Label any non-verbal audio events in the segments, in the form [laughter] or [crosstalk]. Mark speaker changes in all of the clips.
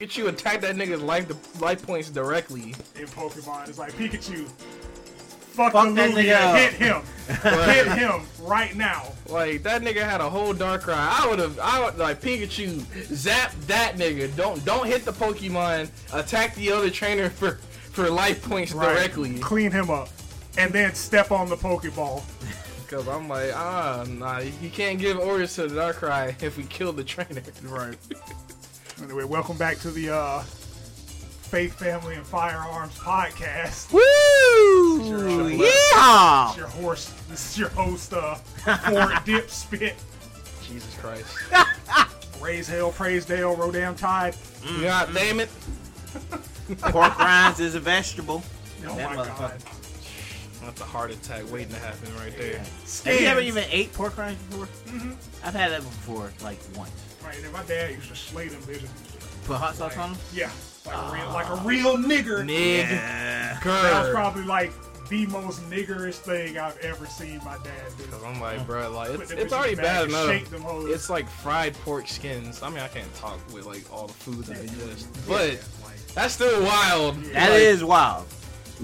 Speaker 1: Pikachu attacked that nigga's life life points directly.
Speaker 2: in Pokemon. It's like Pikachu. Fuck,
Speaker 3: Fuck
Speaker 2: the
Speaker 3: that
Speaker 2: Lugia.
Speaker 3: nigga up.
Speaker 2: Hit him. Hit
Speaker 3: [laughs]
Speaker 2: him [laughs] right now.
Speaker 1: Like that nigga had a whole dark cry. I would have, I would like Pikachu, zap that nigga. Don't don't hit the Pokemon. Attack the other trainer for for life points
Speaker 2: Right.
Speaker 1: directly.
Speaker 2: Clean him up. And then step on the Pokeball.
Speaker 1: Cause I'm like, ah, nah, you can't give orders to the dark cry [laughs] if we kill the trainer.
Speaker 2: Right. Anyway, welcome back to the uh, Faith, Family, and Firearms podcast.
Speaker 3: Woo!
Speaker 2: It's
Speaker 3: Yeah!
Speaker 2: your horse. This is your host, uh, Fort
Speaker 3: [laughs]
Speaker 2: Dip Spit.
Speaker 1: Jesus Christ.
Speaker 2: Raise hell, praise Dale, Rodam Tide.
Speaker 1: God damn it.
Speaker 3: Pork rinds is a vegetable.
Speaker 2: Oh
Speaker 3: That
Speaker 2: my god.
Speaker 3: motherfucker.
Speaker 1: That's a heart attack waiting to happen right there.
Speaker 3: Have you ever
Speaker 2: Scams.
Speaker 3: even ate pork rinds before? I've had that before, like once.
Speaker 2: Right, and my dad used to slay them bitches.
Speaker 3: Put hot sauce on them?
Speaker 2: Yeah, like, a, real, like
Speaker 3: Ah,
Speaker 2: a real nigger.
Speaker 1: Nigga.
Speaker 3: Yeah.
Speaker 2: That was probably like the most niggerish thing I've ever seen my dad do.
Speaker 1: Cause I'm like, bro, like
Speaker 2: Put
Speaker 1: it's,
Speaker 2: them
Speaker 1: it's
Speaker 2: bitches
Speaker 1: already
Speaker 2: back
Speaker 1: bad
Speaker 2: and
Speaker 1: enough.
Speaker 2: shake them hoes.
Speaker 1: It's like fried pork skins. I mean, I can't talk with like all the food that exists, but that's still wild.
Speaker 3: That
Speaker 1: Like,
Speaker 3: is wild.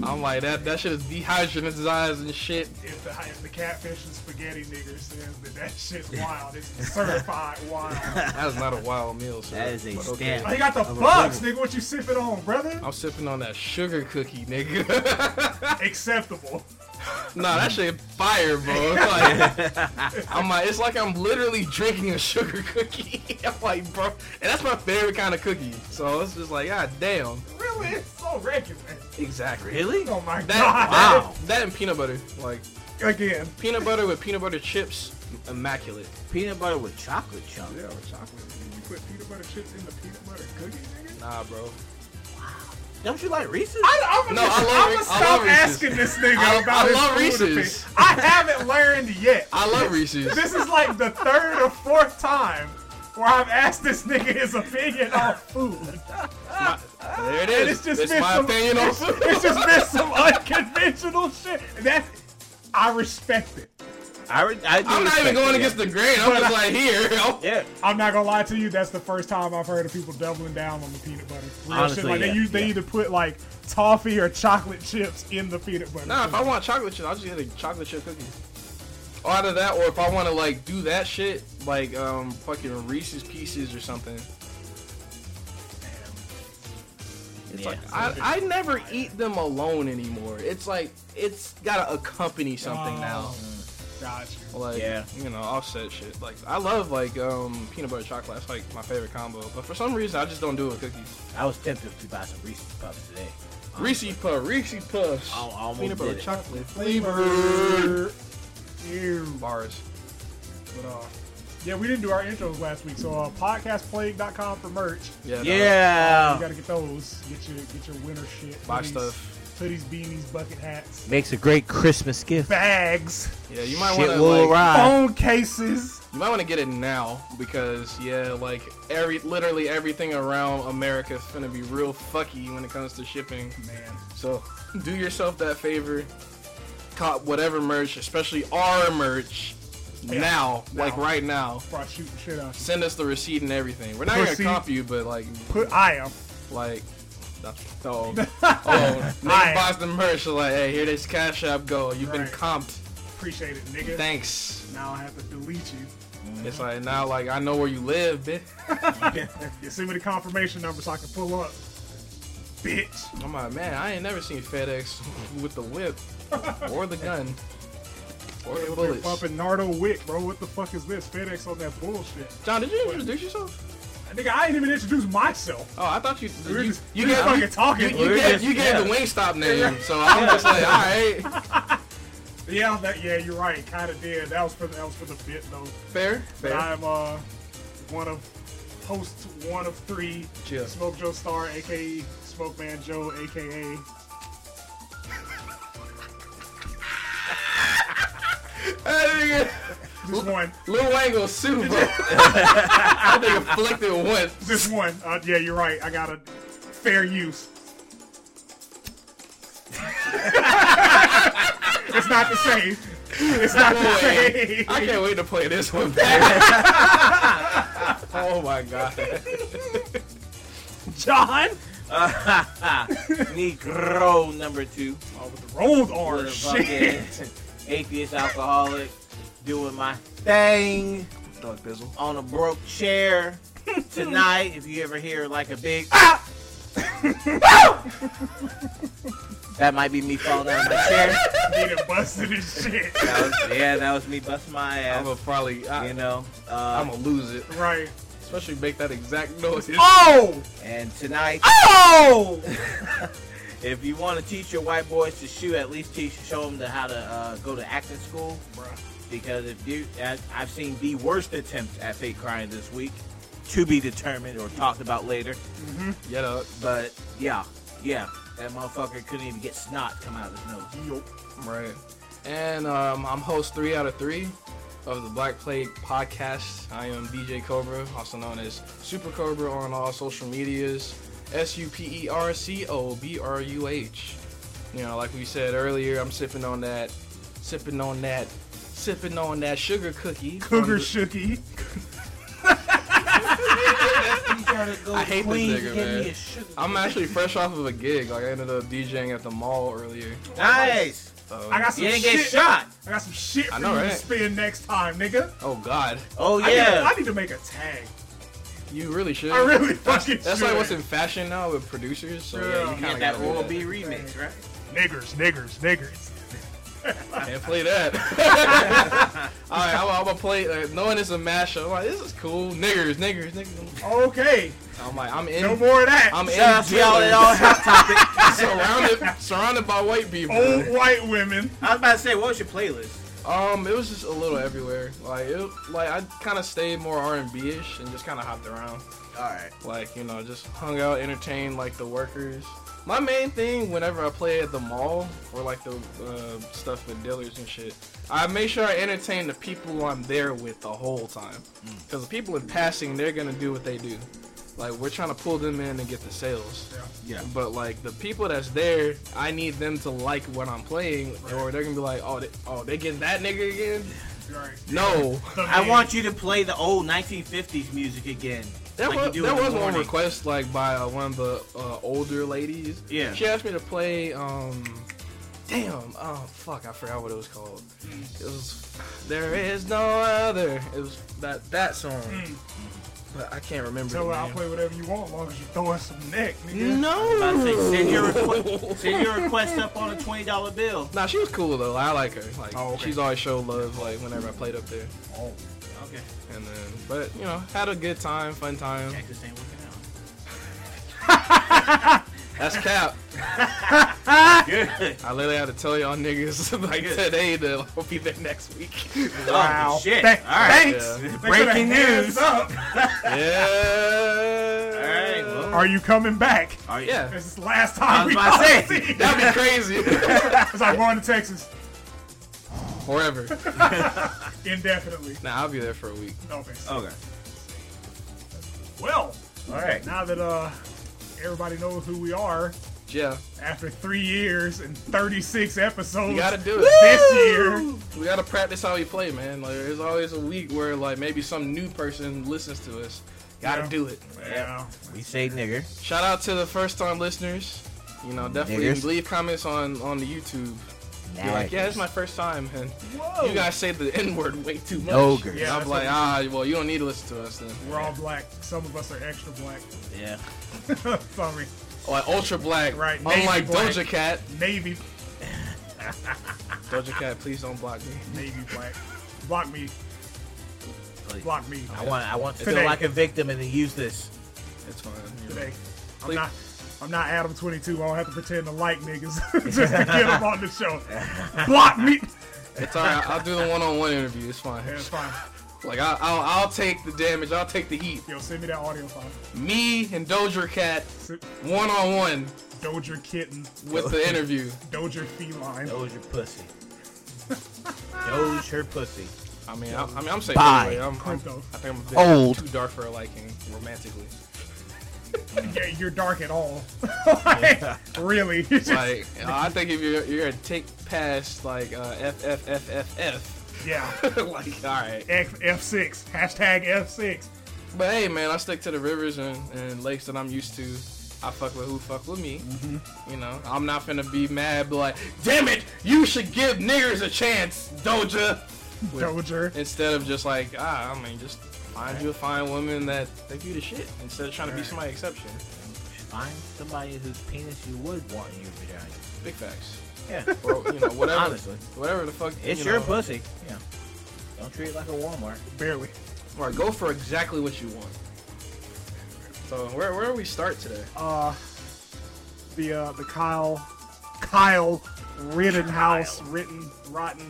Speaker 1: I'm like that. That shit is dehydrated and shit.
Speaker 2: If the, if the catfish and spaghetti nigger says that that shit's wild, it's certified
Speaker 1: [laughs]
Speaker 2: wild.
Speaker 1: That's not a wild meal, sir.
Speaker 3: That is a
Speaker 1: but
Speaker 3: stamp.
Speaker 2: Oh, you got the
Speaker 3: Of a
Speaker 2: bugs,
Speaker 3: devil.
Speaker 2: nigga. What you sipping on, brother?
Speaker 1: I'm sipping on that sugar cookie, nigga. [laughs]
Speaker 2: Acceptable. [laughs]
Speaker 1: nah, that shit fire, bro.
Speaker 3: [laughs]
Speaker 1: It's like, I'm like, it's like I'm literally drinking a sugar cookie. [laughs] I'm like, bro, and that's my favorite kind of cookie. So it's just like, god damn.
Speaker 2: Really, it's so regular.
Speaker 1: Exactly.
Speaker 3: [laughs] Really?
Speaker 2: Oh my [laughs]
Speaker 1: That,
Speaker 2: god.
Speaker 3: Wow.
Speaker 1: that, that and peanut butter. Like,
Speaker 2: Again,
Speaker 1: peanut butter with peanut butter chips, immaculate.
Speaker 3: Peanut butter with chocolate chunk.
Speaker 2: yeah, with chocolate. You put peanut butter chips in the peanut butter cookie, nigga.
Speaker 1: Nah, bro.
Speaker 3: Don't you like Reese's?
Speaker 2: I, I'm gonna,
Speaker 1: No, I love
Speaker 2: am gonna
Speaker 1: Reese's. I
Speaker 2: stop
Speaker 1: love Reese's.
Speaker 2: asking this nigga
Speaker 1: I-
Speaker 2: about
Speaker 1: I
Speaker 2: his
Speaker 1: love
Speaker 2: food
Speaker 1: Reese's.
Speaker 2: opinion. I haven't learned yet.
Speaker 1: I love Reese's.
Speaker 2: This is like the third or fourth time where I've asked this nigga his opinion on food.
Speaker 1: there it
Speaker 2: And
Speaker 1: is.
Speaker 2: it's just
Speaker 1: it's
Speaker 2: been
Speaker 1: my
Speaker 2: some, [laughs]
Speaker 1: opinion on
Speaker 2: it's,
Speaker 1: food.
Speaker 2: it's just been some unconventional shit. And that's I respect it.
Speaker 3: I, re- I do
Speaker 1: I'm not
Speaker 3: respect
Speaker 1: even going
Speaker 3: it,
Speaker 1: against the grain.
Speaker 2: [laughs]
Speaker 1: I'm just like, here. [laughs]
Speaker 3: yeah. Yeah.
Speaker 2: I'm not gonna lie to you, that's the first time I've heard of people doubling down on the peanut butter. Real shit.
Speaker 3: Honestly,
Speaker 2: Like
Speaker 3: yeah,
Speaker 2: they use they
Speaker 3: yeah.
Speaker 2: either put like toffee or chocolate chips in the peanut butter.
Speaker 1: Nah, if I want chocolate chip, I'll just get a chocolate chip cookie. Or Either that, or if I want to like do that shit, like um fucking Reese's Pieces or something. It's
Speaker 3: Yeah.
Speaker 1: like I, I never eat them alone anymore. It's like it's gotta accompany something now.
Speaker 2: Got you.
Speaker 1: Like
Speaker 3: Oh. Yeah.
Speaker 1: you know offset shit. Like I love like um peanut butter chocolate. That's like my favorite combo. But for some reason I just don't do it with cookies.
Speaker 3: I was tempted to buy some Reese's Puffs today.
Speaker 1: Reese's puff, Reese's puffs,
Speaker 3: I almost
Speaker 1: peanut butter
Speaker 3: did it.
Speaker 1: chocolate flavor
Speaker 2: Flavor. Ew.
Speaker 1: bars.
Speaker 2: But, uh, yeah, we didn't do our intros last week, so uh, podcastplague.com for merch.
Speaker 1: Yeah. no.
Speaker 2: You
Speaker 3: Yeah.
Speaker 2: gotta get those. Get your get your winter shit.
Speaker 1: Oh. Buy
Speaker 2: Hoodies,
Speaker 1: stuff.
Speaker 2: Hoodies, beanies, bucket hats,
Speaker 3: Makes a great Christmas gift.
Speaker 2: bags,
Speaker 1: Yeah. You might
Speaker 3: Shit
Speaker 1: want to
Speaker 3: will
Speaker 1: like.
Speaker 3: ride.
Speaker 2: phone cases.
Speaker 1: You might want to get it now because yeah, like every literally everything around America is gonna be real fucky when it comes to shipping.
Speaker 2: Man,
Speaker 1: So do yourself that favor. Cop whatever merch, especially our merch,
Speaker 2: Yeah.
Speaker 1: now, like
Speaker 2: Now.
Speaker 1: right now.
Speaker 2: before I shoot the shit out.
Speaker 1: Send us the receipt and everything. We're not
Speaker 2: Receipt.
Speaker 1: gonna cop you, but like,
Speaker 2: Put I am.
Speaker 1: like,
Speaker 2: [laughs]
Speaker 1: oh, oh,
Speaker 2: Aight.
Speaker 1: nigga buys the merch. Like, hey, here this cash app go. You've been
Speaker 2: Right.
Speaker 1: comped.
Speaker 2: Appreciate it, nigga.
Speaker 1: Thanks.
Speaker 2: now I have to
Speaker 1: [laughs]
Speaker 2: delete you. [laughs]
Speaker 1: It's like now, like I know where you live, bitch.
Speaker 2: You send me the confirmation number so I can pull up. Bitch.
Speaker 1: I'm like, man, I ain't never seen FedEx with the whip or the gun or the
Speaker 2: They're
Speaker 1: bullets.
Speaker 2: Pumping Nardo Wick, bro. What the fuck is this? FedEx on that bullshit.
Speaker 1: John, did you introduce yourself?
Speaker 2: Nigga, I didn't even introduce myself.
Speaker 1: Oh, I thought you
Speaker 2: We were
Speaker 1: you,
Speaker 2: just-
Speaker 1: you
Speaker 2: we were
Speaker 1: gave
Speaker 2: fucking
Speaker 1: you-
Speaker 2: talking.
Speaker 1: You,
Speaker 3: We were
Speaker 1: you, gave,
Speaker 3: just-
Speaker 1: you gave
Speaker 3: yeah.
Speaker 1: the Wingstop name, so I'm just like, all right,
Speaker 2: Yeah, that, yeah, you're right. Kind of did. That was for the, that was for the bit though.
Speaker 3: [laughs]
Speaker 1: fair,
Speaker 2: But
Speaker 1: fair.
Speaker 2: I'm uh one of host one of three.
Speaker 1: Chill.
Speaker 2: Smoke Joe Star, aka Smoke Man Joe, aka
Speaker 1: That
Speaker 2: just one,
Speaker 1: nigga, Lil Wayne gonna
Speaker 3: [laughs]
Speaker 1: sue, bro. I think flicked it once.
Speaker 2: just one. Uh, yeah, you're right. I got a fair use. [laughs] it's not the same. It's not the
Speaker 1: Boy,
Speaker 2: same.
Speaker 1: I can't wait to play this one
Speaker 3: [laughs]
Speaker 1: back. oh my god.
Speaker 2: John.
Speaker 3: [laughs] Negro number two.
Speaker 2: Oh, with the rolled
Speaker 3: What a
Speaker 2: R. Shit.
Speaker 3: fucking atheist alcoholic doing my thing
Speaker 1: Thug Bizzle.
Speaker 3: on a broke chair tonight. if you ever hear like a big ah! [laughs] that might be me falling out of my chair.
Speaker 2: [laughs] Getting busted and shit.
Speaker 3: That was, yeah, that was me busting my
Speaker 1: I'm
Speaker 3: ass.
Speaker 1: gonna probably, I,
Speaker 3: you know.
Speaker 1: I'm
Speaker 3: Uh,
Speaker 1: gonna lose it.
Speaker 2: Right.
Speaker 1: Especially make that exact noise.
Speaker 2: Oh!
Speaker 3: and tonight,
Speaker 2: Oh!
Speaker 3: [laughs] if you want to teach your white boys to shoot, at least teach show them to how to uh, go to acting school.
Speaker 2: Bruh.
Speaker 3: because if you, I- I've seen the worst attempt at fake crying this week, to be determined or talked about later.
Speaker 1: Yeah, no,
Speaker 3: But yeah, yeah, that motherfucker couldn't even get snot come out of his nose.
Speaker 2: Yup.
Speaker 1: I'm right. And um, I'm host three out of three of the Black Plague podcast. I am DJ Cobra, also known as Super Cobra on all social medias. S U P E R C O B R U H. You know, like we said earlier, I'm sipping on that, sipping on that, sipping on that sugar cookie.
Speaker 2: Cougar Shookie.
Speaker 1: I hate this nigga, man. I'm actually fresh off of a gig. Like I ended up DJing at the mall earlier. Um,
Speaker 3: Nice.
Speaker 1: So-
Speaker 2: I got some
Speaker 3: You didn't
Speaker 2: shit.
Speaker 3: get shot.
Speaker 2: I got some shit for
Speaker 1: I know,
Speaker 2: you to
Speaker 1: right?
Speaker 2: spin next time, nigga.
Speaker 1: Oh God,
Speaker 3: Oh
Speaker 2: I need,
Speaker 3: yeah.
Speaker 2: I need to make a tag.
Speaker 1: you really should.
Speaker 2: I really
Speaker 1: That's,
Speaker 2: fucking
Speaker 1: that's
Speaker 2: should.
Speaker 1: like what's in fashion now with producers. So yeah, you
Speaker 2: Yeah.
Speaker 1: kind
Speaker 3: Get
Speaker 1: of
Speaker 3: that
Speaker 1: gotta
Speaker 3: Oral
Speaker 1: do
Speaker 3: B remix, right?
Speaker 2: Niggers, niggers, niggers.
Speaker 1: that. [laughs] Can't play
Speaker 2: [laughs]
Speaker 1: that. [laughs] All right, I'm, I'm gonna play. Uh, knowing it's a mashup, I'm like this is cool. Niggers, niggers, niggers.
Speaker 2: Okay.
Speaker 1: I'm like, I'm in.
Speaker 2: No more of that.
Speaker 1: I'm in.
Speaker 3: Shout out to y'all at all hot
Speaker 1: [laughs]
Speaker 3: topic.
Speaker 1: surrounded, surrounded by white people.
Speaker 2: Old white women.
Speaker 3: I was about to say, what was your playlist?
Speaker 2: oh.
Speaker 1: Um, it was just a little everywhere. Like, it, like I kind of stayed more R&B ish and just kind of hopped around.
Speaker 3: All right.
Speaker 1: like you know just hung out entertained like the workers my main thing whenever i play at the mall or like the uh, stuff with dealers and shit i make sure i entertain the people i'm there with the whole time because the people in passing they're gonna do what they do like we're trying to pull them in and get the sales
Speaker 3: Yeah.
Speaker 1: but like the people that's there i need them to like what i'm playing or they're gonna be like oh they, oh they getting that nigga again
Speaker 2: Right.
Speaker 1: no
Speaker 2: The
Speaker 3: I
Speaker 2: men.
Speaker 3: want you to play the old 1950s music again.
Speaker 1: There
Speaker 3: like you
Speaker 1: was,
Speaker 3: do
Speaker 1: there
Speaker 3: in the
Speaker 1: was one
Speaker 3: morning.
Speaker 1: request like by uh, one of the uh, older ladies.
Speaker 3: Yeah.
Speaker 1: She asked me to play. um Damn. Oh fuck! I forgot what it was called. It was. There is no other. It was that that song.
Speaker 3: Hmm.
Speaker 2: Mm.
Speaker 1: But I can't remember.
Speaker 2: Tell
Speaker 1: the
Speaker 2: her I'll
Speaker 1: name.
Speaker 2: play whatever you want, long as you throw us some neck, nigga.
Speaker 3: I was about to [laughs]
Speaker 1: No.
Speaker 3: say, send your request, send your request up on a twenty dollar bill.
Speaker 1: [laughs] Nah, she was cool though. I like her. Like
Speaker 2: Oh, okay.
Speaker 1: she's always showed love. Like whenever I played up there,
Speaker 2: Oh.
Speaker 3: Okay,
Speaker 1: and then but you know had a good time, fun time.
Speaker 3: check this ain't working
Speaker 1: That's cap.
Speaker 3: out. [laughs] Good.
Speaker 1: I literally had to tell y'all niggas [laughs] like today that I'll be there next week.
Speaker 2: Wow.
Speaker 3: Oh, shit.
Speaker 2: Thank-
Speaker 3: All right.
Speaker 2: Thanks.
Speaker 1: Yeah.
Speaker 2: Thanks for the
Speaker 3: Breaking
Speaker 2: hands
Speaker 3: news.
Speaker 2: Up.
Speaker 1: [laughs] Yeah.
Speaker 3: Alright, well.
Speaker 2: Are you coming back?
Speaker 3: All right.
Speaker 1: Yeah.
Speaker 2: This is the last
Speaker 3: I
Speaker 2: time
Speaker 3: was
Speaker 2: we
Speaker 3: about to
Speaker 2: all
Speaker 3: say.
Speaker 2: see.
Speaker 1: That'd be crazy. [laughs]
Speaker 2: It's like going to Texas
Speaker 1: Forever.
Speaker 2: indefinitely.
Speaker 1: Nah, I'll be there for a week.
Speaker 2: Okay. so-
Speaker 3: Okay.
Speaker 2: Well,
Speaker 3: All right.
Speaker 2: now that uh everybody knows who we are,
Speaker 1: Yeah.
Speaker 2: after three years and 36 episodes,
Speaker 1: You gotta do it.
Speaker 2: this year.
Speaker 1: We gotta practice how we play, man. Like there's always a week where like maybe some new person listens to us. Gotta
Speaker 2: Yeah.
Speaker 1: do it.
Speaker 2: Yeah.
Speaker 3: We say nigger.
Speaker 1: Shout out to the first time listeners. You know, definitely
Speaker 3: Niggers.
Speaker 1: leave comments on on the YouTube. Be like, yeah, it's my first time, [laughs] and
Speaker 2: Whoa.
Speaker 1: you guys say the [laughs] N word way too much.
Speaker 3: Ogres.
Speaker 2: Oh. Yeah,
Speaker 1: I'm
Speaker 2: that's
Speaker 1: like,
Speaker 2: what-
Speaker 1: ah, well, you don't need to listen to us then.
Speaker 2: We're all black. Some of us are extra black. [laughs]
Speaker 3: Yeah.
Speaker 2: Sorry.
Speaker 1: Like ultra black,
Speaker 2: Right,
Speaker 1: Unlike
Speaker 2: navy black.
Speaker 1: Doja Cat.
Speaker 2: Navy,
Speaker 1: Doja Cat, please don't block me.
Speaker 2: navy black. Block me. Block me
Speaker 3: I want. I want to
Speaker 2: Today.
Speaker 3: feel like a victim and then use this.
Speaker 1: It's fine. you know.
Speaker 2: today. I'm
Speaker 1: Please.
Speaker 2: not. I'm not Adam 22. I don't have to pretend to like niggas [laughs] just to get them on the show. Block me.
Speaker 1: It's alright. I'll
Speaker 2: [laughs]
Speaker 1: do the one-on-one interview. It's fine.
Speaker 2: Yeah, it's fine.
Speaker 1: Like I, I'll, I'll take the damage. I'll take the heat.
Speaker 2: Yo, send me that audio file.
Speaker 1: Me and Doja Cat,
Speaker 2: S-
Speaker 1: one-on-one
Speaker 2: Doja kitten,
Speaker 1: with [laughs] the interview.
Speaker 2: Doja feline.
Speaker 3: Doge your [laughs] pussy. Doge her pussy.
Speaker 1: I mean, I, I mean, I'm saying
Speaker 3: Bye.
Speaker 1: anyway. I'm, I'm,
Speaker 2: Crypto.
Speaker 1: I think I'm a bit
Speaker 3: Old.
Speaker 1: too dark for her liking romantically.
Speaker 2: Yeah, you're dark
Speaker 1: [laughs]
Speaker 2: at all. [laughs] Like, really? [laughs] You're just-
Speaker 1: Like [laughs] I think if you're you're gonna take past like uh, F F F F F,
Speaker 2: yeah.
Speaker 1: [laughs] like all right,
Speaker 2: F F six. Hashtag F six.
Speaker 1: But hey, man, I stick to the rivers and, and lakes that I'm used to. I fuck with who fuck with me.
Speaker 3: Mm-hmm.
Speaker 1: You know, I'm not finna be mad, but like, damn it, you should give niggers a chance, Doja. With-
Speaker 2: Dozer.
Speaker 1: Instead of just like, ah, I mean, just find you a fine woman that they do the shit instead of trying to be
Speaker 2: Right.
Speaker 1: somebody exception.
Speaker 3: Find somebody whose penis you would want in your vagina.
Speaker 1: Big facts.
Speaker 3: Yeah.
Speaker 1: Or, you know, whatever,
Speaker 3: Honestly.
Speaker 1: whatever the fuck.
Speaker 3: [laughs] It's
Speaker 1: you
Speaker 3: your
Speaker 1: know,
Speaker 3: pussy. Yeah. Don't treat it like a Walmart.
Speaker 2: Barely.
Speaker 1: Or go for exactly what you want. So where where do we start today?
Speaker 2: Uh, the uh, the Kyle, Kyle Rittenhouse, written rotten.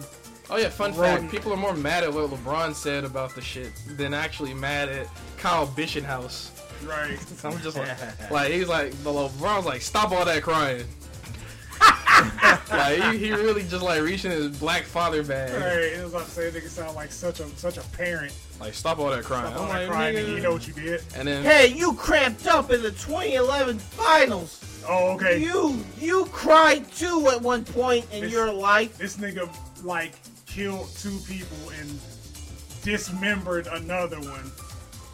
Speaker 1: Oh yeah, fun
Speaker 2: Right.
Speaker 1: fact: people are more mad at what LeBron said about the shit than actually mad at Kyle Bishenhouse.
Speaker 2: Right.
Speaker 1: I'm just like, like he's like, the LeBron's like, stop all that crying. like he, he really just like reaching his black father bag.
Speaker 2: Right. I was about to say, nigga sound like such a such a parent.
Speaker 1: Like stop all that crying.
Speaker 2: I'm
Speaker 1: I'm
Speaker 2: like
Speaker 1: like,
Speaker 2: crying, nigga,
Speaker 1: "Nigga."
Speaker 2: you know what you did.
Speaker 1: And then
Speaker 3: Hey, you cramped up in the 2011 finals.
Speaker 2: Oh, okay.
Speaker 3: You you cried too at one point in
Speaker 2: This-
Speaker 3: your life.
Speaker 2: This nigga like killed two people and dismembered another one.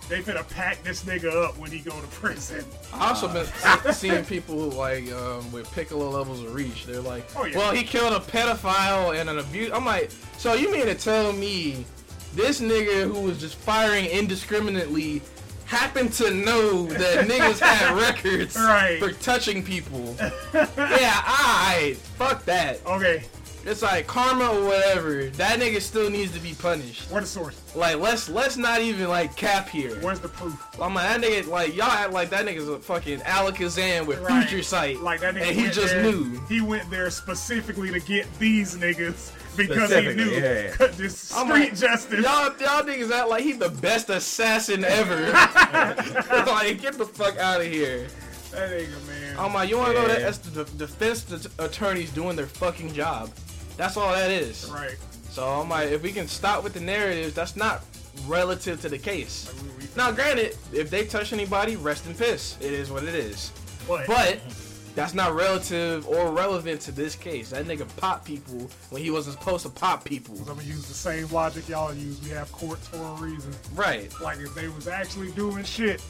Speaker 2: They finna pack this nigga up when he go to prison.
Speaker 1: I also been se- seeing people who, like um, with piccolo levels of reach. They're like,
Speaker 2: Oh, yeah.
Speaker 1: well, he killed a pedophile and an abuse. I'm like, so you mean to tell me this nigga who was just firing indiscriminately happened to know
Speaker 2: [laughs]
Speaker 1: that niggas had records
Speaker 2: Right.
Speaker 1: for touching people? yeah, I fuck that.
Speaker 2: Okay,
Speaker 1: It's like karma or whatever. That nigga still needs to be punished.
Speaker 2: where's the source?
Speaker 1: Like let's let's not even like cap here.
Speaker 2: Where's the proof?
Speaker 1: I'm like, that nigga, like, y'all act like that nigga's a fucking Alakazam with
Speaker 2: Right.
Speaker 1: future sight.
Speaker 2: Like that nigga.
Speaker 1: And he
Speaker 2: went
Speaker 1: just
Speaker 2: there-
Speaker 1: knew.
Speaker 2: He went there specifically to get these niggas because he knew
Speaker 3: Specifically, yeah, yeah.
Speaker 2: cut this street
Speaker 1: I'm like,
Speaker 2: justice.
Speaker 1: Y'all, y'all niggas act like he the best assassin
Speaker 2: [laughs]
Speaker 1: ever. [laughs] like, get the fuck out of here.
Speaker 2: That nigga, man.
Speaker 1: I'm like, you wanna know that?
Speaker 3: Yeah.
Speaker 1: That's the the defense det- attorneys doing their fucking job. That's all that is.
Speaker 2: right.
Speaker 1: So I'm like, if we can stop with the narratives, that's not relative to the case.
Speaker 2: Like, we- we-
Speaker 1: Now, granted, if they touch anybody, rest in piss. It is what it is.
Speaker 2: but,
Speaker 1: But [laughs] that's not relative or relevant to this case. That nigga popped people when he wasn't supposed to pop people.
Speaker 2: I'm gonna use the same logic y'all use. We have courts for a reason.
Speaker 1: Right.
Speaker 2: Like if they was actually doing shit,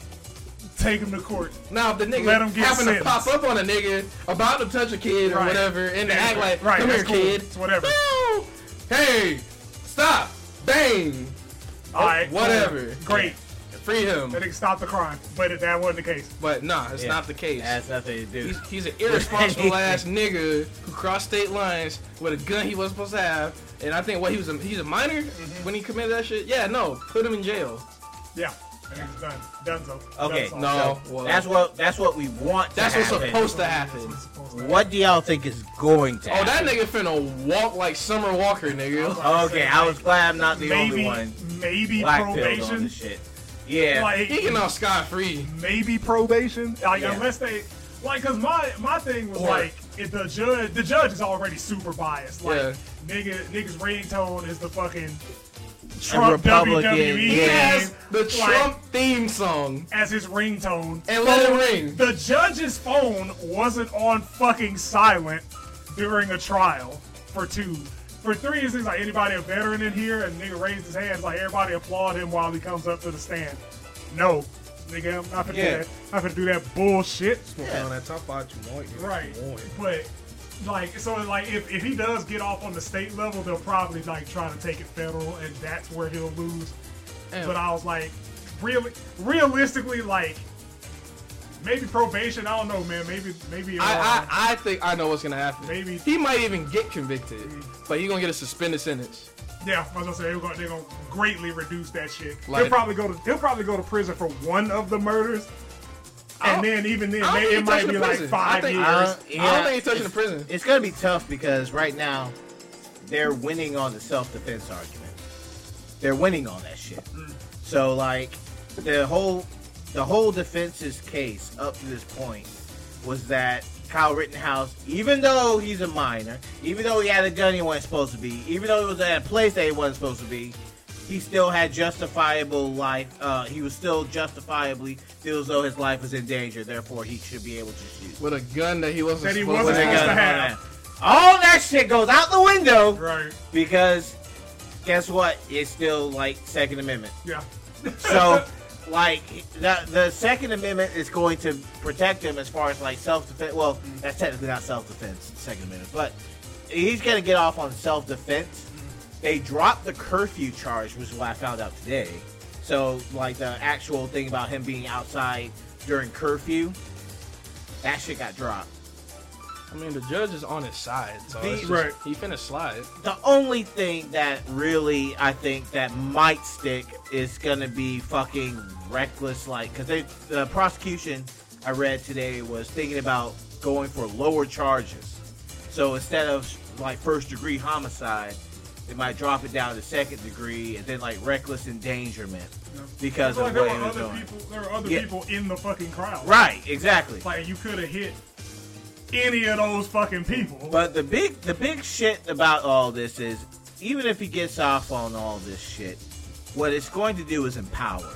Speaker 2: take them to court.
Speaker 1: Now if the nigga
Speaker 2: Let 'em get
Speaker 1: happened to
Speaker 2: sentenced.
Speaker 1: pop up on a nigga about to touch a kid or
Speaker 2: Right.
Speaker 1: whatever and to act like
Speaker 2: Right,
Speaker 1: come
Speaker 2: that's
Speaker 1: here
Speaker 2: cool.
Speaker 1: kid.
Speaker 2: It's whatever.
Speaker 1: No! Hey! Stop! Bang!
Speaker 2: All right,
Speaker 1: Oh, whatever.
Speaker 2: cool. Great.
Speaker 1: Free him.
Speaker 2: That nigga stopped the crime, but that wasn't the case.
Speaker 1: But nah, it's
Speaker 3: Yeah.
Speaker 1: not the case.
Speaker 3: That's nothing to do.
Speaker 1: He's, he's an irresponsible ass nigga who crossed state lines with a gun he wasn't supposed to have. And I think what he was a, he's a minor
Speaker 2: Mm-hmm.
Speaker 1: when he committed that shit. Yeah, no, put him in jail.
Speaker 2: Yeah, that nigga's done. Donezo.
Speaker 3: Okay,
Speaker 2: Donezo.
Speaker 1: No,
Speaker 3: So
Speaker 1: well-
Speaker 3: that's what that's what we want.
Speaker 1: That's
Speaker 3: to
Speaker 1: what's
Speaker 3: happen.
Speaker 1: supposed to happen.
Speaker 2: That's supposed to
Speaker 3: What do y'all think is going to?
Speaker 1: Oh, that nigga finna walk like Summer Walker, nigga.
Speaker 2: happen.
Speaker 3: Okay, I was glad I'm not the only
Speaker 2: Maybe,
Speaker 3: one
Speaker 2: maybe
Speaker 3: black pilled on
Speaker 2: probation.
Speaker 3: this shit. Yeah.
Speaker 2: Like,
Speaker 1: He uh, getting off scot free.
Speaker 2: maybe probation. Like,
Speaker 3: Yeah.
Speaker 2: unless they, like, cause my my thing was
Speaker 1: Or-
Speaker 2: like, if the judge, the judge is already super biased. Like,
Speaker 1: Yeah.
Speaker 2: nigga, niggas ringtone is the fucking Trump
Speaker 3: Republican,
Speaker 2: WWE.
Speaker 1: He
Speaker 3: Yeah.
Speaker 1: has
Speaker 2: thing
Speaker 1: the
Speaker 2: Like-
Speaker 1: Trump theme song
Speaker 2: as his ringtone.
Speaker 1: and let it ring.
Speaker 2: The judge's phone wasn't on fucking silent during a trial for two. For three, it's just like anybody a veteran in here, and nigga raised his hands like everybody applaud him while he comes up to the stand. No, nigga, I'm not gonna
Speaker 3: Yeah.
Speaker 2: do that. I'm not gonna do that bullshit.
Speaker 3: Yeah.
Speaker 4: On that top out, you want you
Speaker 2: Right,
Speaker 4: want it.
Speaker 2: but like, so like, if, if he does get off on the state level, they'll probably like try to take it federal, and that's where he'll lose.
Speaker 1: Damn.
Speaker 2: But I was like, really, realistically, like, maybe probation. I don't know, man. Maybe, maybe. Uh,
Speaker 1: I, I, I think I know what's gonna happen.
Speaker 2: Maybe-
Speaker 1: he might even get convicted, but he gonna get a suspended sentence.
Speaker 2: yeah, I was gonna say they're gonna, they're gonna greatly reduce that shit.
Speaker 1: Like-
Speaker 2: he'll probably go to he'll probably go to prison for one of the murders,
Speaker 1: I
Speaker 2: and
Speaker 1: don't-
Speaker 2: then even then,
Speaker 1: I don't
Speaker 2: may-
Speaker 1: think
Speaker 2: it
Speaker 1: he
Speaker 2: might
Speaker 1: touching
Speaker 2: be
Speaker 1: the
Speaker 2: like
Speaker 1: prison. I
Speaker 2: five
Speaker 1: think-
Speaker 2: years.
Speaker 1: I
Speaker 3: Uh,
Speaker 1: don't think he's touching
Speaker 3: it's-
Speaker 1: the prison.
Speaker 3: It's gonna be tough because right now they're winning on the self-defense argument. They're winning on that shit. So like the whole the whole defense's case up to this point was that Kyle Rittenhouse, even though he's a minor, even though he had a gun he wasn't supposed to be, even though he was at a place that he wasn't supposed to be, he still had justifiable life. Uh, he was still justifiably feels though his life was in danger. Therefore, he should be able to shoot.
Speaker 1: With a gun that he wasn't
Speaker 2: That he
Speaker 1: supposed
Speaker 2: wasn't
Speaker 1: to
Speaker 2: supposed to
Speaker 1: have.
Speaker 2: have.
Speaker 3: All that shit goes out the window
Speaker 2: Right?
Speaker 3: because guess what? It's still like Second Amendment.
Speaker 2: Yeah.
Speaker 3: So like the, the Second Amendment is going to protect him as far as like self defense. Well, that's technically not self defense, Second Amendment, but he's going to get off on self defense. They dropped the curfew charge, which is what I found out today. So, like the actual thing about him being outside during curfew, that shit got dropped.
Speaker 1: I mean, the judge is on his side, so it's just,
Speaker 2: Right.
Speaker 1: he finna slide.
Speaker 3: The only thing that really I think that might stick is gonna be fucking reckless, like because they the prosecution I read today was thinking about going for lower charges. So instead of like first degree homicide, they might drop it down to second degree and then like reckless endangerment because
Speaker 2: Like
Speaker 3: of
Speaker 2: there
Speaker 3: what
Speaker 2: were
Speaker 3: he was
Speaker 2: other
Speaker 3: doing.
Speaker 2: people. There were other
Speaker 3: Yeah.
Speaker 2: people in the fucking crowd.
Speaker 3: Right, exactly.
Speaker 2: Like you could have hit any of those fucking people.
Speaker 3: But the big the big shit about all this is even if he gets off on all this shit, what it's going to do is empower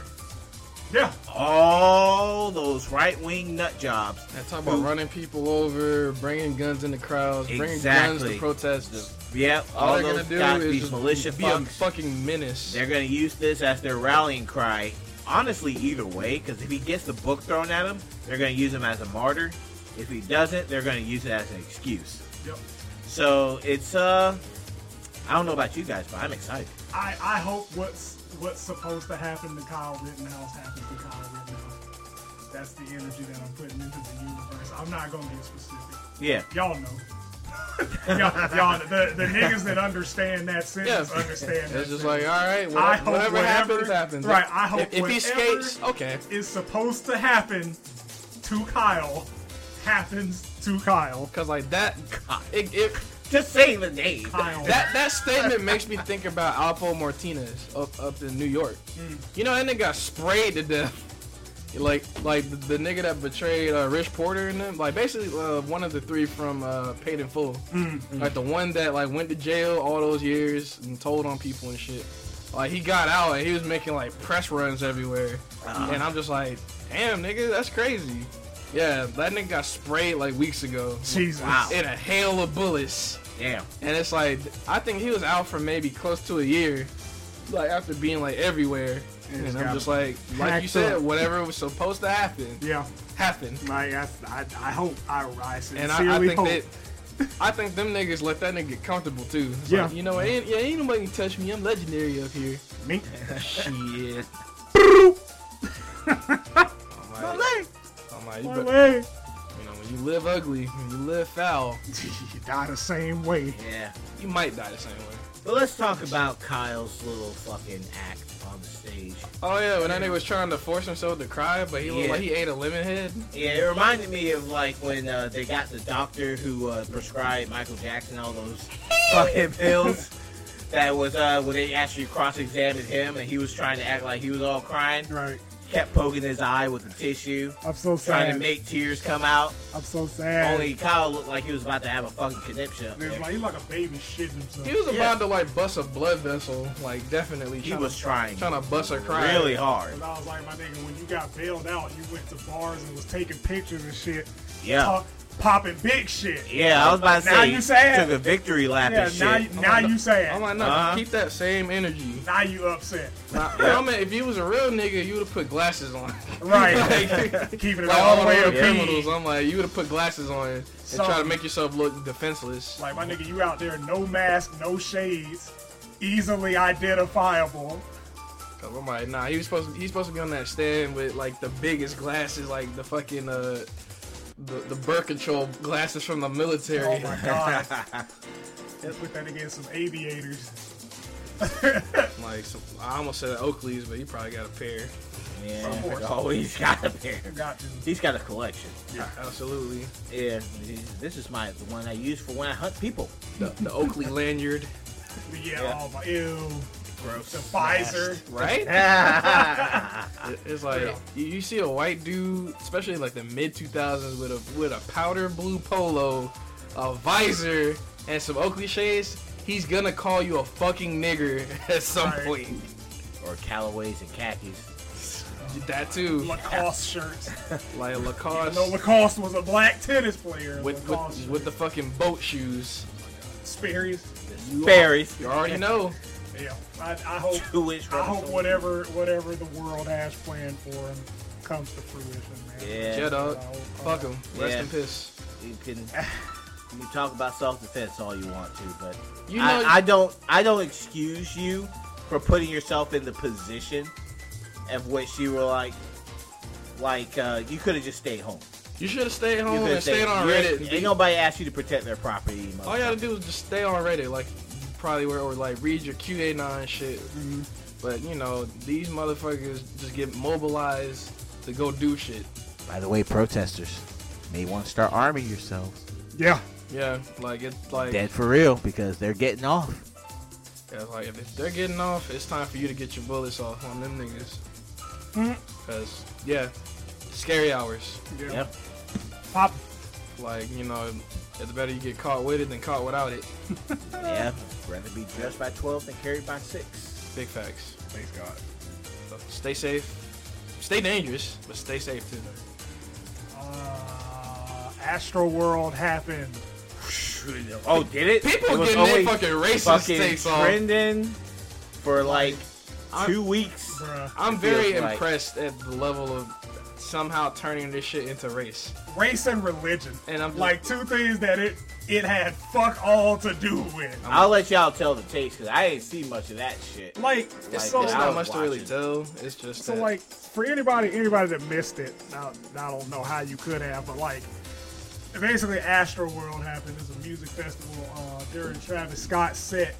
Speaker 2: yeah,
Speaker 3: all those right wing nut jobs.
Speaker 1: And talk about
Speaker 3: Who-
Speaker 1: running people over, bringing guns into crowds, bringing guns
Speaker 3: Exactly.
Speaker 1: to protesters.
Speaker 3: Yep, all,
Speaker 1: All, they're
Speaker 3: those
Speaker 1: gonna do
Speaker 3: guys,
Speaker 1: is
Speaker 3: these
Speaker 1: just
Speaker 3: militia
Speaker 1: be a
Speaker 3: fucks.
Speaker 1: fucking menace.
Speaker 3: They're going to use this as their rallying cry. Honestly, either way, because if he gets the book thrown at him, they're going to use him as a martyr. If he doesn't, they're going to use it as an excuse.
Speaker 2: yep.
Speaker 3: So it's uh, I don't know about you guys, but I'm excited.
Speaker 2: I, I hope what's what's supposed to happen to Kyle Rittenhouse happens to Kyle Rittenhouse. That's the energy that I'm putting into the universe. I'm not gonna get specific.
Speaker 3: Yeah,
Speaker 2: Y'all know. [laughs] y'all, y'all the, the niggas that understand that sentence
Speaker 1: Yeah.
Speaker 2: understand that
Speaker 1: It's just
Speaker 2: sentence.
Speaker 1: like, all right, whatever,
Speaker 2: I hope
Speaker 1: whatever
Speaker 2: whatever-
Speaker 1: happens, happens.
Speaker 2: right, I hope
Speaker 1: if, if he
Speaker 2: whatever-
Speaker 1: skates, okay.
Speaker 2: is supposed to happen to Kyle happens to Kyle.
Speaker 1: Because like that, it, it,
Speaker 3: just saying the name.
Speaker 2: Kyle.
Speaker 1: that that statement makes me think about Alpo Martinez up up in New York. You know, and they got sprayed to death. Like like the, the nigga that betrayed uh, Rich Porter and them. Like basically uh, one of the three from uh, Paid in Full. Like the one that like went to jail all those years and told on people and shit. Like he got out and he was making like press runs everywhere. And I'm just like, damn nigga, that's crazy. Yeah, that nigga got sprayed like weeks ago.
Speaker 2: Jesus.
Speaker 3: Wow.
Speaker 1: In a hail of bullets.
Speaker 3: Damn.
Speaker 1: And it's like I think he was out for maybe close to a year, like after being like everywhere. And,
Speaker 2: just
Speaker 1: I'm
Speaker 2: got
Speaker 1: just like, like you
Speaker 2: hacked
Speaker 1: said,
Speaker 2: up.
Speaker 1: whatever was supposed to happen,
Speaker 2: Yeah.
Speaker 1: happened.
Speaker 2: Like I, I, I hope I, I
Speaker 1: And I, I
Speaker 2: sincerely
Speaker 1: think
Speaker 2: hope.
Speaker 1: that I think them niggas let that nigga get comfortable too. It's
Speaker 2: Yeah.
Speaker 1: like, you know, ain't, yeah, ain't nobody can touch me. I'm legendary up here.
Speaker 2: Me.
Speaker 1: Shit. I'm like, I'm like, you
Speaker 2: My
Speaker 1: bet-
Speaker 2: leg.
Speaker 1: you know, when you live ugly, when you live foul,
Speaker 2: You die the same way.
Speaker 3: Yeah.
Speaker 1: you might die the same way.
Speaker 3: But let's talk about Kyle's little fucking act on the stage.
Speaker 1: Oh yeah, when that nigga was trying to force himself to cry, but he looked
Speaker 3: Yeah.
Speaker 1: like he ate a lemon head.
Speaker 3: Yeah, it reminded me of like when uh, they got the doctor who uh, prescribed Michael Jackson all those fucking pills. That was uh, when they actually cross-examined him, and he was trying to act like he was all crying.
Speaker 2: Right.
Speaker 3: Kept poking his eye with the tissue,
Speaker 2: I'm so
Speaker 3: trying to
Speaker 2: sad.
Speaker 3: make tears come out.
Speaker 2: I'm so sad.
Speaker 3: Only Kyle looked like he was about to have a fucking conniption. Up
Speaker 2: It's
Speaker 3: there.
Speaker 2: like he's like a baby shitting himself.
Speaker 1: He was about
Speaker 3: Yeah.
Speaker 1: to like bust a blood vessel, like definitely.
Speaker 3: He
Speaker 1: tryna-
Speaker 3: was trying
Speaker 1: trying to bust a cry.
Speaker 3: really hard.
Speaker 2: And I was like, my nigga, when you got bailed out, you went to bars and was taking pictures and shit.
Speaker 3: Yeah,
Speaker 2: Talk, popping big shit.
Speaker 3: yeah. I was about to
Speaker 2: Now
Speaker 3: say
Speaker 2: you sad.
Speaker 3: took a victory lap
Speaker 2: Yeah,
Speaker 3: and shit.
Speaker 2: now, you-
Speaker 3: [laughs]
Speaker 2: now you
Speaker 1: I'm
Speaker 2: sad.
Speaker 1: like, no,
Speaker 3: Uh-huh.
Speaker 1: keep that same energy.
Speaker 2: now you
Speaker 1: [laughs]
Speaker 2: upset.
Speaker 1: Nah, I mean, if you was a real nigga, you would have put glasses on.
Speaker 2: Right.
Speaker 1: like,
Speaker 2: Keeping it
Speaker 1: like
Speaker 2: all
Speaker 1: all
Speaker 2: the
Speaker 1: the
Speaker 2: way
Speaker 1: real
Speaker 2: up.
Speaker 1: criminals, I'm like, you would have put glasses on and
Speaker 2: So-
Speaker 1: try to make yourself look defenseless.
Speaker 2: Like my nigga, you out there, no mask, no shades, easily identifiable.
Speaker 1: 'Cause I'm like, nah, he was supposed to, he's supposed to be on that stand with like the biggest glasses, like the fucking uh, the the birth control glasses from the military. [laughs]
Speaker 2: Oh my god. Let's put that against some aviators. [laughs]
Speaker 1: Like, some, I almost said Oakley's, but you probably got a pair.
Speaker 2: Of course.
Speaker 3: Yeah, always got a pair.
Speaker 2: Got to.
Speaker 3: He's got a collection.
Speaker 1: Absolutely.
Speaker 3: Yeah, this is my the one I use for when I hunt people.
Speaker 1: The, the Oakley lanyard,
Speaker 2: Yeah,
Speaker 3: Yeah.
Speaker 2: oh my ew.
Speaker 3: Gross.
Speaker 2: The visor.
Speaker 1: right?
Speaker 2: [laughs]
Speaker 3: yeah,
Speaker 1: It- It's like
Speaker 2: Yeah.
Speaker 1: you, you see a white dude, especially like the mid 2000s, with a with a powder blue polo, a visor, and some Oakley shades. He's gonna call you a fucking nigger [laughs] at some
Speaker 2: Right.
Speaker 1: point.
Speaker 3: or Callaways and khakis.
Speaker 1: That too,
Speaker 2: Lacoste shirts.
Speaker 1: like
Speaker 2: Even
Speaker 1: Lacoste
Speaker 2: though Lacoste was a black tennis player.
Speaker 1: with
Speaker 2: Lacoste
Speaker 1: with, with the fucking boat shoes.
Speaker 2: Sperry's.
Speaker 1: You al-
Speaker 3: Berries. [laughs]
Speaker 1: You already know.
Speaker 2: Yeah, I, I hope.
Speaker 3: To which
Speaker 2: I hope
Speaker 3: Russell-
Speaker 2: whatever whatever the world has planned for him comes to fruition, man.
Speaker 3: Yeah.
Speaker 1: Yeah, dog.
Speaker 2: Oh,
Speaker 1: Fuck
Speaker 2: oh.
Speaker 1: him. Rest
Speaker 3: Yeah.
Speaker 1: in piss.
Speaker 3: You can you can talk about self defense all you want to, but
Speaker 1: You know,
Speaker 3: I, I don't I don't excuse you for putting yourself in the position of which you were like like uh, you could have just stayed home.
Speaker 1: you should have stayed
Speaker 3: You
Speaker 1: home
Speaker 3: coulda
Speaker 1: and stayed on
Speaker 3: you ain't-
Speaker 1: Reddit. and be- Oh,
Speaker 3: Ain't nobody asked you to protect their property.
Speaker 1: All you gotta do is just stay on Reddit, like probably where or like read your QA9 shit. But you know, these motherfuckers just get mobilized to go do shit.
Speaker 3: By the way, protesters may want to start arming yourselves.
Speaker 2: Yeah.
Speaker 1: Yeah, like it's like
Speaker 3: for real because they're getting off.
Speaker 1: yeah, like if they're getting off, it's time for you to get your bullets off on them niggas.
Speaker 2: Mhm.
Speaker 1: Cause yeah, scary hours.
Speaker 2: Yeah.
Speaker 3: Yep.
Speaker 2: Pop.
Speaker 1: Like you know, it's better you get caught with it than caught without it.
Speaker 3: Yeah. Rather be dressed by twelve than carried by six.
Speaker 1: Big facts.
Speaker 2: Thanks God.
Speaker 1: So stay safe, stay dangerous, but stay safe too.
Speaker 2: Uh, Astro World happened.
Speaker 3: Oh, did it?
Speaker 1: People
Speaker 3: it was
Speaker 1: getting their
Speaker 3: always
Speaker 1: fucking racist
Speaker 3: fucking
Speaker 1: takes off.
Speaker 3: trending for like
Speaker 1: I'm-
Speaker 3: two weeks.
Speaker 2: Bruh.
Speaker 1: I'm
Speaker 3: It
Speaker 1: very
Speaker 3: feels like-
Speaker 1: impressed at the level of somehow turning this shit into race.
Speaker 2: Race and religion.
Speaker 1: And I'm just-
Speaker 2: like two things that it it had fuck all to do with.
Speaker 3: I'll let y'all tell the taste because I ain't see much of that shit.
Speaker 2: Like,
Speaker 3: Like,
Speaker 2: so
Speaker 1: There's
Speaker 3: I
Speaker 1: not
Speaker 3: was
Speaker 1: much to really
Speaker 3: watching.
Speaker 1: tell. It's just
Speaker 2: So
Speaker 1: that-
Speaker 2: like for anybody anybody that missed it, now I don't know how you could have, but like basically Astro World happened. It's a music festival uh, during Travis Scott's set.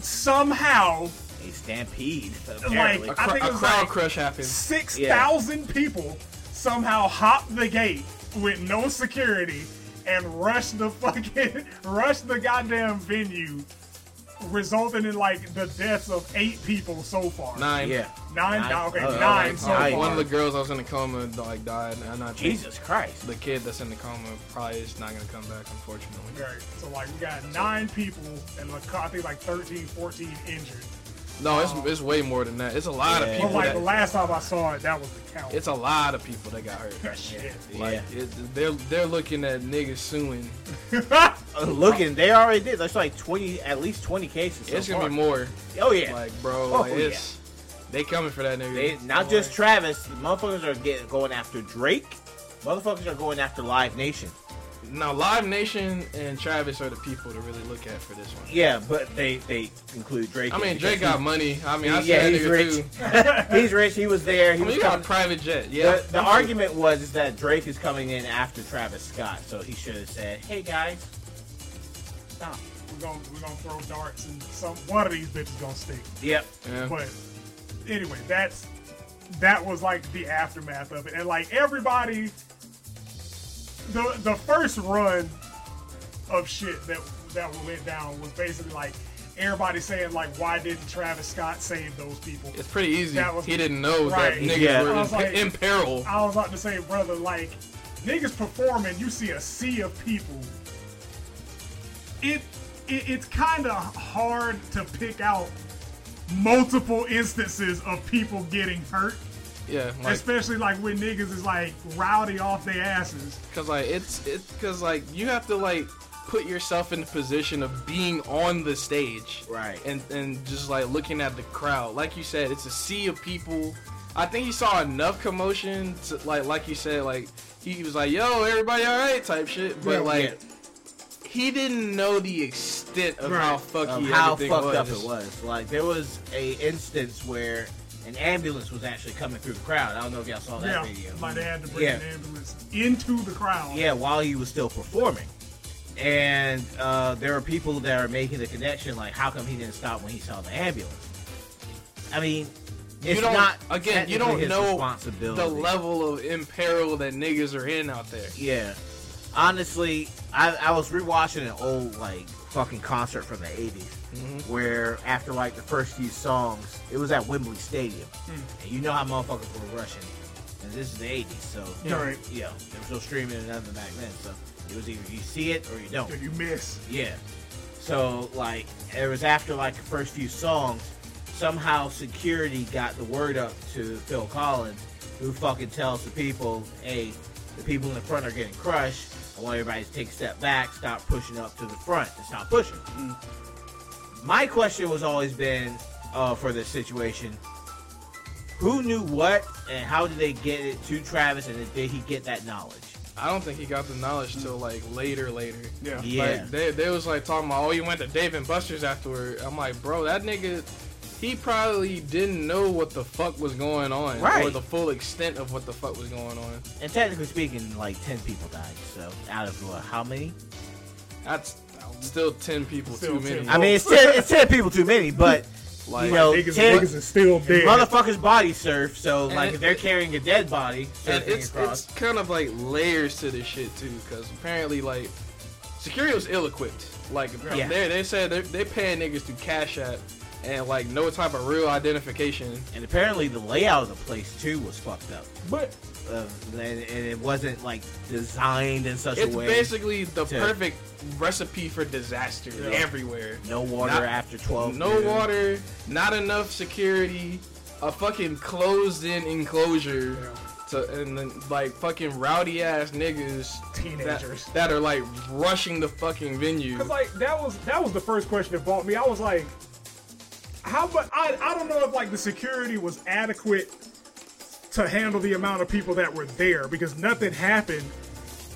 Speaker 2: Somehow,
Speaker 3: A stampede. Apparently.
Speaker 1: a,
Speaker 2: I
Speaker 1: cr-
Speaker 2: think
Speaker 1: a
Speaker 2: it was
Speaker 1: crowd
Speaker 2: like-
Speaker 1: crush happened.
Speaker 2: six thousand people somehow hopped the gate with no security and rushed the [laughs] fucking rushed the goddamn venue, resulting in like the deaths of eight people so far.
Speaker 1: Nine.
Speaker 3: yeah.
Speaker 2: Nine,
Speaker 3: Nine.
Speaker 2: okay,
Speaker 3: Oh,
Speaker 2: nine
Speaker 1: Like,
Speaker 2: so
Speaker 1: like,
Speaker 2: far.
Speaker 1: one of the girls that was in a coma like died, and I think
Speaker 3: Jesus Christ.
Speaker 1: the kid that's in the coma probably is not gonna come back, unfortunately.
Speaker 2: Right. So like we got nine people and like I think like 13, 14 injured.
Speaker 1: No, it's
Speaker 2: Oh.
Speaker 1: it's way more than that. It's a lot
Speaker 3: Yeah.
Speaker 1: of
Speaker 2: But
Speaker 1: people.
Speaker 2: like the
Speaker 1: That,
Speaker 2: last time I saw it, that was the count.
Speaker 1: it's a lot of people that got hurt.
Speaker 2: [laughs] shit.
Speaker 1: Like it, they're they're looking at niggas suing.
Speaker 3: Uh, Looking, they already did. There's like 20, at least 20 cases. So
Speaker 1: it's gonna
Speaker 3: far.
Speaker 1: be more.
Speaker 3: Oh, yeah.
Speaker 1: Like bro,
Speaker 3: Oh,
Speaker 1: like, it's they coming for that nigga.
Speaker 3: They, not
Speaker 1: Like,
Speaker 3: just Travis. Motherfuckers are getting, going after Drake. Motherfuckers are going after Live Nation.
Speaker 1: Now, Live Nation and Travis are the people to really look at for this one.
Speaker 3: Yeah, but they, they include Drake.
Speaker 1: I
Speaker 3: in
Speaker 1: mean,
Speaker 3: because
Speaker 1: Drake got money. I mean, I see
Speaker 3: Yeah,
Speaker 1: that
Speaker 3: he's
Speaker 1: nigga
Speaker 3: rich.
Speaker 1: too.
Speaker 3: [laughs] he's rich. He was there.
Speaker 1: I
Speaker 3: He
Speaker 1: mean,
Speaker 3: was
Speaker 1: you got a
Speaker 3: coming-
Speaker 1: private jet. Yeah.
Speaker 3: The, the argument was is that Drake is coming in after Travis Scott, so he should have said, "Hey guys, stop."
Speaker 2: We're gonna we're gonna throw darts and some one of these bitches gonna stick.
Speaker 3: Yep.
Speaker 1: Yeah.
Speaker 2: But anyway, that's that was like the aftermath of it, and like everybody, the the first run of shit that that went down was basically like everybody saying like, why didn't Travis Scott save those people?
Speaker 1: It's pretty easy.
Speaker 2: That was-
Speaker 1: he didn't know
Speaker 2: Right.
Speaker 1: that niggas
Speaker 3: Yeah.
Speaker 1: were
Speaker 2: I
Speaker 1: in,
Speaker 2: was like-
Speaker 1: in peril.
Speaker 2: I was about to say, brother, like niggas performing, you see a sea of people. It, it it's kind of hard to pick out multiple instances of people getting hurt,
Speaker 1: Yeah. Like,
Speaker 2: especially like when niggas is like rowdy off their asses.
Speaker 1: cause like it's it's cause like you have to like put yourself in the position of being on the stage.
Speaker 3: Right.
Speaker 1: And and just like looking at the crowd. Like you said, it's a sea of people. I think he saw enough commotion to like like you said like he was like yo everybody all right type shit but
Speaker 3: Yeah,
Speaker 1: like
Speaker 3: yeah.
Speaker 1: he didn't know the extent of
Speaker 2: Right.
Speaker 1: how fucky
Speaker 3: Of Um, how
Speaker 1: everything
Speaker 3: fucked
Speaker 1: was.
Speaker 3: up it was. Like there was a instance where an ambulance was actually coming through the crowd. I don't know if y'all saw
Speaker 2: yeah,
Speaker 3: that video.
Speaker 2: like they had to bring
Speaker 3: um, Yeah.
Speaker 2: an ambulance into the crowd.
Speaker 3: Yeah, while he was still performing. And uh, there are people that are making the connection, like, how come he didn't stop when he saw the ambulance? I mean,
Speaker 1: You
Speaker 3: it's
Speaker 1: don't-
Speaker 3: not
Speaker 1: again. You
Speaker 3: technically
Speaker 1: don't
Speaker 3: his
Speaker 1: know
Speaker 3: responsibility.
Speaker 1: the level of imperil that niggas are in out there.
Speaker 3: Yeah, honestly, I, I was rewatching an old like fucking concert from the '80s, where after like the first few songs, it was at Wembley Stadium, and you know how motherfuckers were rushing, and this is the '80s, so
Speaker 2: Yeah. Right.
Speaker 3: yeah, there was no streaming and nothing back then, so it was either you see it or you don't.
Speaker 2: If you miss,
Speaker 3: Yeah. So like it was after like the first few songs, somehow security got the word up to Phil Collins, who fucking tells the people, hey, the people in the front are getting crushed. I want everybody to take a step back, stop pushing up to the front, and stop pushing. My question was always been uh, for this situation: Who knew what, and how did they get it to Travis, and did he get that knowledge?
Speaker 1: I don't think he got the knowledge till like later, later.
Speaker 2: Yeah.
Speaker 3: Yeah.
Speaker 1: Like they, they was like talking about, oh, you went to Dave and Buster's afterward. I'm like, bro, that nigga, he probably didn't know what the fuck was going on, or
Speaker 3: Right.
Speaker 1: the full extent of what the fuck was going on.
Speaker 3: And technically speaking, like ten people died. So out of what, how many?
Speaker 1: That's still ten people
Speaker 2: Still
Speaker 1: too many.
Speaker 2: 10.
Speaker 3: I mean, it's ten, it's ten people too
Speaker 1: [laughs]
Speaker 3: many, but
Speaker 1: Like-
Speaker 3: you know,
Speaker 2: Niggas,
Speaker 3: ten,
Speaker 2: niggas is still dead.
Speaker 3: motherfuckers body surf. So
Speaker 1: And
Speaker 3: like,
Speaker 1: it-
Speaker 3: if they're carrying a dead body,
Speaker 1: and
Speaker 3: surfing
Speaker 1: it's
Speaker 3: across,
Speaker 1: it's kind of like layers to this shit too, because apparently like security was ill equipped. Like
Speaker 3: Yeah.
Speaker 1: they they said they they paying niggas through Cash App and like no type of real identification.
Speaker 3: and apparently the layout of the place too was fucked up.
Speaker 2: But
Speaker 3: Uh, and, and it wasn't like designed in such
Speaker 1: It's
Speaker 3: a way.
Speaker 1: basically the
Speaker 3: to-
Speaker 1: perfect recipe for disaster everywhere.
Speaker 3: no water
Speaker 1: not-
Speaker 3: after twelve.
Speaker 1: No
Speaker 3: noon.
Speaker 1: water, not enough security, a fucking closed-in enclosure. To, and then, like fucking rowdy ass niggas that,
Speaker 2: Teenagers.
Speaker 1: that are like rushing the fucking venue.
Speaker 2: Cause like that was that was the first question that bought me. I was like, how but I I don't know if like the security was adequate to handle the amount of people that were there because nothing happened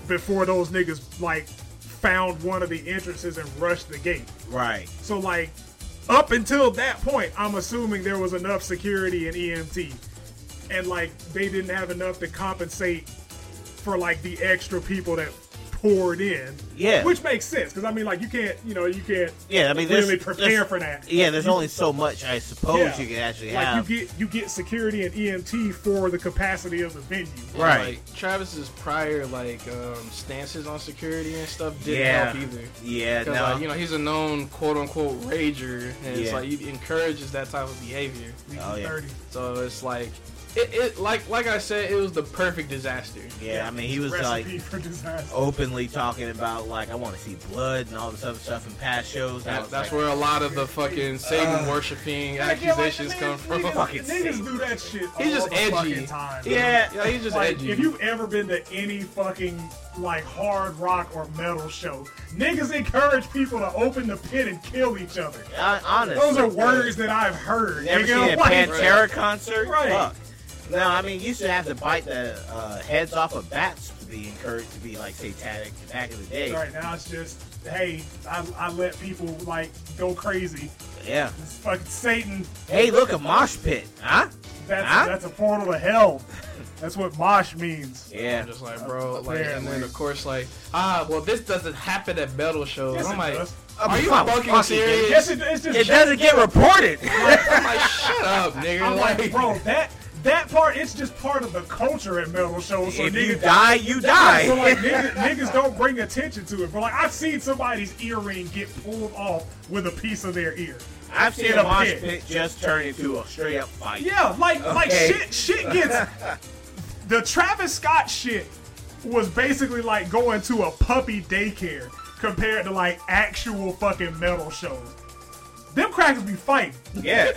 Speaker 2: before those niggas like found one of the entrances and rushed the gate.
Speaker 3: Right.
Speaker 2: So like up until that point, I'm assuming there was enough security and EMT. And like they didn't have enough to compensate for like the extra people that poured in.
Speaker 3: Yeah.
Speaker 2: Which makes sense because I mean like you can't, you know, you can't
Speaker 3: Yeah, I mean, there's-
Speaker 2: really prepare
Speaker 3: there's-
Speaker 2: for that.
Speaker 3: Yeah, there's only so much I suppose
Speaker 2: Yeah.
Speaker 3: you can actually
Speaker 2: Like
Speaker 3: have.
Speaker 2: you get you get security and EMT for the capacity of the venue.
Speaker 1: And,
Speaker 3: Right.
Speaker 1: Like, Travis's prior like um, stances on security and stuff didn't
Speaker 3: yeah.
Speaker 1: help either.
Speaker 3: Yeah.
Speaker 1: Because
Speaker 3: No.
Speaker 1: like, you know he's a known quote unquote rager, and it's
Speaker 3: Yeah.
Speaker 1: like he encourages that type of behavior.
Speaker 3: Oh, yeah.
Speaker 2: 30.
Speaker 1: So it's like it, it like like I said, it was the perfect disaster.
Speaker 3: yeah. I mean, he was like. oh,
Speaker 2: recipe for disaster.
Speaker 3: openly talking about like I want to see blood and all this other stuff in past shows. and I
Speaker 1: That,
Speaker 3: was
Speaker 1: that's
Speaker 3: like,
Speaker 1: where a lot of the fucking Satan worshiping
Speaker 2: Yeah, yeah, like,
Speaker 1: accusations
Speaker 2: niggas-
Speaker 1: come from. [laughs]
Speaker 2: niggas-
Speaker 3: Fucking
Speaker 2: Niggas
Speaker 3: sick.
Speaker 2: do that shit. all
Speaker 1: He's just
Speaker 2: the fucking
Speaker 1: edgy.
Speaker 2: Time,
Speaker 3: Yeah.
Speaker 1: yeah, he's just
Speaker 2: like,
Speaker 1: edgy.
Speaker 2: if you've ever been to any fucking like hard rock or metal show, niggas encourage people to open the pit and kill each other.
Speaker 3: Hon- honestly,
Speaker 2: Those are words that I've heard.
Speaker 3: Never
Speaker 2: nigga.
Speaker 3: seen a
Speaker 2: Like,
Speaker 3: Pantera concert?
Speaker 2: Right.
Speaker 3: Fuck. No, I mean you used to have to bite the uh, heads off of bats to be encouraged to be like satanic back in the day.
Speaker 2: Right now it's just, hey, I, I let people like go crazy.
Speaker 3: Yeah.
Speaker 2: It's fucking Satan.
Speaker 3: Hey, look a mosh pit, huh?
Speaker 2: That's
Speaker 3: Huh?
Speaker 2: that's a portal to hell. That's what mosh means.
Speaker 1: I'm
Speaker 3: Yeah.
Speaker 1: just like, bro, like, and then
Speaker 2: Apparently.
Speaker 1: of course, like, ah, well, this doesn't happen at metal shows.
Speaker 2: Yes,
Speaker 1: I'm
Speaker 2: it
Speaker 1: like,
Speaker 2: does.
Speaker 1: are you
Speaker 3: Oh,
Speaker 1: fucking
Speaker 3: fuck it,
Speaker 1: serious?
Speaker 2: Yes, it, it's just
Speaker 3: It doesn't get reported.
Speaker 2: [laughs]
Speaker 1: I'm like, shut up, nigga.
Speaker 2: I'm like, bro, that that part it's just part of the culture at metal shows. So
Speaker 3: if
Speaker 2: niggas
Speaker 3: you die, you die.
Speaker 2: So like niggas, niggas don't bring attention to it. But like I've seen somebody's earring get pulled off with a piece of their ear.
Speaker 3: I've seen
Speaker 2: in
Speaker 3: a mosh pit just turn into a straight up fight.
Speaker 2: Yeah, like like
Speaker 3: Okay.
Speaker 2: shit shit
Speaker 3: [laughs]
Speaker 2: gets the Travis Scott shit was basically like going to a puppy daycare compared to like actual fucking metal shows. Them crackers be fighting.
Speaker 3: Yeah.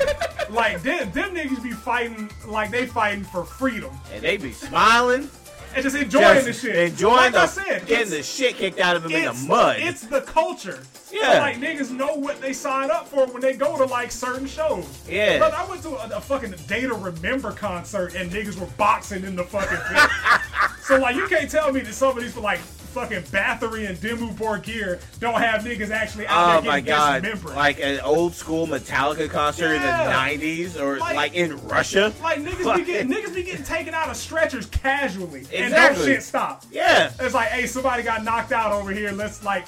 Speaker 2: Like them, them niggas be fighting like they fighting for freedom.
Speaker 3: and they be smiling.
Speaker 2: and just enjoying
Speaker 3: just
Speaker 2: the shit.
Speaker 3: Enjoying
Speaker 2: like
Speaker 3: the,
Speaker 2: I said,
Speaker 3: getting
Speaker 2: it's,
Speaker 3: the shit kicked out of them in the
Speaker 2: it's,
Speaker 3: mud.
Speaker 2: it's the culture.
Speaker 3: Yeah.
Speaker 2: So, like niggas know what they sign up for when they go to like certain shows.
Speaker 3: Yeah.
Speaker 2: Brother, I went to a, a fucking Data Remember concert and niggas were boxing in the fucking
Speaker 3: [laughs]
Speaker 2: pit. so like you can't tell me that some of these were like fucking Bathory and Dimmu Borgir don't have niggas actually out
Speaker 3: Oh
Speaker 2: there
Speaker 3: my
Speaker 2: getting
Speaker 3: god!
Speaker 2: dismembered.
Speaker 3: Like an old school Metallica concert
Speaker 2: Yeah.
Speaker 3: in the '90s, or
Speaker 2: Like-
Speaker 3: like, in Russia.
Speaker 2: Like niggas be getting niggas be getting taken out of stretchers casually, and that
Speaker 3: Exactly.
Speaker 2: shit stop.
Speaker 3: Yeah,
Speaker 2: It's like, hey, somebody got knocked out over here. Let's like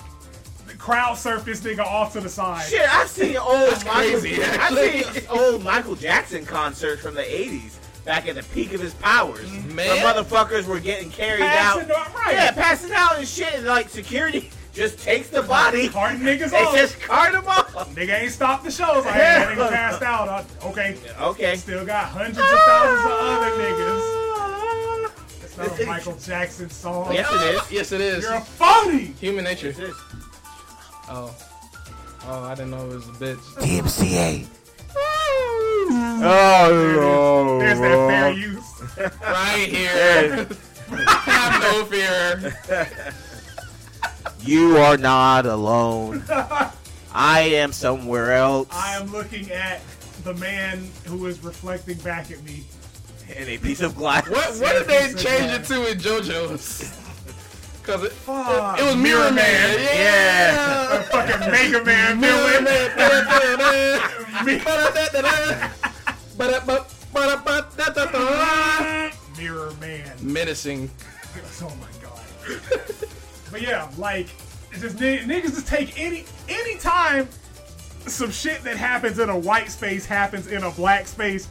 Speaker 2: crowd surf this nigga off to the side.
Speaker 3: shit. I've seen old Michael.
Speaker 1: crazy, actually.
Speaker 3: I've seen old Michael Jackson concerts from the '80s, back at the peak of his powers.
Speaker 1: Man.
Speaker 3: where motherfuckers were getting carried
Speaker 2: Mm-hmm. Passing
Speaker 3: out.
Speaker 2: out, right.
Speaker 3: Yeah, passing out and shit. And, like security [laughs] just takes the body.
Speaker 2: Carting niggas
Speaker 3: [laughs] They
Speaker 2: off.
Speaker 3: just cart them off.
Speaker 2: Nigga ain't stopped the shows. Like,
Speaker 3: Yeah.
Speaker 2: hey, that nigga passed out. I, okay,
Speaker 3: [laughs] Okay.
Speaker 2: still got hundreds of thousands of other niggas.
Speaker 3: niggas.
Speaker 2: It's not a Michael Jackson song.
Speaker 3: Yes, it is.
Speaker 1: yes, it is.
Speaker 2: You're a phony.
Speaker 1: Human nature.
Speaker 3: Yes, it is.
Speaker 1: Oh, oh, I didn't know it was a
Speaker 2: [laughs]
Speaker 1: bitch.
Speaker 3: DMCA.
Speaker 2: There
Speaker 3: Oh,
Speaker 2: it is. There's that fair use.
Speaker 1: right [laughs] here. Have no fear.
Speaker 3: You are not alone. I am somewhere else.
Speaker 2: I am looking at the man who is reflecting back at me.
Speaker 3: in a piece of glass.
Speaker 1: What what did they change it to in JoJo's? Cause it,
Speaker 2: Fuck.
Speaker 1: it was Mirror Man.
Speaker 3: Yeah.
Speaker 2: fucking Mega Man
Speaker 1: Mirror
Speaker 2: villain.
Speaker 1: Man. Ba-da-da-da-da. Ba-da-ba- ba-da-ba-da-da-da.
Speaker 2: Mirror Man.
Speaker 1: [laughs]
Speaker 2: [laughs]
Speaker 1: Menacing.
Speaker 2: Oh my god. [laughs] but yeah, like, it's just ni- niggas just take any any time some shit that happens in a white space happens in a black space.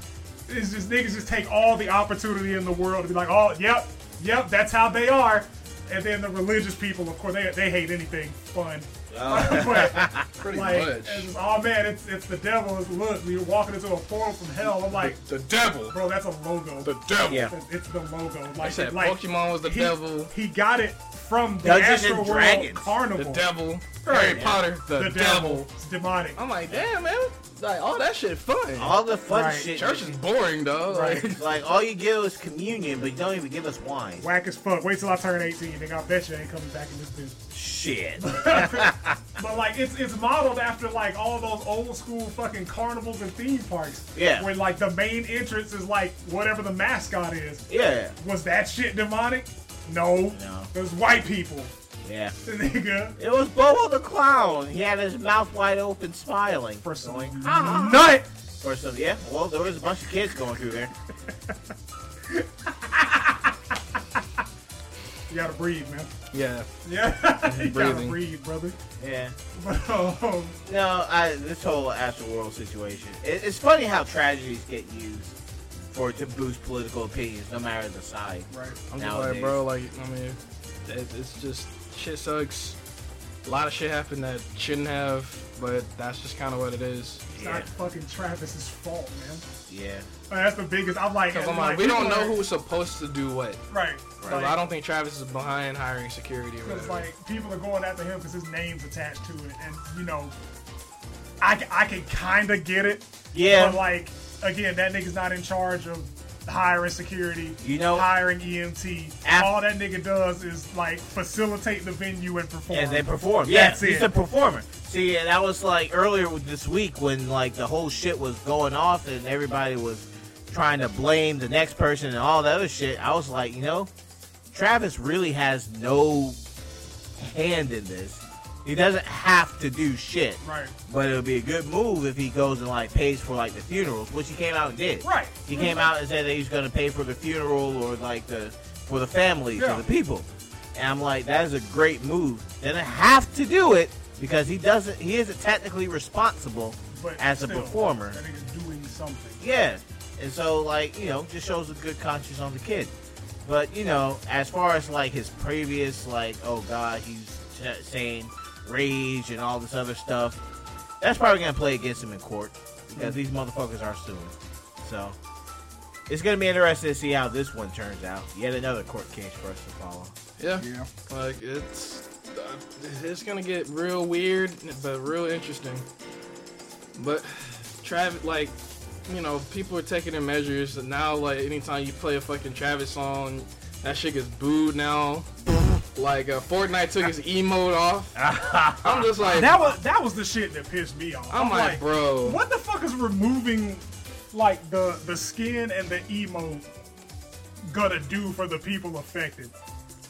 Speaker 2: It's just niggas just take all the opportunity in the world to be like, oh, yep, yep, that's how they are. And then the religious people, of course, they, they hate anything fun. [laughs] but
Speaker 1: Oh. [laughs] Pretty
Speaker 2: like,
Speaker 1: much.
Speaker 2: it's just, oh man, it's it's the devil. It's, look, we are walking into a portal from hell. I'm like,
Speaker 1: The devil.
Speaker 2: bro, that's a logo.
Speaker 1: The devil.
Speaker 3: Yeah.
Speaker 2: It's- It's the logo. Like,
Speaker 1: I said
Speaker 2: like
Speaker 1: Pokemon was the
Speaker 2: he,
Speaker 1: devil.
Speaker 2: He got it from the
Speaker 3: Dungeons and
Speaker 2: Astro World
Speaker 3: Dragons.
Speaker 1: The
Speaker 2: Carnival.
Speaker 1: devil. Harry
Speaker 2: Yeah.
Speaker 1: Potter. The,
Speaker 2: The
Speaker 1: devil.
Speaker 2: devil. It's demonic.
Speaker 1: I'm like, damn, man. Like, all that shit fun.
Speaker 3: All the fun
Speaker 2: Right.
Speaker 3: shit.
Speaker 1: Church is boring, though.
Speaker 2: Right.
Speaker 1: Like,
Speaker 3: It's like all you give is communion, but you don't even give us wine.
Speaker 2: Whack as fuck. Wait till I turn 18, nigga. I bet you ain't coming back in this business.
Speaker 3: Shit.
Speaker 2: But like, it's it's modeled after like all those old school fucking carnivals and theme parks.
Speaker 3: Yeah.
Speaker 2: Where like the main entrance is like whatever the mascot is.
Speaker 3: Yeah.
Speaker 2: Was that shit demonic? No.
Speaker 3: No.
Speaker 2: It was white people. [laughs]
Speaker 3: Yeah.
Speaker 2: Nigga.
Speaker 3: It was Bobo the clown. He had his mouth wide open, smiling.
Speaker 2: For some
Speaker 3: Going,
Speaker 2: [laughs] nut.
Speaker 3: Or some, yeah. Well, there was a bunch of kids going through there.
Speaker 2: You gotta breathe, man.
Speaker 1: yeah.
Speaker 2: Yeah. [laughs] you gotta
Speaker 1: breathing.
Speaker 2: breathe, brother.
Speaker 3: Yeah.
Speaker 2: [laughs] But um,
Speaker 3: No, I, this whole Astral World situation. It, it's funny how tragedies get used for to boost political opinions, no matter the side.
Speaker 2: right.
Speaker 1: I'm just
Speaker 3: Nowadays.
Speaker 1: like, bro, like, I mean, it, it's just, shit sucks. A lot of shit happened that shouldn't have, but that's just kind of what it is.
Speaker 2: It's
Speaker 3: Yeah.
Speaker 2: not fucking Travis's fault, man.
Speaker 3: Yeah.
Speaker 2: Like, that's the biggest. I'm like,
Speaker 1: Because I'm
Speaker 2: like,
Speaker 1: like, we don't
Speaker 2: people
Speaker 1: know
Speaker 2: are-
Speaker 1: who's supposed to do what.
Speaker 2: Right.
Speaker 1: Because I don't think Travis is behind hiring security or whatever.
Speaker 2: Because like people are going after him because his name's attached to it, and you know, I c- I can kind of get it.
Speaker 3: Yeah.
Speaker 2: But like again, that nigga's not in charge of hiring security.
Speaker 3: You know-
Speaker 2: hiring EMT.
Speaker 3: Af-
Speaker 2: All that nigga does is like facilitate the venue and perform.
Speaker 3: And they perform. Yeah,
Speaker 2: That's
Speaker 3: he's
Speaker 2: it.
Speaker 3: a performer. See, and that was like earlier with this week when like the whole shit was going off and everybody was trying to blame the next person and all the other shit. I was like, you know, Travis really has no hand in this. He doesn't have to do shit.
Speaker 2: Right.
Speaker 3: But it would be a good move if he goes and like pays for like the funerals, which he came out and did.
Speaker 2: Right.
Speaker 3: He came out and said that he's gonna pay for the funeral or like the for the families
Speaker 2: Yeah.
Speaker 3: or the people. And I'm like, that is a great move. Doesn't have to do it because he doesn't he isn't technically responsible
Speaker 2: But
Speaker 3: as a
Speaker 2: still,
Speaker 3: performer.
Speaker 2: that nigga's doing something.
Speaker 3: Yeah. And so like, you know, just shows a good conscience on the kid. But, you know, as far as like his previous like, oh god, he's t- saying rage and all this other stuff, that's probably going to play against him in court because
Speaker 1: Mm-hmm.
Speaker 3: these motherfuckers are suing. So, it's going to be interesting to see how this one turns out. Yet another court case for us to follow.
Speaker 1: yeah.
Speaker 2: Yeah.
Speaker 1: Like, it's, uh, it's going to get real weird, but real interesting. But Travis, like, you know, people are taking their measures. And now, like, anytime you play a fucking Travis song, that shit gets booed now. like, uh, Fortnite took his emote off. I'm just like,
Speaker 2: That was that was the shit that pissed me off.
Speaker 1: I'm like, bro.
Speaker 2: what the fuck is removing like the the skin and the emo gonna do for the people affected?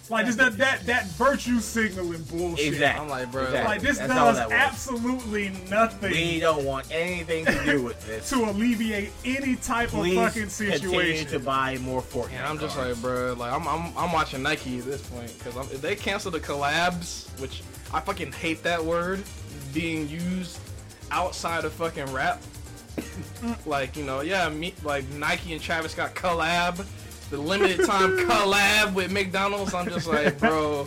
Speaker 2: Like just that that that virtue signaling bullshit.
Speaker 3: Exactly.
Speaker 1: I'm like, bro.
Speaker 2: Like this
Speaker 3: That's all
Speaker 2: does
Speaker 3: that was.
Speaker 2: absolutely nothing
Speaker 3: We don't want anything to do
Speaker 1: [laughs]
Speaker 3: with this.
Speaker 2: to alleviate any type
Speaker 3: Please
Speaker 2: of fucking
Speaker 3: continue
Speaker 2: situation.
Speaker 3: to buy more Fortnite.
Speaker 1: And I'm just like,
Speaker 3: cards.
Speaker 1: bro, like I'm, I'm, I'm watching Nike at this point because if they cancel the collabs, which I fucking hate that word being used outside of fucking rap. [laughs] like you know, yeah, me, like Nike and Travis Scott collab, the limited time collab with McDonald's. I'm just like, bro,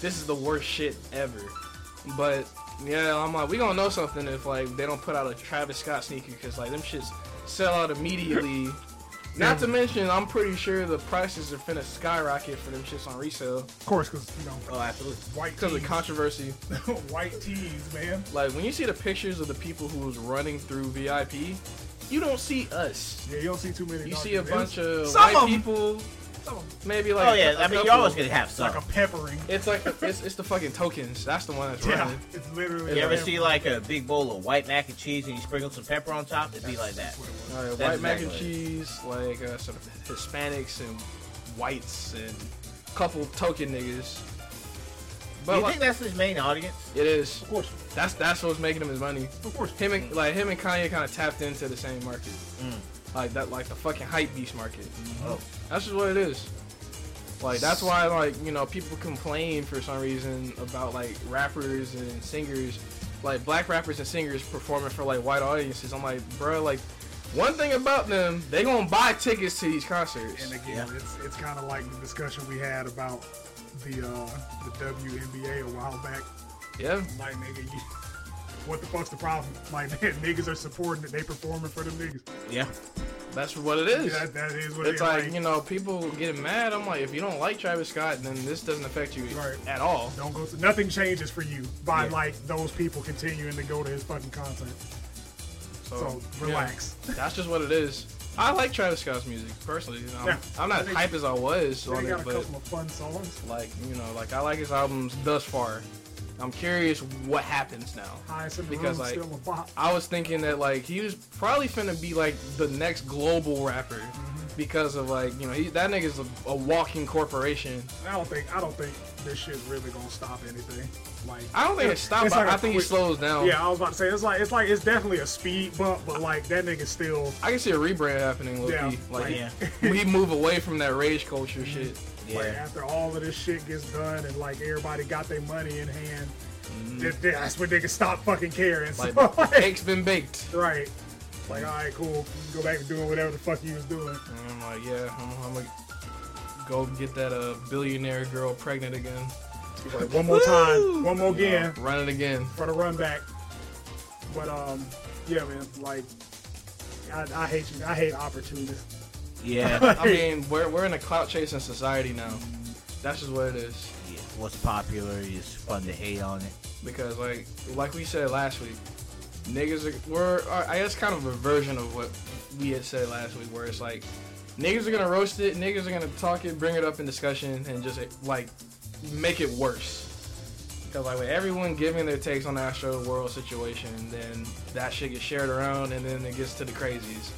Speaker 1: this is the worst shit ever. But yeah, I'm like, we gonna know something if like they don't put out a Travis Scott sneaker because like them shits sell out immediately. Not to mention, I'm pretty sure the prices are finna skyrocket for them shits on resale
Speaker 2: of course, because you know
Speaker 3: Oh, absolutely.
Speaker 2: white
Speaker 1: because of
Speaker 2: tees,
Speaker 3: [laughs]
Speaker 1: controversy.
Speaker 2: [laughs] white tees, man.
Speaker 1: Like when you see the pictures of the people who was running through VIP, you don't see us.
Speaker 2: Yeah, you don't see too many.
Speaker 1: You
Speaker 2: dark
Speaker 1: see a
Speaker 2: people.
Speaker 1: bunch of
Speaker 2: Some
Speaker 1: white
Speaker 2: of 'em-
Speaker 1: people,
Speaker 2: Some-
Speaker 1: Maybe like
Speaker 3: Oh yeah,
Speaker 1: a- a
Speaker 3: I mean
Speaker 1: couple.
Speaker 3: you're always gonna have some.
Speaker 2: Like a peppering.
Speaker 1: It's like it's, it's the fucking tokens. That's the one that's
Speaker 2: Yeah,
Speaker 1: running.
Speaker 2: it's literally.
Speaker 3: you
Speaker 2: a
Speaker 3: ever
Speaker 2: pepper.
Speaker 3: see like a big bowl of white mac and cheese and you sprinkle some pepper on top? It'd be like that.
Speaker 1: All right,
Speaker 3: That's
Speaker 1: white mac and
Speaker 3: exactly
Speaker 1: cheese, like uh, some Hispanics and whites and couple token niggas.
Speaker 3: Do
Speaker 1: But
Speaker 3: you
Speaker 1: like,
Speaker 3: think that's his main audience?
Speaker 1: it is.
Speaker 2: Of course,
Speaker 1: That's that's what's making him his money.
Speaker 2: of course.
Speaker 1: Him and like him and Kanye kind of tapped into the same market, like that like the fucking hype beast market.
Speaker 3: Oh,
Speaker 1: That's just what it is. Like that's why like you know people complain for some reason about like rappers and singers, like black rappers and singers performing for like white audiences. I'm like, bro, like one thing about them, they gonna buy tickets to these concerts.
Speaker 2: And again,
Speaker 3: Yeah.
Speaker 2: it's it's kind of like the discussion we had about the uh, the WNBA a while back.
Speaker 1: Yeah,
Speaker 2: I'm like, nigga, you, what the fuck's the problem? Like, [laughs] niggas are supporting it. They performing for them niggas.
Speaker 3: yeah.
Speaker 1: that's what it is.
Speaker 2: That, that is what
Speaker 1: It's
Speaker 2: it is.
Speaker 1: like you know people getting mad. I'm like, if you don't like Travis Scott, then this doesn't affect you
Speaker 2: Right.
Speaker 1: at all.
Speaker 2: Don't go. To, nothing changes for you by
Speaker 3: Yeah.
Speaker 2: like those people continuing to go to his fucking concert. So
Speaker 1: Oh, yeah.
Speaker 2: relax.
Speaker 1: That's just what it is. I like Travis Scott's music personally. You know, I'm-
Speaker 2: Yeah.
Speaker 1: I'm not
Speaker 2: I think-
Speaker 1: hype as I was
Speaker 2: They
Speaker 1: on
Speaker 2: got
Speaker 1: it,
Speaker 2: a
Speaker 1: but
Speaker 2: couple of fun songs.
Speaker 1: like you know, like I like his albums thus far. I'm curious what happens now.
Speaker 2: Highest in the
Speaker 1: Because,
Speaker 2: room,
Speaker 1: like,
Speaker 2: still a bop.
Speaker 1: I was thinking that like he was probably finna be like the next global rapper
Speaker 2: Mm-hmm.
Speaker 1: because of like you know he, that nigga's a, a walking corporation.
Speaker 2: I don't think I don't think this shit really gonna stop anything. Like
Speaker 1: I don't think it stopped.
Speaker 2: it's
Speaker 1: but
Speaker 2: like
Speaker 1: I
Speaker 2: a
Speaker 1: think
Speaker 2: quick-
Speaker 1: he slows down.
Speaker 2: Yeah, I was about to say it's like it's like it's definitely a speed bump, but like that nigga still
Speaker 1: I can see a rebrand happening. Low
Speaker 2: Yeah. Mm-hmm.
Speaker 1: key. Like
Speaker 3: Yeah.
Speaker 1: [laughs] we move away from that rage culture
Speaker 2: [laughs]
Speaker 1: shit.
Speaker 2: like
Speaker 3: Yeah.
Speaker 2: after all of this shit gets done and like everybody got their money in hand, th- th- that's when niggas stop fucking caring. So,
Speaker 1: Mm-hmm. Like
Speaker 2: [laughs] like,
Speaker 1: cake's been baked.
Speaker 2: right. Like, all right, cool. You can Go back and doing whatever the fuck you was doing.
Speaker 1: And I'm like, yeah, I'm, I'm gonna go get that uh, billionaire girl pregnant again.
Speaker 2: Like, one more time, one more again
Speaker 1: Run it again.
Speaker 2: for the run back. But um, yeah, man. Like, I, I hate you. I hate opportunists.
Speaker 3: Yeah.
Speaker 1: [laughs] I mean, we're, we're in a clout chasing society now. That's just what it is.
Speaker 3: Yeah. What's popular is fun to hate on it.
Speaker 1: Because like like we said last week, niggas are, we're are- I guess kind of a version of what we had said last week, where it's like niggas are gonna roast it, niggas are gonna talk it, bring it up in discussion, and just like make it worse. Cause like with everyone giving their takes on the Astro World situation, then that shit gets shared around, and then it gets to the crazies,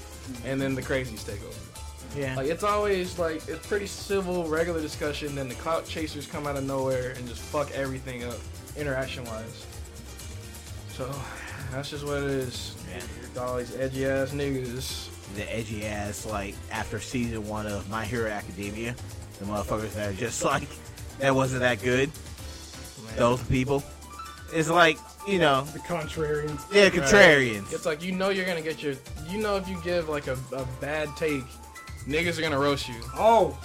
Speaker 1: and then the crazies take over.
Speaker 3: Yeah.
Speaker 1: Like it's always like it's pretty civil, regular discussion. Then the clout chasers come out of nowhere and just fuck everything up, interaction wise. So that's just what it is.
Speaker 3: Yeah.
Speaker 1: With All these edgy ass niggas.
Speaker 3: the edgy ass like after season one of My Hero Academia, the motherfuckers that are just [laughs] like that wasn't that good.
Speaker 1: Man.
Speaker 3: Those people, it's like you know,
Speaker 2: The contrarians.
Speaker 3: yeah,
Speaker 1: Right.
Speaker 3: contrarians.
Speaker 1: It's like you know you're gonna get your. You know if you give like a, a bad take, niggas are gonna roast you.
Speaker 2: Oh,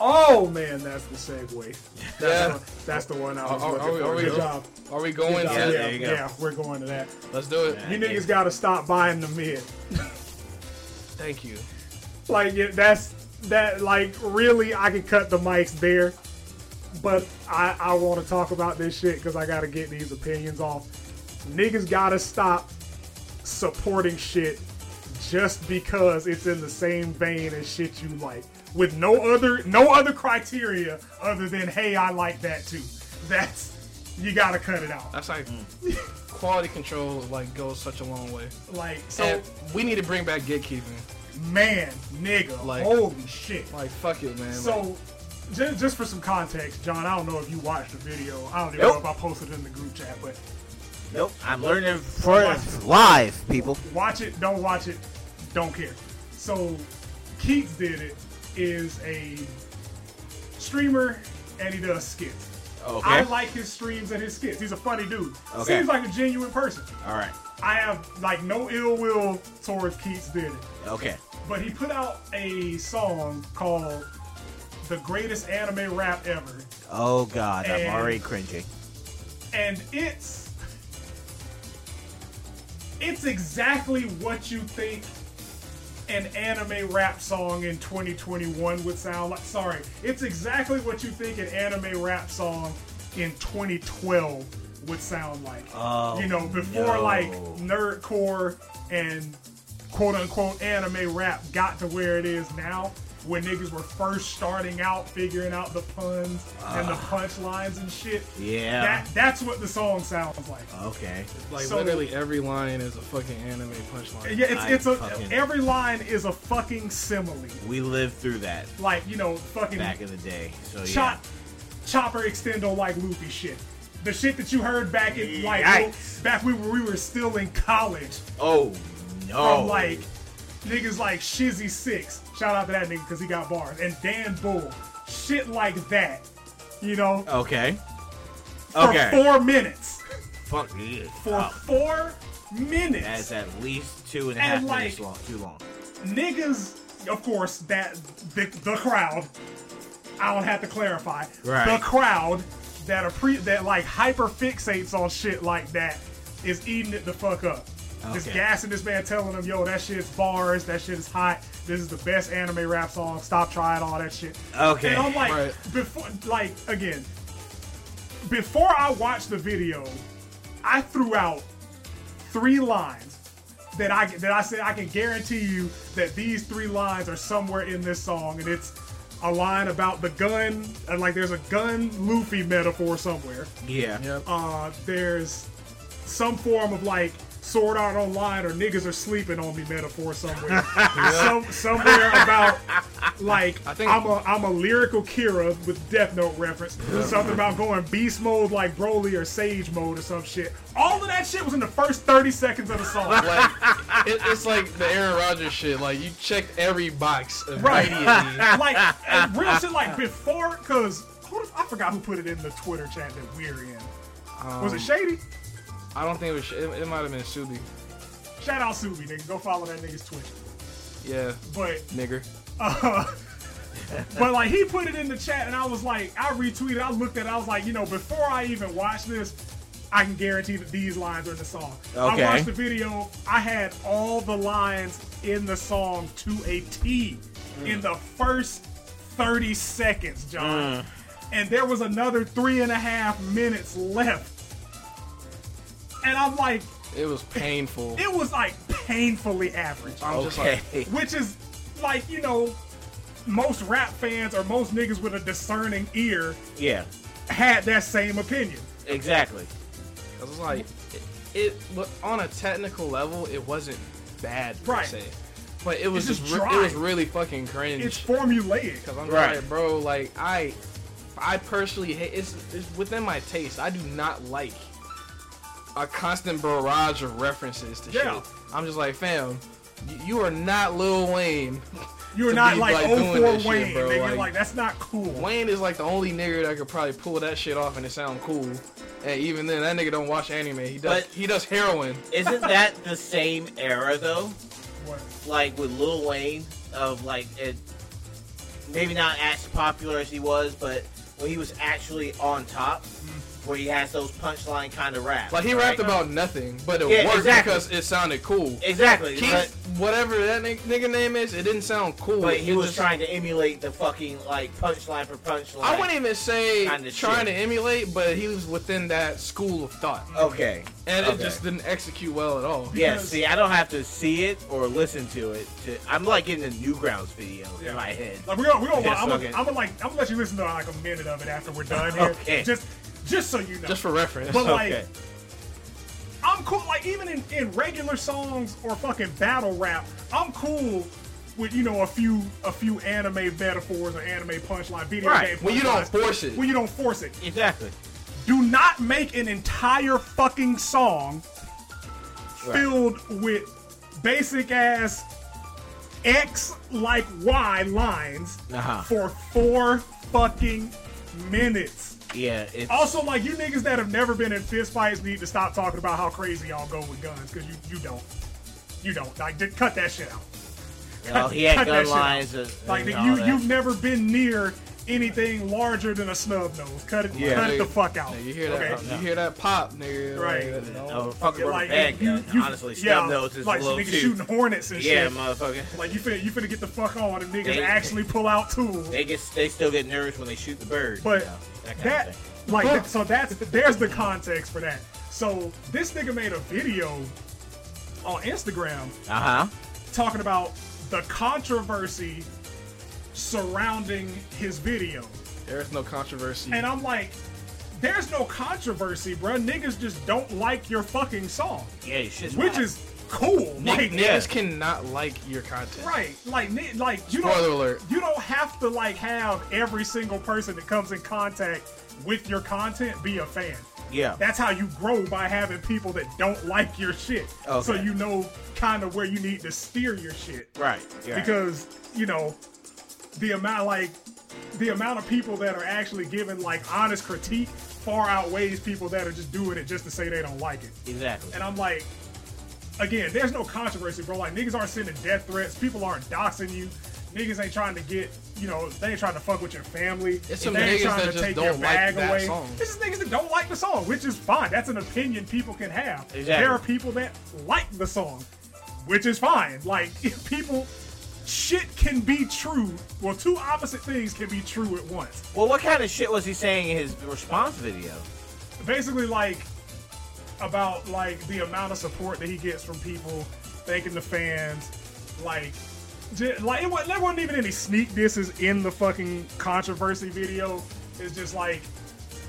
Speaker 2: oh man, that's the segue. That's,
Speaker 1: Yeah.
Speaker 2: the, that's the one I
Speaker 1: Are,
Speaker 2: was
Speaker 1: are,
Speaker 2: looking
Speaker 1: are we,
Speaker 2: for.
Speaker 1: are, we,
Speaker 2: Good job.
Speaker 1: are we
Speaker 2: Good
Speaker 1: going
Speaker 2: job.
Speaker 3: Yeah,
Speaker 1: to?
Speaker 2: yeah,
Speaker 3: there you go.
Speaker 2: yeah, we're going to that.
Speaker 1: Let's do it.
Speaker 2: You
Speaker 3: Yeah.
Speaker 2: niggas gotta stop buying the mid.
Speaker 1: Thank you.
Speaker 2: Like yeah, that's that. Like really, I could cut the mics there, but I I want to talk about this shit because I gotta get these opinions off. Niggas gotta stop supporting shit just because it's in the same vein as shit you like, with no other no other criteria other than hey I like that too. That's you gotta cut it out.
Speaker 1: That's like quality control. Like goes such a long way.
Speaker 2: Like
Speaker 1: So
Speaker 2: so,
Speaker 1: we need to bring back gatekeeping.
Speaker 2: man, nigga,
Speaker 1: Like-
Speaker 2: holy shit.
Speaker 1: Like fuck it, man. Like,
Speaker 2: So, just, just for some context, John, I don't know if you watched the video. I don't even know
Speaker 3: Nope.
Speaker 2: if I posted it in the group chat, but
Speaker 3: Nope, I'm learning for live people.
Speaker 2: watch it, don't watch it, don't care. So, Keats did it is a streamer and he does skits.
Speaker 3: Okay.
Speaker 2: I like his streams and his skits. He's a funny dude.
Speaker 3: Okay.
Speaker 2: Seems like a genuine person.
Speaker 3: All right.
Speaker 2: I have like no ill will towards Keats did it.
Speaker 3: Okay.
Speaker 2: but he put out a song called "The Greatest Anime Rap Ever,"
Speaker 3: Oh God, I'm
Speaker 2: And-
Speaker 3: already cringing.
Speaker 2: and it's it's exactly what you think an anime rap song in 2021 would sound like. Sorry, it's exactly what you think an anime rap song in 2012 would sound like.
Speaker 3: Oh,
Speaker 2: you know, before
Speaker 3: no.
Speaker 2: like nerdcore and quote unquote anime rap got to where it is now. when niggas were first starting out, figuring out the puns and the punchlines and shit.
Speaker 3: Ah. Yeah.
Speaker 2: That that's what the song sounds like.
Speaker 3: Uh, Okay.
Speaker 1: Like
Speaker 2: So-
Speaker 1: literally every line is a fucking anime punchline.
Speaker 2: yeah, it's
Speaker 3: I
Speaker 2: it's a
Speaker 3: fucking-
Speaker 2: every line is a fucking simile.
Speaker 3: We lived through that
Speaker 2: Like you know, fucking
Speaker 3: back in the day. So yeah.
Speaker 2: chop, chopper extendo like loopy shit. The shit that you heard back in like
Speaker 3: Yikes.
Speaker 2: back when we were still in college.
Speaker 3: Oh no.
Speaker 2: from like niggas like Shizzy Six. Shout out to that nigga because he got bars. And Dan Bull. Shit like that. You know?
Speaker 3: Okay.
Speaker 2: For
Speaker 3: Oh, Okay.
Speaker 2: four minutes.
Speaker 3: Fuck yeah.
Speaker 2: For
Speaker 3: Oh,
Speaker 2: four minutes.
Speaker 3: that's at least two and a half
Speaker 2: And,
Speaker 3: minutes
Speaker 2: like-
Speaker 3: long. Too long.
Speaker 2: niggas, of course, that the, the crowd. I don't have to clarify.
Speaker 3: Right.
Speaker 2: The crowd that are pre that like hyper fixates on shit like that is eating it the fuck up. Just
Speaker 3: Okay.
Speaker 2: gassing this man, telling him, "Yo, that shit's bars. That shit is hot. This is the best anime rap song. Stop trying all that shit."
Speaker 3: Okay.
Speaker 2: And I'm like,
Speaker 1: Right.
Speaker 2: before, like again, before I watched the video, I threw out three lines that I that I said I can guarantee you that these three lines are somewhere in this song, and it's a line about the gun, and like there's a gun Luffy metaphor somewhere.
Speaker 3: Yeah.
Speaker 1: Yep.
Speaker 2: Uh, there's some form of like sword art online or niggas are sleeping on me metaphor somewhere. Some, somewhere about like I
Speaker 1: I think-
Speaker 2: am a I'm a lyrical Kira with Death Note reference. Something about going beast mode like Broly or Sage mode or some shit. All of that shit was in the first 30 seconds of the song.
Speaker 1: like
Speaker 2: [laughs]
Speaker 1: it, it's like the Aaron Rodgers shit. Like you checked every box
Speaker 2: Right.
Speaker 1: immediately.
Speaker 2: [laughs] like and real shit like before cause who the- I forgot who put it in the Twitter chat that we're in. was it Shady?
Speaker 1: [laughs] I don't think it was. sh- It, it might have been Subi.
Speaker 2: Shout out Subi, nigga. Go follow that nigga's Twitter.
Speaker 1: Yeah,
Speaker 2: But
Speaker 1: nigger.
Speaker 2: But like he put it in the chat, and I was like, I retweeted, I looked at, it, I was like, you know, before I even watched this, I can guarantee that these lines are in the song.
Speaker 3: Okay.
Speaker 2: I watched the video. I had all the lines in the song to a T in the first 30 seconds, John. And there was another three and a half minutes left. And I'm like,
Speaker 1: It was painful.
Speaker 2: it was like painfully average
Speaker 1: I'm just
Speaker 3: Okay.
Speaker 1: like,
Speaker 2: which is like you know most rap fans or most niggas with a discerning ear
Speaker 3: [laughs] yeah.
Speaker 2: had that same opinion
Speaker 3: Exactly.
Speaker 1: I was like, it, it look, on a technical level, it wasn't bad per
Speaker 2: Right.
Speaker 1: se, but it was
Speaker 2: It's
Speaker 1: just,
Speaker 2: just
Speaker 1: re-
Speaker 2: dry.
Speaker 1: it was really fucking cringe.
Speaker 2: it's formulaic
Speaker 1: Cause I'm
Speaker 3: Right.
Speaker 1: like, bro, like I, I personally hate. It's, it's within my taste. I do not like a constant barrage of references to
Speaker 2: Yeah.
Speaker 1: shit. I'm just like, fam, y- you are not Lil Wayne.
Speaker 2: you're
Speaker 1: to
Speaker 2: not
Speaker 1: be,
Speaker 2: like
Speaker 1: like,
Speaker 2: oh
Speaker 1: doing
Speaker 2: for
Speaker 1: this shit,
Speaker 2: wayne
Speaker 1: bro,
Speaker 2: nigga. Like,
Speaker 1: like-
Speaker 2: that's not cool
Speaker 1: Wayne is like the only nigga that could probably pull that shit off and it sound cool. And even then, that nigga don't watch anime. He does.
Speaker 3: But-
Speaker 1: he does heroin.
Speaker 3: Isn't that the same era though?
Speaker 2: What?
Speaker 3: Like with Lil Wayne of like it, maybe not as popular as he was, but when he was actually on top, where he has those punchline kind of raps.
Speaker 1: Like he
Speaker 3: right?
Speaker 1: rapped about nothing, but it
Speaker 3: Yeah,
Speaker 1: worked
Speaker 3: exactly.
Speaker 1: because it sounded cool.
Speaker 3: exactly, but,
Speaker 1: Keith, whatever that ni- nigga name is, it didn't sound cool.
Speaker 3: but he
Speaker 1: It
Speaker 3: was
Speaker 1: just-
Speaker 3: trying to emulate the fucking like punchline for punchline.
Speaker 1: I wouldn't even say
Speaker 3: Kinda
Speaker 1: trying
Speaker 3: shit.
Speaker 1: to emulate, but he was within that school of thought,
Speaker 3: Okay.
Speaker 1: and
Speaker 3: Okay.
Speaker 1: it just didn't execute well at all.
Speaker 3: Yeah,
Speaker 2: Because-
Speaker 3: see, I don't have to see it or listen to it. To, I'm like in the Newgrounds video in my head.
Speaker 2: like we're gonna, we're gonna
Speaker 3: Yes,
Speaker 2: I'm,
Speaker 3: okay.
Speaker 2: gonna, I'm gonna like i'm gonna let you listen to like a minute of it after we're
Speaker 1: [laughs]
Speaker 2: done here
Speaker 3: Okay.
Speaker 2: just just so you know
Speaker 1: Just for reference,
Speaker 2: But like,
Speaker 3: Okay.
Speaker 2: I'm cool. Like even in, in regular songs or fucking battle rap, I'm cool with you know a few a few anime metaphors or anime punchline video
Speaker 3: Right,
Speaker 2: game.
Speaker 1: when you don't
Speaker 2: punchlines,
Speaker 1: force it.
Speaker 2: When you don't force it,
Speaker 3: Exactly.
Speaker 2: do not make an entire fucking song filled with basic ass X like Y lines
Speaker 3: Uh-huh.
Speaker 2: for four fucking minutes.
Speaker 3: Yeah, it's
Speaker 2: Also, like you niggas that have never been in fist fights need to stop talking about how crazy y'all go with guns because you you don't, you don't like just cut that shit out.
Speaker 3: you know,
Speaker 1: [laughs]
Speaker 3: he had
Speaker 2: cut that
Speaker 3: gun
Speaker 2: shit
Speaker 3: lines. and-
Speaker 2: Like
Speaker 3: and
Speaker 2: the,
Speaker 3: all
Speaker 2: you
Speaker 3: that.
Speaker 2: you've never been near anything larger than a snub nose. Cut it,
Speaker 3: Yeah.
Speaker 2: cut it the
Speaker 1: Nigga,
Speaker 2: fuck out.
Speaker 1: nigga, you hear that?
Speaker 2: Okay?
Speaker 1: You hear that pop, nigga?
Speaker 2: Right.
Speaker 1: Like, that-
Speaker 3: Oh, fucking
Speaker 2: Yeah,
Speaker 3: rubber
Speaker 2: like,
Speaker 3: band
Speaker 2: you-
Speaker 3: gun.
Speaker 2: you-
Speaker 3: Honestly,
Speaker 2: yeah,
Speaker 3: snub nose is
Speaker 2: like
Speaker 3: a little
Speaker 2: niggas
Speaker 3: too.
Speaker 2: shooting hornets and
Speaker 3: yeah,
Speaker 2: shit.
Speaker 3: motherfucker.
Speaker 2: Like you finna you finna get the fuck on and niggas
Speaker 3: They-
Speaker 2: actually pull out tools.
Speaker 3: They get they still get nervous when they shoot the bird.
Speaker 2: But
Speaker 3: you know, that, kind
Speaker 2: that,
Speaker 3: of thing.
Speaker 2: like, that- so that's there's the context for that. So this nigga made a video on Instagram
Speaker 3: Uh huh.
Speaker 2: talking about the controversy surrounding his video.
Speaker 1: There's no controversy.
Speaker 2: And I'm like, there's no controversy, bruh. Niggas just don't like your fucking song,
Speaker 3: Yeah, you should.
Speaker 2: which is cool.
Speaker 1: Nick,
Speaker 2: like,
Speaker 1: niggas cannot like your content.
Speaker 2: Right, like, ni- like you
Speaker 1: Spoiler
Speaker 2: don't,
Speaker 1: alert.
Speaker 2: you don't have to like have every single person that comes in contact with your content be a fan.
Speaker 3: Yeah.
Speaker 2: That's how you grow by having people that don't like your shit. So
Speaker 3: Okay.
Speaker 2: you know kind of where you need to steer your shit.
Speaker 3: Right. Yeah.
Speaker 2: Because, you know, the amount like the amount of people that are actually giving like honest critique far outweighs people that are just doing it just to say they don't like it.
Speaker 3: exactly.
Speaker 2: And I'm like, again, there's no controversy, bro. Like niggas aren't sending death threats. People aren't doxing you. Niggas ain't trying to get, you know, they ain't trying to fuck with your family.
Speaker 1: It's some
Speaker 2: they ain't
Speaker 1: niggas
Speaker 2: trying
Speaker 1: that
Speaker 2: to
Speaker 1: just
Speaker 2: take
Speaker 1: don't
Speaker 2: your
Speaker 1: like
Speaker 2: bag
Speaker 1: that
Speaker 2: away.
Speaker 1: song.
Speaker 2: It's just niggas that don't like the song, which is fine. That's an opinion people can have.
Speaker 3: Exactly.
Speaker 2: There are people that like the song, which is fine. Like [laughs] if people, shit can be true. Well, two opposite things can be true at once.
Speaker 3: well, what kind of shit was he saying in his response video?
Speaker 2: basically like about like the amount of support that he gets from people, thanking the fans, like. ju- Like it wasn't, there wasn't even any sneak disses in the fucking controversy video. It's just like,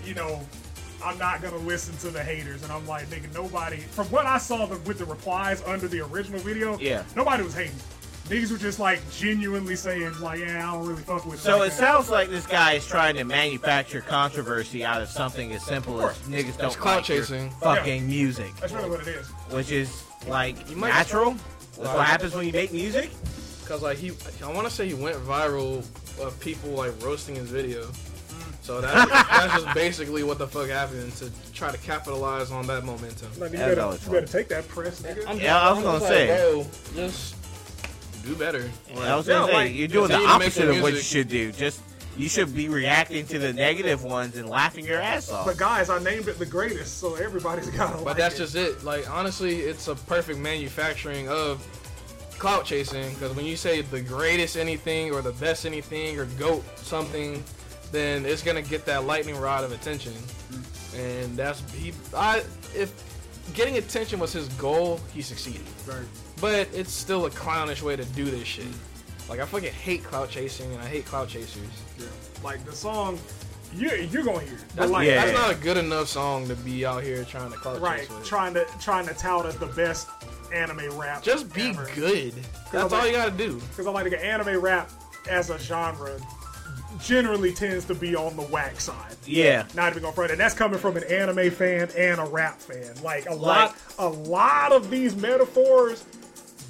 Speaker 2: you know, I'm not gonna listen to the haters, and I'm like, nigga, nobody. From what I saw the, with the replies under the original video,
Speaker 3: Yeah.
Speaker 2: nobody was hating. Niggas were just like genuinely saying like, yeah, I don't really fuck with. it
Speaker 3: So
Speaker 2: like
Speaker 3: it
Speaker 2: that.
Speaker 3: sounds like this guy is trying to manufacture controversy out of something as simple as niggas don't
Speaker 1: It's clout
Speaker 3: like your
Speaker 1: chasing.
Speaker 3: fucking music,
Speaker 2: That's really what it is.
Speaker 3: which is like
Speaker 1: You might-
Speaker 3: natural. That's what happens when you make music.
Speaker 1: Cause like he, I want to say he went viral of people like roasting his video. So that, that's just basically what the fuck happened to try to capitalize on that momentum.
Speaker 2: Like, you,
Speaker 3: That's
Speaker 2: better,
Speaker 3: all it's
Speaker 2: you better take that press, nigga.
Speaker 1: I'm
Speaker 3: Yeah, I was
Speaker 1: I'm
Speaker 3: gonna
Speaker 1: just
Speaker 3: say.
Speaker 1: bro, just do better.
Speaker 3: I was gonna
Speaker 1: Yeah,
Speaker 3: say
Speaker 1: like,
Speaker 3: you're doing the
Speaker 1: continue making
Speaker 3: opposite of what you
Speaker 1: music.
Speaker 3: should do. Just you should be reacting to the negative ones and laughing your ass off.
Speaker 2: But guys, I named it the greatest, so everybody's got to
Speaker 1: But that's just it. Like honestly, it's a perfect manufacturing of clout chasing. Because when you say the greatest anything or the best anything or goat something, then it's gonna get that lightning rod of attention.
Speaker 2: Mm.
Speaker 1: And that's he. I if getting attention was his goal, he succeeded. But it's still a clownish way to do this shit.
Speaker 2: Mm.
Speaker 1: Like I fucking hate clout chasing and I hate clout chasers.
Speaker 2: like the song. You you're gonna hear. it.
Speaker 1: That's,
Speaker 2: But, like,
Speaker 3: Yeah.
Speaker 1: that's not a good enough song to be out here trying to clout
Speaker 2: right.
Speaker 1: chase with.
Speaker 2: Trying to trying to tout as the best anime rap.
Speaker 1: Just be
Speaker 2: ever.
Speaker 1: good.
Speaker 2: I'm
Speaker 1: That's all
Speaker 2: like-
Speaker 1: you gotta do.
Speaker 2: Because I like to get anime rap as a genre generally tends to be on the whack side.
Speaker 3: yeah,
Speaker 2: Not even gonna front, and that's coming from an anime fan and a rap fan. Like a lot, a lot of these metaphors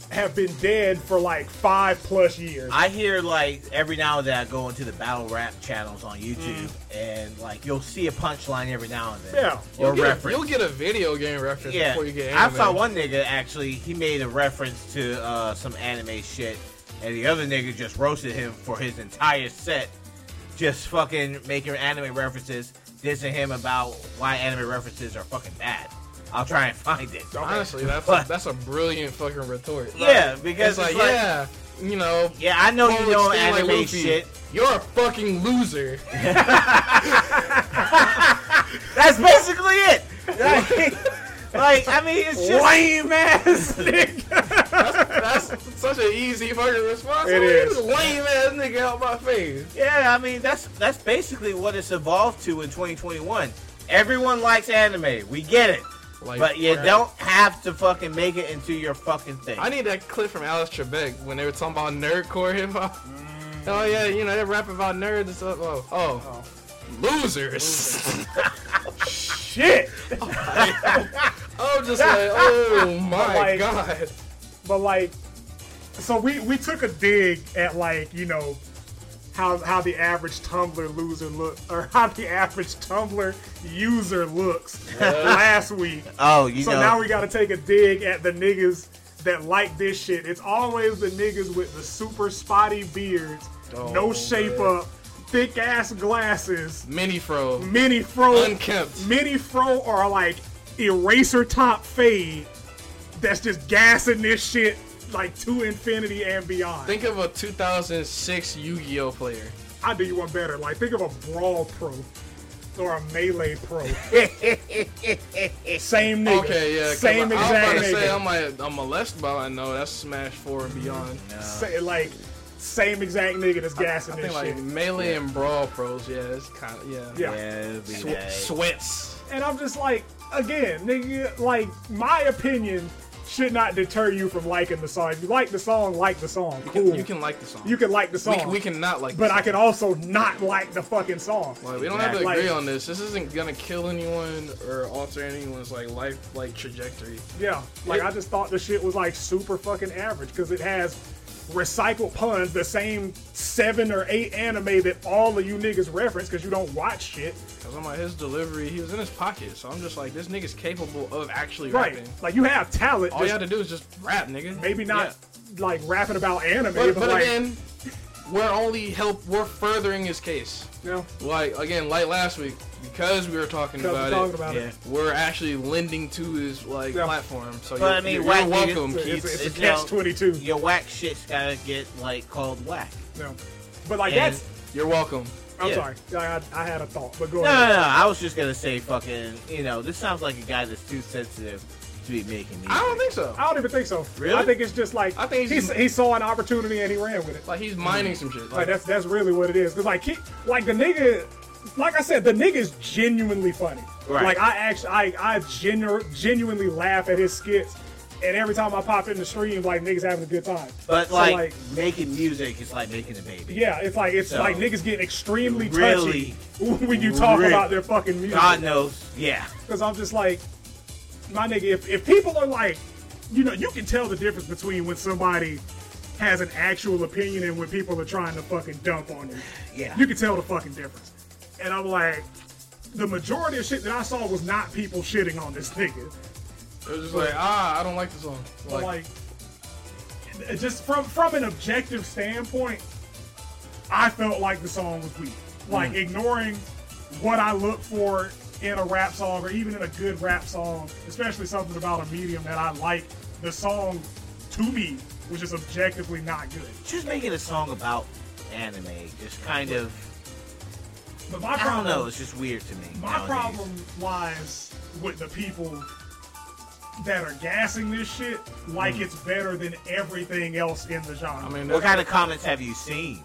Speaker 2: have been dead for like five plus years.
Speaker 3: I hear like every now and then I go into the battle rap channels on YouTube
Speaker 1: Mm.
Speaker 3: and like you'll see a punchline every now and then.
Speaker 2: Yeah.
Speaker 3: Or
Speaker 1: You'll get a-
Speaker 3: reference.
Speaker 1: you'll get a video game reference
Speaker 3: yeah.
Speaker 1: before you get
Speaker 3: I
Speaker 1: anime.
Speaker 3: saw one nigga actually he made a reference to uh, some anime shit and the other nigga just roasted him for his entire set just fucking making anime references, dissing him about why anime references are fucking bad. I'll try and find it.
Speaker 1: Honestly, that's a,
Speaker 3: But-
Speaker 1: that's a brilliant fucking retort.
Speaker 3: Yeah,
Speaker 1: it's
Speaker 3: because
Speaker 1: like,
Speaker 3: it's like-
Speaker 1: yeah, you know.
Speaker 3: yeah, I know you
Speaker 1: Paul
Speaker 3: know
Speaker 1: would sting like
Speaker 3: anime
Speaker 1: Luffy.
Speaker 3: shit.
Speaker 1: You're a fucking
Speaker 3: [laughs]
Speaker 1: loser.
Speaker 3: That's basically it.
Speaker 2: [laughs]
Speaker 1: [laughs]
Speaker 3: Like, like, I mean, it's just lame ass.
Speaker 1: That's such an easy fucking response.
Speaker 2: It
Speaker 1: It is.
Speaker 2: is.
Speaker 1: Lame ass nigga out my face.
Speaker 3: Yeah, I mean, that's that's basically what it's evolved to in 2021. Everyone likes anime. We get it.
Speaker 1: Like,
Speaker 3: but you
Speaker 1: bruh.
Speaker 3: don't have to fucking make it into your fucking thing.
Speaker 1: I need that clip from Alice Trebek when they were talking about nerdcore hip hop.
Speaker 3: Mm.
Speaker 1: Oh yeah, you know they're rapping about nerds and stuff. Oh, oh. losers.
Speaker 2: Shit.
Speaker 1: I'm just
Speaker 2: [laughs]
Speaker 1: like, oh my
Speaker 2: Like-
Speaker 1: god.
Speaker 2: But like, so we we took a dig at like you know how how the average Tumblr loser look or how the average Tumblr user looks last week.
Speaker 3: oh, you
Speaker 2: So
Speaker 3: know.
Speaker 2: now we got to take a dig at the niggas that like this shit. It's always the niggas with the super spotty beards,
Speaker 1: Oh,
Speaker 2: no shape
Speaker 1: man.
Speaker 2: up, thick ass glasses,
Speaker 1: Mini fro.
Speaker 2: mini fro,
Speaker 1: Unkempt.
Speaker 2: mini fro or like eraser top fade that's just gassing this shit like to infinity and beyond.
Speaker 1: Think of a 2006 Yu-Gi-Oh player.
Speaker 2: I do you one better. Like think of a brawl pro or a melee
Speaker 1: [laughs]
Speaker 2: pro. Same nigga.
Speaker 1: Okay, yeah. 'cause
Speaker 2: Same
Speaker 1: I, I was
Speaker 2: exact
Speaker 1: about to
Speaker 2: nigga.
Speaker 1: say I'm like I'm molested by I know that's Smash Four and Beyond.
Speaker 2: Say, like same exact nigga that's gassing
Speaker 1: I think
Speaker 2: this
Speaker 1: like
Speaker 2: shit.
Speaker 1: melee and brawl pros. Yeah, it's kind of yeah.
Speaker 2: Yeah.
Speaker 3: Every
Speaker 1: Swe-
Speaker 3: day.
Speaker 1: sweats.
Speaker 2: And I'm just like, again, nigga, like my opinion should not deter you from liking the song. If you like the song, like the song. Cool.
Speaker 1: You can like the song.
Speaker 2: you can like the
Speaker 1: We
Speaker 2: song.
Speaker 1: can, we can not like. the
Speaker 2: but I
Speaker 1: song.
Speaker 2: can also not like the fucking song.
Speaker 1: Like, we don't have to
Speaker 2: Exactly.
Speaker 1: agree
Speaker 2: Like-
Speaker 1: on this. This isn't gonna kill anyone or alter anyone's like life like trajectory.
Speaker 2: Yeah, like
Speaker 1: It-
Speaker 2: I just thought the shit was like super fucking average because it has recycled puns, the same seven or eight anime that all of you niggas reference because you don't watch shit.
Speaker 1: Cause I'm like his delivery, he was in his pocket, so I'm just like this nigga's capable of actually
Speaker 2: Right,
Speaker 1: rapping.
Speaker 2: like you have talent.
Speaker 1: All
Speaker 2: just
Speaker 1: you have to do is just rap, nigga.
Speaker 2: maybe not
Speaker 1: Yeah.
Speaker 2: like rapping about anime,
Speaker 1: But,
Speaker 2: but,
Speaker 1: but
Speaker 2: like
Speaker 1: again, we're only help. We're furthering his case.
Speaker 2: you know,
Speaker 1: Like again, like last week, because we were talking
Speaker 2: because we're
Speaker 1: about
Speaker 2: talking
Speaker 1: it.
Speaker 2: about
Speaker 3: Yeah.
Speaker 2: it.
Speaker 1: We're actually lending to his like
Speaker 2: Yeah.
Speaker 1: platform, so you're,
Speaker 3: But, I mean,
Speaker 1: you're
Speaker 3: whack, dude,
Speaker 1: welcome,
Speaker 2: It's, a-
Speaker 1: Keith.
Speaker 2: it's, a- it's a
Speaker 3: You know,
Speaker 2: catch twenty two.
Speaker 3: Your whack shit's gotta get like called whack.
Speaker 2: But like
Speaker 3: And-
Speaker 2: that's
Speaker 1: You're welcome.
Speaker 2: I'm
Speaker 3: yeah.
Speaker 2: sorry, I, I, I had a thought, but go
Speaker 3: No, no,
Speaker 2: ahead.
Speaker 3: no. I was just gonna say, fucking, you know, this sounds like a guy that's too sensitive to be making these.
Speaker 1: I don't think so.
Speaker 2: I don't even think so.
Speaker 3: Really?
Speaker 2: I think it's just like
Speaker 1: I think
Speaker 2: he,
Speaker 1: he's-
Speaker 2: s- he saw an opportunity and he ran with it.
Speaker 1: Like he's mining some shit.
Speaker 2: Like
Speaker 1: Like,
Speaker 2: that's that's really what it is. Cause like he, like the nigga, like I said, the nigga is genuinely funny.
Speaker 3: Right.
Speaker 2: Like I actually, I I genu- genuinely laugh at his skits, and every time I pop in the stream, like niggas having a good time.
Speaker 3: But
Speaker 2: So,
Speaker 3: like, making music is like making a baby.
Speaker 2: yeah, it's like it's
Speaker 3: So-
Speaker 2: like niggas getting extremely
Speaker 3: Really?
Speaker 2: touchy [laughs] when you talk
Speaker 3: Really?
Speaker 2: about their fucking music.
Speaker 3: God knows. Yeah.
Speaker 2: Because I'm just like, my nigga, if, if people are like, you know, you can tell the difference between when somebody has an actual opinion and when people are trying to fucking dump on you.
Speaker 3: Yeah.
Speaker 2: You can tell the fucking difference. And I'm like, the majority of shit that I saw was not people shitting on this
Speaker 1: it
Speaker 2: nigga.
Speaker 1: was just like ah, I don't like the song.
Speaker 2: But like, just from from an objective standpoint, I felt like the song was weak. Like ignoring what I look for in a rap song or even in a good rap song, especially something about a medium that I like, the song to me was just objectively not good.
Speaker 3: Just making a song about anime, just kind of.
Speaker 2: But my
Speaker 3: I don't
Speaker 2: problem,
Speaker 3: know. It's just weird to me.
Speaker 2: my
Speaker 3: nowadays.
Speaker 2: problem lies with the people that are gassing this shit like it's better than everything else in the genre.
Speaker 1: I mean,
Speaker 3: What
Speaker 1: that's-
Speaker 3: kind of comments have you seen?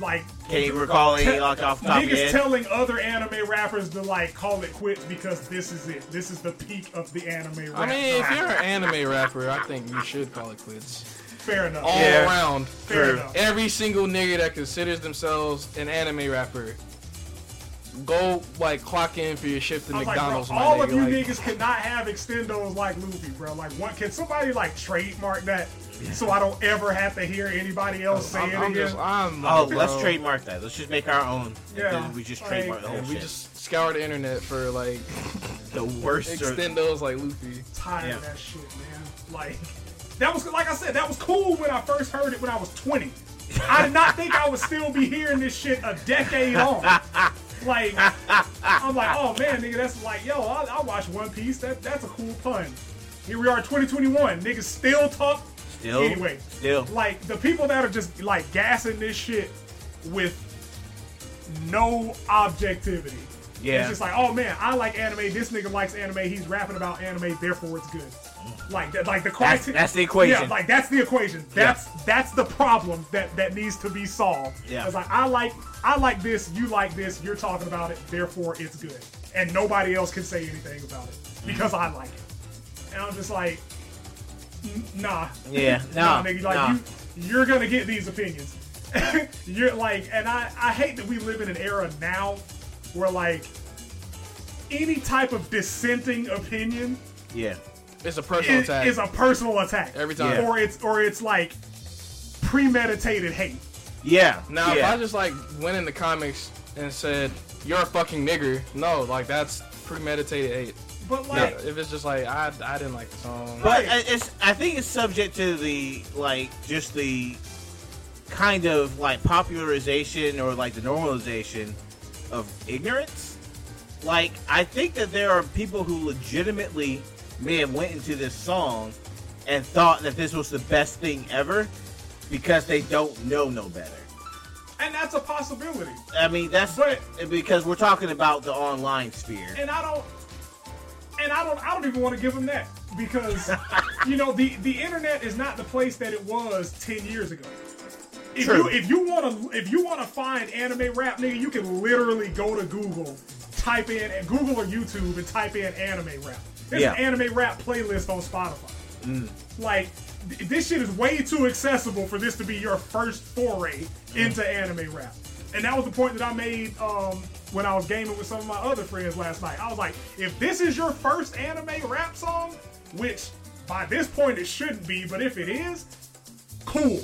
Speaker 2: like
Speaker 3: Can you recall any like off the top of your
Speaker 2: Niggas
Speaker 3: head?
Speaker 2: telling other anime rappers to like call it quits because this is it. This is the peak of the anime rap.
Speaker 1: I mean, if
Speaker 2: genre.
Speaker 1: you're an anime rapper, I think you should call it quits.
Speaker 2: fair enough.
Speaker 1: All
Speaker 3: Yeah.
Speaker 1: around,
Speaker 2: fair
Speaker 3: true.
Speaker 2: enough.
Speaker 1: every single nigga that considers themselves an anime rapper, go like clock in for your shift to
Speaker 2: I was like, bro,
Speaker 1: McDonald's. my
Speaker 2: all of you
Speaker 1: nigga, like,
Speaker 2: niggas could not have extendos like Luffy, bro. Like, what? Can somebody like trademark that so I don't ever have to hear anybody else say
Speaker 1: I'm,
Speaker 2: it
Speaker 1: I'm
Speaker 2: again?
Speaker 1: just, I'm like,
Speaker 3: Oh, let's
Speaker 1: bro.
Speaker 3: trademark that. Let's just make our own.
Speaker 2: Yeah,
Speaker 3: And then we just
Speaker 2: like-
Speaker 3: trademark the whole
Speaker 1: And we
Speaker 3: shit.
Speaker 1: just scour the internet for like
Speaker 3: the worst. or-
Speaker 1: extendos like Luffy.
Speaker 2: tired
Speaker 3: Yeah.
Speaker 2: of that shit, man. Like that was like I said, that was cool when I first heard it when I was 20. I did not think I would still be hearing this shit a decade on. Like I'm like, oh man, nigga, that's like, yo, I, I watched One Piece. That that's a cool pun. Here we are, 2021. Niggas still talk.
Speaker 3: Still-
Speaker 2: Anyway,
Speaker 3: still.
Speaker 2: Like the people that are just like gassing this shit with no objectivity.
Speaker 3: Yeah.
Speaker 2: It's just like, oh man, I like anime. This nigga likes anime. He's rapping about anime, therefore it's good. Like, that, like the
Speaker 3: That's-
Speaker 2: criteria.
Speaker 3: that's the equation.
Speaker 2: Yeah, like that's the equation. That's that's the problem that that needs to be solved.
Speaker 3: Yeah.
Speaker 2: It's like I like I like this. You like this. You're talking about it. Therefore it's good. And nobody else can say anything about it because I like it. And I'm just like, "N- nah.
Speaker 3: Yeah,
Speaker 2: [laughs] Nah,
Speaker 3: nah,
Speaker 2: nigga, like
Speaker 3: nah.
Speaker 2: you, you're gonna get these opinions. [laughs] you're like, and I, I hate that we live in an era now where like any type of dissenting opinion
Speaker 3: Yeah.
Speaker 1: It's a personal
Speaker 2: is,
Speaker 1: attack.
Speaker 2: is a personal attack
Speaker 1: Every time.
Speaker 3: Yeah.
Speaker 2: or it's or it's like premeditated hate.
Speaker 3: Yeah.
Speaker 1: now,
Speaker 3: yeah.
Speaker 1: if I just like went in the comics and said you're a fucking nigger, no, like that's premeditated hate.
Speaker 2: But
Speaker 1: Yeah,
Speaker 2: like,
Speaker 1: if it's just like I, I didn't like the song.
Speaker 3: But
Speaker 2: Right.
Speaker 3: I- it's I think it's subject to the like just the kind of like popularization or like the normalization of ignorance. Like I think that there are people who legitimately may have went into this song and thought that this was the best thing ever because they don't know no better.
Speaker 2: and that's a possibility.
Speaker 3: I mean that's
Speaker 2: But-
Speaker 3: because we're talking about the online sphere.
Speaker 2: and I don't and I don't I don't even want to give them that because you know the the internet is not the place that it was 10 years ago. If
Speaker 3: True.
Speaker 2: you if you want to if you want to find anime rap nigga, you can literally go to Google, type in and Google or YouTube and type in anime rap. There's
Speaker 3: Yeah.
Speaker 2: an anime rap playlist on Spotify. Like th- this shit is way too accessible for this to be your first foray into anime rap. And that was the point that I made um, when I was gaming with some of my other friends last night. I was like, if this is your first anime rap song, which by this point it shouldn't be, but if it is, cool.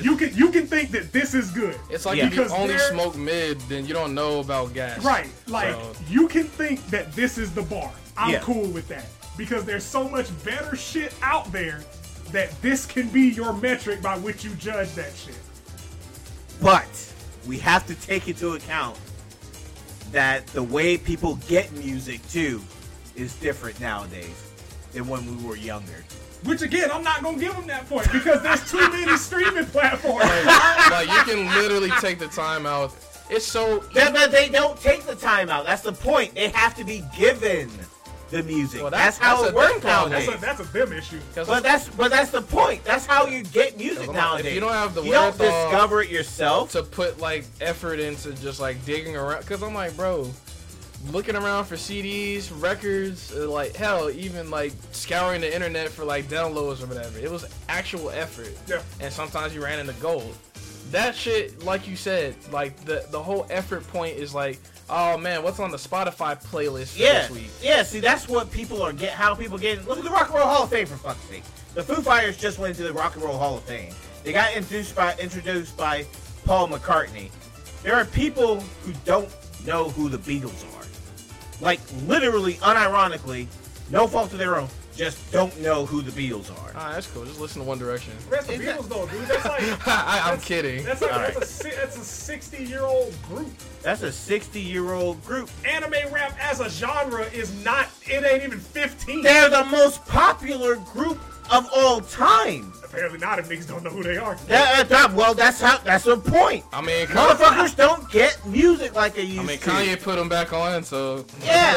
Speaker 2: You can you can think that this is good.
Speaker 1: It's like
Speaker 3: Yeah.
Speaker 1: if you
Speaker 2: Because
Speaker 1: only
Speaker 2: they're-
Speaker 1: smoke mid, then you don't know about gas.
Speaker 2: Right. Like
Speaker 1: So,
Speaker 2: you can think that this is the bar. I'm
Speaker 3: Yeah.
Speaker 2: cool with that. Because there's so much better shit out there that this can be your metric by which you judge that shit.
Speaker 3: But we have to take into account that the way people get music too is different nowadays than when we were younger.
Speaker 2: Which again, I'm not gonna give them that point because
Speaker 1: [laughs]
Speaker 2: there's too many streaming platforms.
Speaker 1: like you can literally take the time out. It's so
Speaker 3: That, that they don't take the time out. That's the point. They have to be given the music.
Speaker 1: Well,
Speaker 3: that's,
Speaker 1: that's-
Speaker 3: how
Speaker 1: that's
Speaker 3: it
Speaker 1: a
Speaker 3: works
Speaker 1: them problem.
Speaker 3: nowadays.
Speaker 2: That's a, that's a them issue.
Speaker 3: but that's but that's the point. That's how you get music
Speaker 1: If
Speaker 3: nowadays.
Speaker 1: you don't have the
Speaker 3: you don't
Speaker 1: wherewithal
Speaker 3: discover it yourself.
Speaker 1: to put like effort into just like digging around because I'm like, bro, looking around for CDs, records, uh, like hell, even like scouring the internet for like downloads or whatever. It was actual effort.
Speaker 2: Yeah.
Speaker 1: And sometimes you ran into gold. That shit, like you said, like the the whole effort point is like, oh man, what's on the Spotify playlist for
Speaker 3: yeah,
Speaker 1: this week?
Speaker 3: yeah. See, that's what people are get. How people get. Look at the Rock and Roll Hall of Fame for fuck's sake. The Foo Fighters just went into the Rock and Roll Hall of Fame. They got introduced by introduced by Paul McCartney. There are people who don't know who the Beatles are. Like literally, unironically, no fault of their own, just don't know who the Beatles are.
Speaker 1: Ah, that's cool. Just listen to One Direction.
Speaker 2: That's the Beatles though, dude. That's like
Speaker 1: [laughs] I, I'm
Speaker 2: That's-
Speaker 1: kidding.
Speaker 2: That's like
Speaker 3: All
Speaker 2: that's,
Speaker 3: right.
Speaker 2: a, si- that's a 60 year old group.
Speaker 3: That's a 60 year old group.
Speaker 2: Anime rap as a genre is not. It ain't even 15.
Speaker 3: They're the most popular group of all time.
Speaker 2: Apparently not if niggas don't know who they are.
Speaker 3: That- uh, that- well, that's how. That's the point.
Speaker 1: I mean, Kanye,
Speaker 3: Motherfuckers don't get music like they used
Speaker 1: I mean,
Speaker 3: to.
Speaker 1: Kanye put them back on, so
Speaker 3: Yeah,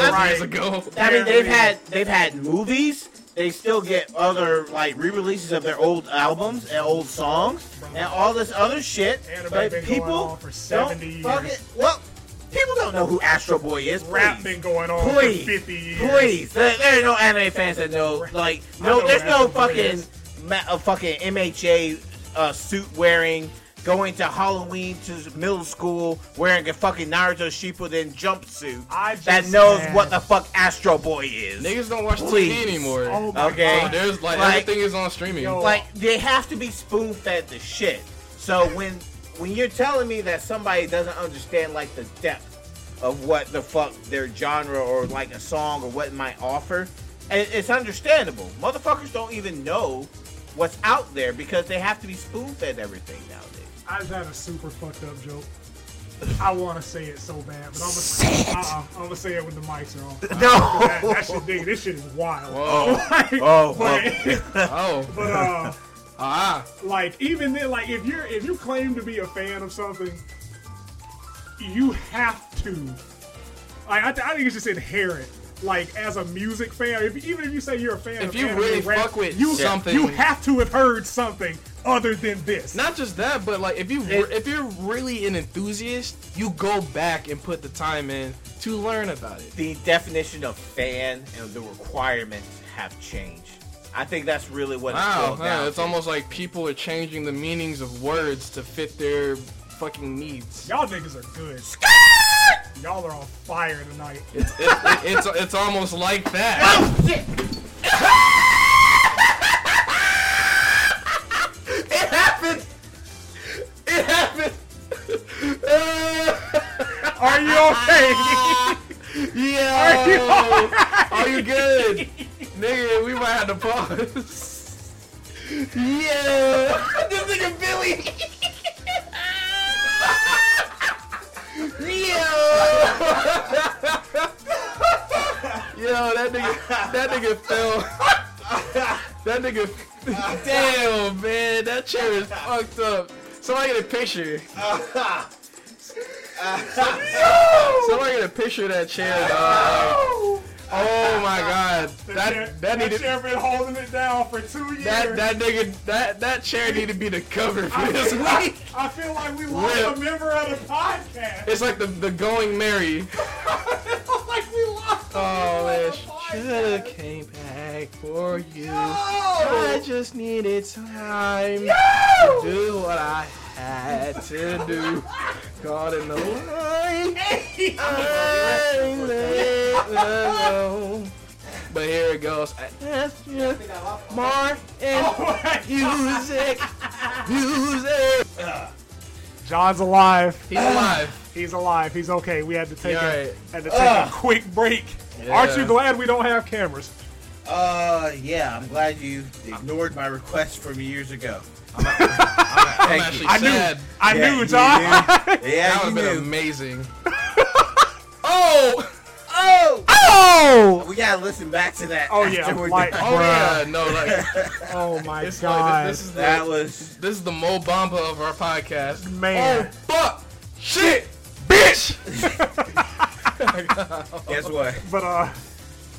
Speaker 1: [laughs] years
Speaker 2: right.
Speaker 1: ago.
Speaker 3: I mean, they've had they've had movies. They still get other like re-releases of their old albums and old songs and all this other shit.
Speaker 2: Anime
Speaker 3: but
Speaker 2: been going
Speaker 3: people
Speaker 2: on for 70
Speaker 3: don't fucking
Speaker 2: years.
Speaker 3: well. People don't know who Astro Boy is.
Speaker 2: Rap
Speaker 3: please.
Speaker 2: been going on
Speaker 3: please,
Speaker 2: for 50 years.
Speaker 3: Please, there, there ain't no anime fans that know. Like,
Speaker 2: I
Speaker 3: no,
Speaker 2: know
Speaker 3: there's no
Speaker 2: Astro Boy
Speaker 3: fucking
Speaker 2: is.
Speaker 3: ma- uh, fucking MHA uh, suit wearing, going to Halloween to middle school wearing a fucking Naruto Shippuden jumpsuit
Speaker 2: I just
Speaker 3: that knows
Speaker 2: mad.
Speaker 3: what the fuck Astro Boy is.
Speaker 1: Niggas don't watch
Speaker 3: Please.
Speaker 1: TV anymore.
Speaker 2: Oh my
Speaker 3: Okay.
Speaker 1: Oh, there's like,
Speaker 3: Like-
Speaker 1: everything is on streaming.
Speaker 2: Yo.
Speaker 3: Like they have to be spoon fed the shit. So when when you're telling me that somebody doesn't understand like the depth of what the fuck their genre or like a song or what it might offer, it, it's understandable. Motherfuckers don't even know what's out there because they have to be spoon fed everything nowadays.
Speaker 2: I just had a super fucked up joke. I want to say it so bad, but I'm gonna say it. Uh-uh, I'm gonna say it when the mics are on.
Speaker 3: [laughs]
Speaker 2: that,
Speaker 3: No.
Speaker 2: that shit, nigga, this shit is wild.
Speaker 1: Oh,
Speaker 3: Oh,
Speaker 2: But,
Speaker 1: oh,
Speaker 2: but uh,
Speaker 1: ah,
Speaker 2: like even then, like if you're if you claim to be a fan of something, you have to. Like I, th- I think it's just inherent. Like as a music fan, if, even if you say you're a fan,
Speaker 1: If
Speaker 2: of
Speaker 1: you
Speaker 2: anime
Speaker 1: really
Speaker 2: rap,
Speaker 1: fuck with
Speaker 2: you,
Speaker 1: something-
Speaker 2: you have to have heard something other than this.
Speaker 1: not just that, but like if you
Speaker 3: It-
Speaker 1: if you're really an enthusiast, you go back and put the time in to learn about it.
Speaker 3: [laughs] the definition of fan and the requirements have changed. I think that's really what it's
Speaker 1: Wow,
Speaker 3: boiled
Speaker 1: yeah,
Speaker 3: down
Speaker 1: it's
Speaker 3: to.
Speaker 1: almost like people are changing the meanings of words to fit their fucking needs.
Speaker 2: Y'all niggas are good. Y'all are on fire tonight.
Speaker 1: It's it's, it's, it's almost like that.
Speaker 3: Oh shit!
Speaker 1: It happened. It Uh, happened.
Speaker 2: [laughs] Are
Speaker 1: [laughs]
Speaker 2: you okay?
Speaker 1: yeah. Are you, [laughs] good? Nigga, we might have to pause. yeah. this nigga Billy. yeah. Yo, that nigga, that nigga fell. that nigga, damn man, that chair is fucked up. Somebody get a picture. Somebody get a picture of that chair. dog. Oh my god.
Speaker 2: [laughs] The chair-
Speaker 1: That that
Speaker 2: the
Speaker 1: needed
Speaker 2: chair been holding it down for two years.
Speaker 1: that that nigga that that chair needed to be the cover for
Speaker 2: [laughs]
Speaker 1: this week.
Speaker 2: I feel like we lost
Speaker 1: Rip.
Speaker 2: a member of the
Speaker 1: [laughs]
Speaker 2: podcast. [laughs]
Speaker 1: It's like the the going merry.
Speaker 2: like we lost a
Speaker 1: Oh
Speaker 2: member
Speaker 1: man,
Speaker 2: of the
Speaker 1: shoulda
Speaker 2: podcast.
Speaker 1: came back for you. I
Speaker 2: No!
Speaker 1: just needed time
Speaker 2: Oh!
Speaker 1: to do what I had to do. Caught in the line. I let go. But here it goes. I asked you more and
Speaker 2: Oh my
Speaker 1: [laughs] music, music.
Speaker 2: [laughs] John's alive.
Speaker 1: He's alive.
Speaker 2: He's alive. He's okay. We had to take,
Speaker 1: You
Speaker 2: a,
Speaker 1: alright?
Speaker 2: had to take a
Speaker 3: Ugh.
Speaker 2: quick break.
Speaker 1: Yeah.
Speaker 2: Aren't you glad we don't have cameras?
Speaker 3: Uh, yeah, I'm glad you ignored my request from years ago. I'm,
Speaker 1: actually
Speaker 2: I
Speaker 1: Sad.
Speaker 2: knew. I
Speaker 3: Yeah,
Speaker 2: knew,
Speaker 3: you
Speaker 2: John.
Speaker 3: knew. [laughs] Yeah,
Speaker 1: That would have
Speaker 3: you
Speaker 1: been
Speaker 3: knew.
Speaker 1: [laughs] amazing. oh!
Speaker 3: Oh,
Speaker 2: oh!
Speaker 3: we gotta listen back to that.
Speaker 2: Oh, yeah,
Speaker 3: after we're
Speaker 2: like-
Speaker 3: done.
Speaker 1: Oh
Speaker 2: Bruh.
Speaker 1: yeah, no, like,
Speaker 2: [laughs] Oh my
Speaker 1: it's like
Speaker 2: god.
Speaker 1: this, this is
Speaker 3: that
Speaker 2: oh.
Speaker 1: the,
Speaker 3: was
Speaker 1: this is the Mo Bamba of our podcast.
Speaker 2: Man.
Speaker 1: Oh fuck! Shit! Bitch!
Speaker 3: guess what?
Speaker 2: but uh,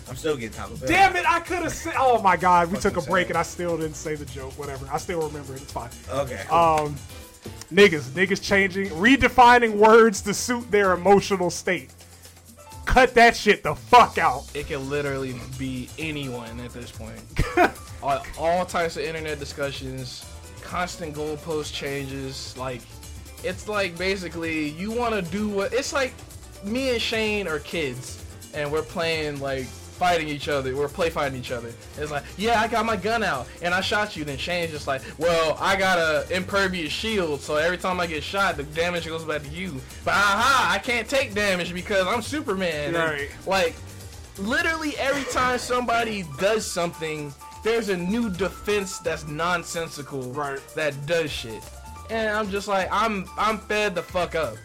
Speaker 3: I'm still getting Taco Bell.
Speaker 2: damn it! I could have said. Oh my god, we
Speaker 3: Fucking
Speaker 2: took a break
Speaker 3: sad.
Speaker 2: and I still didn't say the joke. Whatever. I still remember it. It's fine.
Speaker 3: Okay.
Speaker 2: Um, niggas, niggas changing, redefining words to suit their emotional state. Cut that shit the fuck out.
Speaker 1: It can literally be anyone at this point. all, all types of internet discussions, constant goalpost changes. Like, it's like basically you want to do what. It's like me and Shane are kids, and we're playing like fighting each other. We're play fighting each other. It's like, yeah, I got my gun out and I shot you. Then Shane's just like, well, I got a impervious shield, so every time I get shot, the damage goes back to you. But aha, I can't take damage because I'm Superman. And,
Speaker 2: Right.
Speaker 1: like literally every time somebody does something, there's a new defense that's nonsensical
Speaker 2: Right.
Speaker 1: that does shit. And I'm just like, I'm I'm fed the fuck up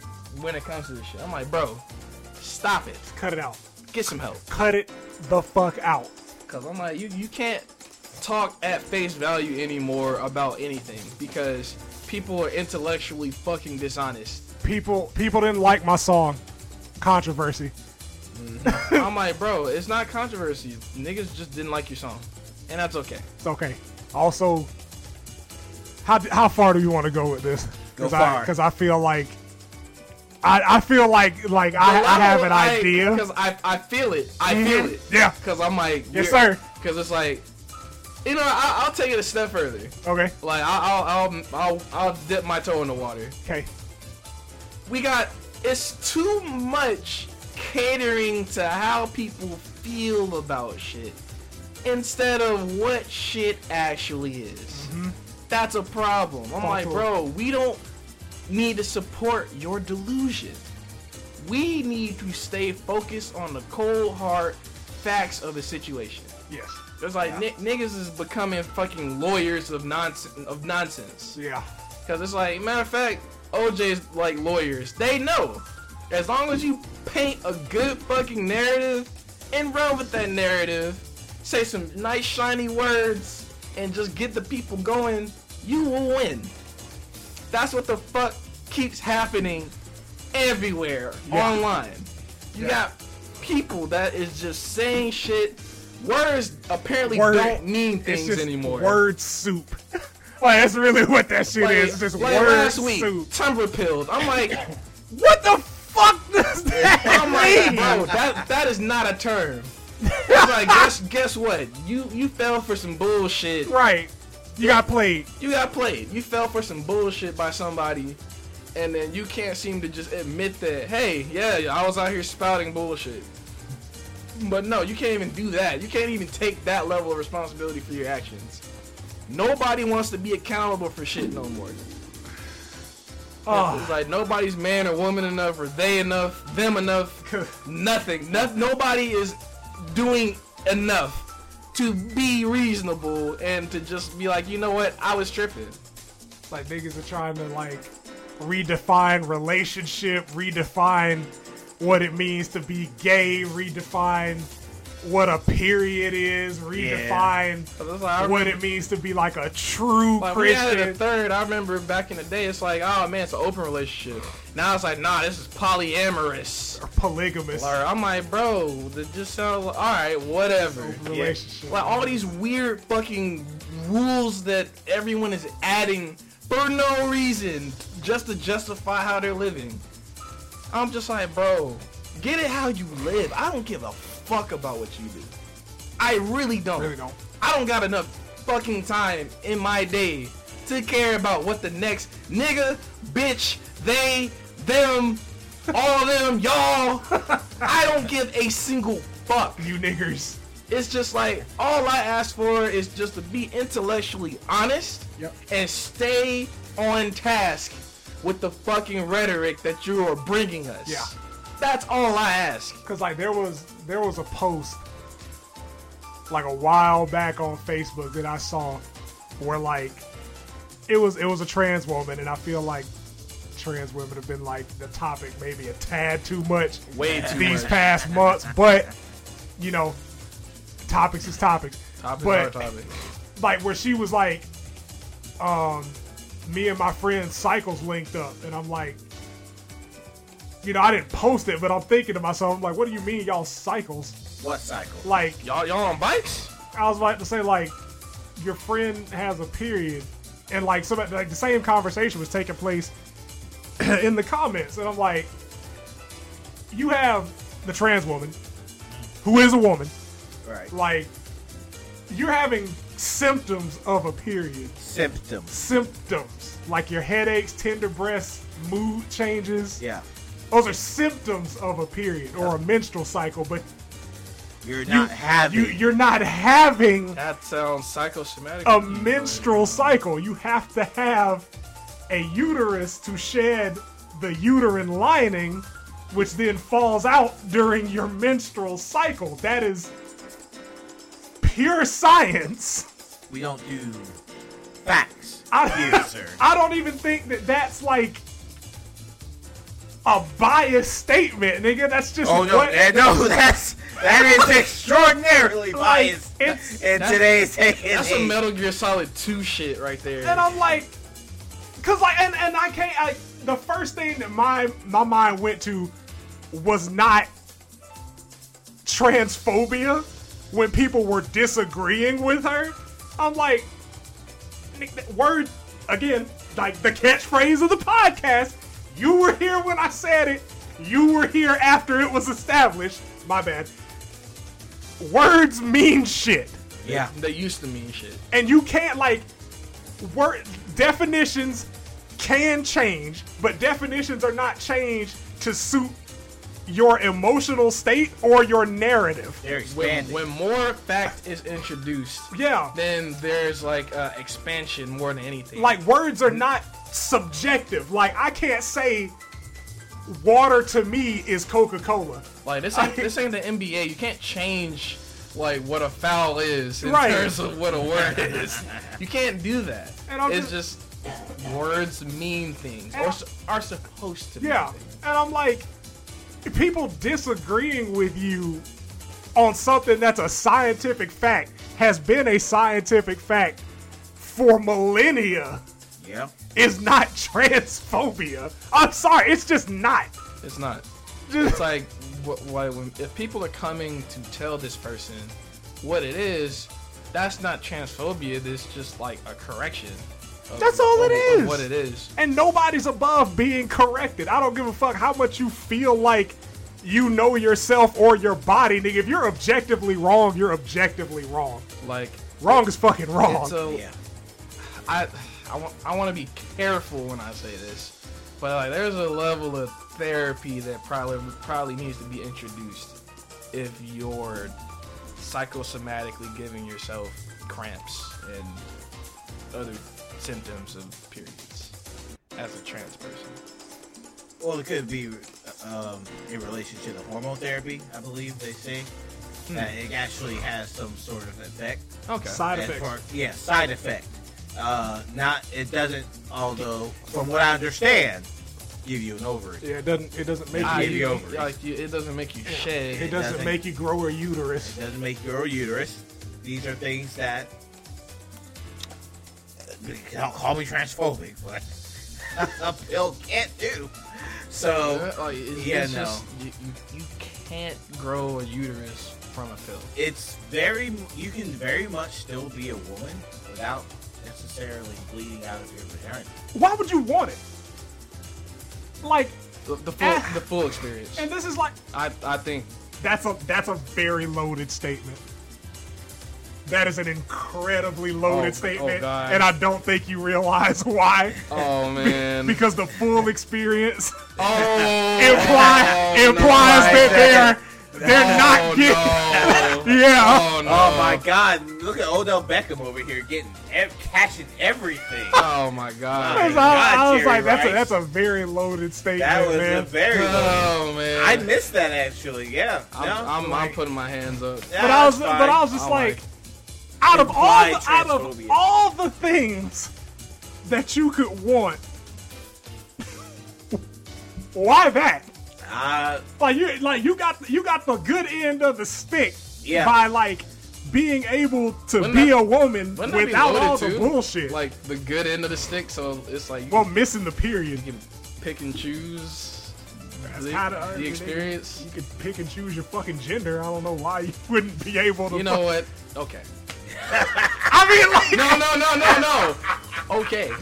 Speaker 1: when it comes to this shit. I'm like, bro, stop it.
Speaker 2: Cut it out.
Speaker 1: Get some help.
Speaker 2: Cut it the fuck out.
Speaker 1: Cause I'm like, you you can't talk at face value anymore about anything because people are intellectually fucking dishonest.
Speaker 2: People, people didn't like my song. Controversy.
Speaker 1: I'm like, bro, it's not controversy. Niggas just didn't like your song. And that's okay.
Speaker 2: It's okay. Also, how how far do you want to go with this?
Speaker 3: Go far.
Speaker 2: Because I, feel like I I feel like like I, I have an idea.
Speaker 1: because I, I feel it. I feel
Speaker 2: Mhm.
Speaker 1: it.
Speaker 2: Yeah.
Speaker 1: Because I'm like
Speaker 2: Yes, sir.
Speaker 1: Because it's like, you know, I, I'll take it a step further.
Speaker 2: Okay.
Speaker 1: Like I, I'll, I'll I'll I'll dip my toe in the water.
Speaker 2: Okay.
Speaker 1: We got it's too much catering to how people feel about shit instead of what shit actually is. That's a problem. I'm like,
Speaker 2: Cultural.
Speaker 1: bro, we don't need to support your delusion. We need to stay focused on the cold hard facts of the situation.
Speaker 2: Yes.
Speaker 1: It's like ni- niggas is becoming fucking lawyers of nonsense of nonsense.
Speaker 2: Yeah.
Speaker 1: Cause it's like, matter of fact, OJ's like lawyers. They know. As long as you paint a good fucking narrative and run with that narrative, say some nice shiny words, and just get the people going, you will win. That's what the fuck keeps happening everywhere
Speaker 2: Yeah.
Speaker 1: online. You got people that is just saying shit. Words apparently
Speaker 2: Word-
Speaker 1: don't mean
Speaker 2: It's
Speaker 1: things
Speaker 2: just
Speaker 1: anymore.
Speaker 2: word soup. [laughs] like that's really what that shit
Speaker 1: Like-
Speaker 2: is. It's just
Speaker 1: like
Speaker 2: word
Speaker 1: last week,
Speaker 2: soup.
Speaker 1: Timber pilled. I'm
Speaker 2: [laughs]
Speaker 1: like,
Speaker 2: What the fuck does
Speaker 1: I'm like,
Speaker 2: that mean?
Speaker 1: bro, that that is not a term. It's like, guess guess what? You you fell for some bullshit.
Speaker 2: Right. You got played.
Speaker 1: You got played. You fell for some bullshit by somebody, and then you can't seem to just admit that. Hey, yeah, I was out here spouting bullshit. But no, you can't even do that. You can't even take that level of responsibility for your actions. Nobody wants to be accountable for shit no more.
Speaker 2: Oh.
Speaker 1: It's like nobody's man or woman enough or they enough, them enough, nothing. No, nobody is doing enough to be reasonable and to just be like, you know what, I was tripping.
Speaker 2: like niggas are trying to like redefine relationship, redefine what it means to be gay, redefine what a period is, redefine
Speaker 1: I was like, I
Speaker 2: what it means to be like a true
Speaker 1: Like we
Speaker 2: Christian.
Speaker 1: had it a third. I remember back in the day, it's like, oh man, it's an open relationship. Now it's like, nah, this is polyamorous.
Speaker 2: or polygamous
Speaker 1: Or I'm like, bro, that just sounds all right, whatever.
Speaker 2: relationship.
Speaker 1: Like all these weird fucking rules that everyone is adding for no reason, just to justify how they're living. I'm just like, bro, get it how you live. I don't give a fuck about what you do. I really don't.
Speaker 2: Really don't.
Speaker 1: I don't got enough fucking time in my day to care about what the next nigga, bitch, they, them, all them,
Speaker 2: [laughs]
Speaker 1: y'all. I don't give a single fuck.
Speaker 2: you niggers.
Speaker 1: It's just like all I ask for is just to be intellectually honest
Speaker 2: Yep.
Speaker 1: and stay on task with the fucking rhetoric that you are bringing us.
Speaker 2: Yeah.
Speaker 1: That's all I ask.
Speaker 2: Cause like there was there was a post like a while back on Facebook that I saw where like it was it was a trans woman and I feel like trans women have been like the topic maybe a tad too much
Speaker 1: Way too
Speaker 2: these
Speaker 1: much.
Speaker 2: past months, but you know topics is topics.
Speaker 1: Topic
Speaker 2: but
Speaker 1: our topic.
Speaker 2: like where she was like, um, me and my friend Cycles linked up, and I'm like, you know, I didn't post it, but I'm thinking to myself, I'm like, what do you mean y'all Cycles?
Speaker 3: What cycle?
Speaker 2: Like,
Speaker 1: Y'all y'all on bikes?
Speaker 2: I was about to say like, your friend has a period, and like some like the same conversation was taking place [clears throat] in the comments, and I'm like, you have the trans woman, who is a woman,
Speaker 3: Right.
Speaker 2: like, you're having symptoms of a period.
Speaker 3: Symptoms.
Speaker 2: symptoms like your headaches, tender breasts, mood changes.
Speaker 3: Yeah.
Speaker 2: Those are symptoms of a period or a menstrual cycle, but
Speaker 3: You're
Speaker 2: you,
Speaker 3: not having.
Speaker 2: you you're not having
Speaker 1: That sounds psychosomatic.
Speaker 2: a
Speaker 1: to me, but-
Speaker 2: menstrual cycle. You have to have a uterus to shed the uterine lining, which then falls out during your menstrual cycle. That is pure science.
Speaker 3: we don't do facts
Speaker 2: I-
Speaker 3: here,
Speaker 2: [laughs]
Speaker 3: sir.
Speaker 2: I don't even think that that's like a biased statement, nigga. That's just
Speaker 3: Oh no,
Speaker 2: what-
Speaker 3: that, no, [laughs] that's that is
Speaker 2: [laughs]
Speaker 3: extraordinarily
Speaker 2: Like,
Speaker 3: biased
Speaker 2: it's-
Speaker 3: in
Speaker 1: That's-
Speaker 3: today's day and
Speaker 1: That's some
Speaker 3: age.
Speaker 1: Metal Gear Solid 2 shit right there.
Speaker 2: and I'm like, cause like, and and I can't. I, the first thing that my my mind went to was not transphobia when people were disagreeing with her. I'm like, Nick, that word again, like the catchphrase of the podcast. You were here when I said it. You were here after it was established. My bad. Words mean shit
Speaker 3: yeah,
Speaker 1: they used to mean shit.
Speaker 2: and you can't like word definitions can change, but definitions are not changed to suit your emotional state or your narrative.
Speaker 3: they're
Speaker 1: When,
Speaker 3: expanding.
Speaker 1: when more fact is introduced,
Speaker 2: Yeah.
Speaker 1: then there's like uh, expansion more than anything.
Speaker 2: Like words are not subjective. Like I can't say water to me is Coca-Cola.
Speaker 1: Like this ain't this ain't the NBA. You can't change like what a foul is in
Speaker 2: Right.
Speaker 1: terms of what a word is. You can't do that.
Speaker 2: And I'm
Speaker 1: it's just, words mean things
Speaker 2: And
Speaker 1: or
Speaker 2: I-
Speaker 1: s- are supposed to.
Speaker 2: Yeah.
Speaker 1: Mean things.
Speaker 2: And I'm like people disagreeing with you on something that's a scientific fact has been a scientific fact for millennia.
Speaker 3: yeah,
Speaker 2: is not [laughs] transphobia. I'm sorry, it's just not.
Speaker 1: It's not.
Speaker 2: Just-
Speaker 1: It's like wh- why when if people are coming to tell this person what it is, that's not transphobia. That's just like a correction. of-
Speaker 2: That's all it
Speaker 1: of-
Speaker 2: is.
Speaker 1: Of what it is.
Speaker 2: and nobody's above being corrected. I don't give a fuck how much you feel like you know yourself or your body, nigga. If you're objectively wrong, you're objectively wrong.
Speaker 1: Like
Speaker 2: Wrong is fucking wrong.
Speaker 1: it's a,
Speaker 3: yeah.
Speaker 1: I I want I want to be careful when I say this, but like there's a level of therapy that probably probably needs to be introduced if you're psychosomatically giving yourself cramps and other symptoms of periods as a trans person.
Speaker 3: Well, it could be um, in relation to the hormone therapy. I believe they say
Speaker 2: Hmm.
Speaker 3: that it actually has some sort of effect.
Speaker 1: Okay.
Speaker 2: Side
Speaker 3: And
Speaker 2: effects.
Speaker 3: for- yeah, side effect. Uh, not it doesn't. Although, from what I understand, give you an ovary.
Speaker 2: Yeah, it doesn't it doesn't make
Speaker 3: I
Speaker 2: you
Speaker 3: give you over.
Speaker 1: Like you, it doesn't make you shed.
Speaker 2: it doesn't
Speaker 3: doesn't-
Speaker 2: make you grow a uterus.
Speaker 3: It doesn't make your uterus. These are things that don't call me transphobic, but [laughs] a pill can't do. So
Speaker 1: Yeah, Uh, like, it's,
Speaker 3: yeah,
Speaker 1: it's
Speaker 3: no.
Speaker 1: just- you, you, you can't grow a uterus from a pill.
Speaker 3: it's very you can very much still be a woman without necessarily bleeding out of your vagina.
Speaker 2: Why would you want it? Like,
Speaker 1: The, the full,
Speaker 2: Ah.
Speaker 1: the full experience.
Speaker 2: and this is like
Speaker 1: I, I
Speaker 2: [laughs]
Speaker 1: think
Speaker 2: that's a that's a very loaded statement. That is an incredibly
Speaker 1: Oh,
Speaker 2: loaded
Speaker 1: oh,
Speaker 2: statement,
Speaker 1: God.
Speaker 2: and I don't think you realize [laughs] why.
Speaker 1: Oh man.
Speaker 2: Because the full experience
Speaker 1: [laughs] oh,
Speaker 2: imply,
Speaker 1: no.
Speaker 2: implies that
Speaker 3: that-
Speaker 2: they're they're not getting. [laughs]
Speaker 1: Oh, no.
Speaker 2: Yeah.
Speaker 1: Oh no.
Speaker 3: Oh
Speaker 2: Uh.
Speaker 3: my god, look at Odell Beckham over here getting ev- catching [laughs] everything.
Speaker 1: Oh my god.
Speaker 3: That
Speaker 2: Because [laughs] I, I
Speaker 3: God,
Speaker 2: was
Speaker 3: Jerry
Speaker 2: like, that's a,
Speaker 3: Rice.
Speaker 2: that's a very loaded statement,
Speaker 3: That was
Speaker 2: man. Uh.
Speaker 3: a very
Speaker 1: Oh man.
Speaker 3: I missed that actually, yeah.
Speaker 1: I'm,
Speaker 3: No,
Speaker 1: I'm, I'm
Speaker 3: like,
Speaker 1: putting my hands up.
Speaker 3: yeah,
Speaker 2: but I was,
Speaker 3: it's
Speaker 2: but
Speaker 3: fine.
Speaker 2: I was just
Speaker 1: I'm
Speaker 2: like,
Speaker 1: like,
Speaker 2: out of all,
Speaker 3: implied
Speaker 2: the, out of
Speaker 3: transphobia.
Speaker 2: all the things that you could want, [laughs] why that?
Speaker 3: Uh,
Speaker 2: Like you, like you got, you got the good end of the stick
Speaker 3: Yeah.
Speaker 2: by like being able to
Speaker 1: Wouldn't
Speaker 2: be
Speaker 1: that-
Speaker 2: a woman
Speaker 1: Wouldn't that be
Speaker 2: without all
Speaker 1: loaded, too?
Speaker 2: the bullshit. Like,
Speaker 1: Like the good end of the stick, so it's like you
Speaker 2: well, missing the period.
Speaker 1: can pick and choose
Speaker 2: That's
Speaker 1: the,
Speaker 2: kinda- I mean,
Speaker 1: the
Speaker 2: they-
Speaker 1: experience.
Speaker 2: You could pick and choose your fucking gender. I don't know why you [laughs] wouldn't be able to.
Speaker 1: You know what? Okay.
Speaker 2: I
Speaker 1: [laughs]
Speaker 2: mean, like,
Speaker 1: No, no, no,
Speaker 2: [laughs]
Speaker 1: no, no. Okay.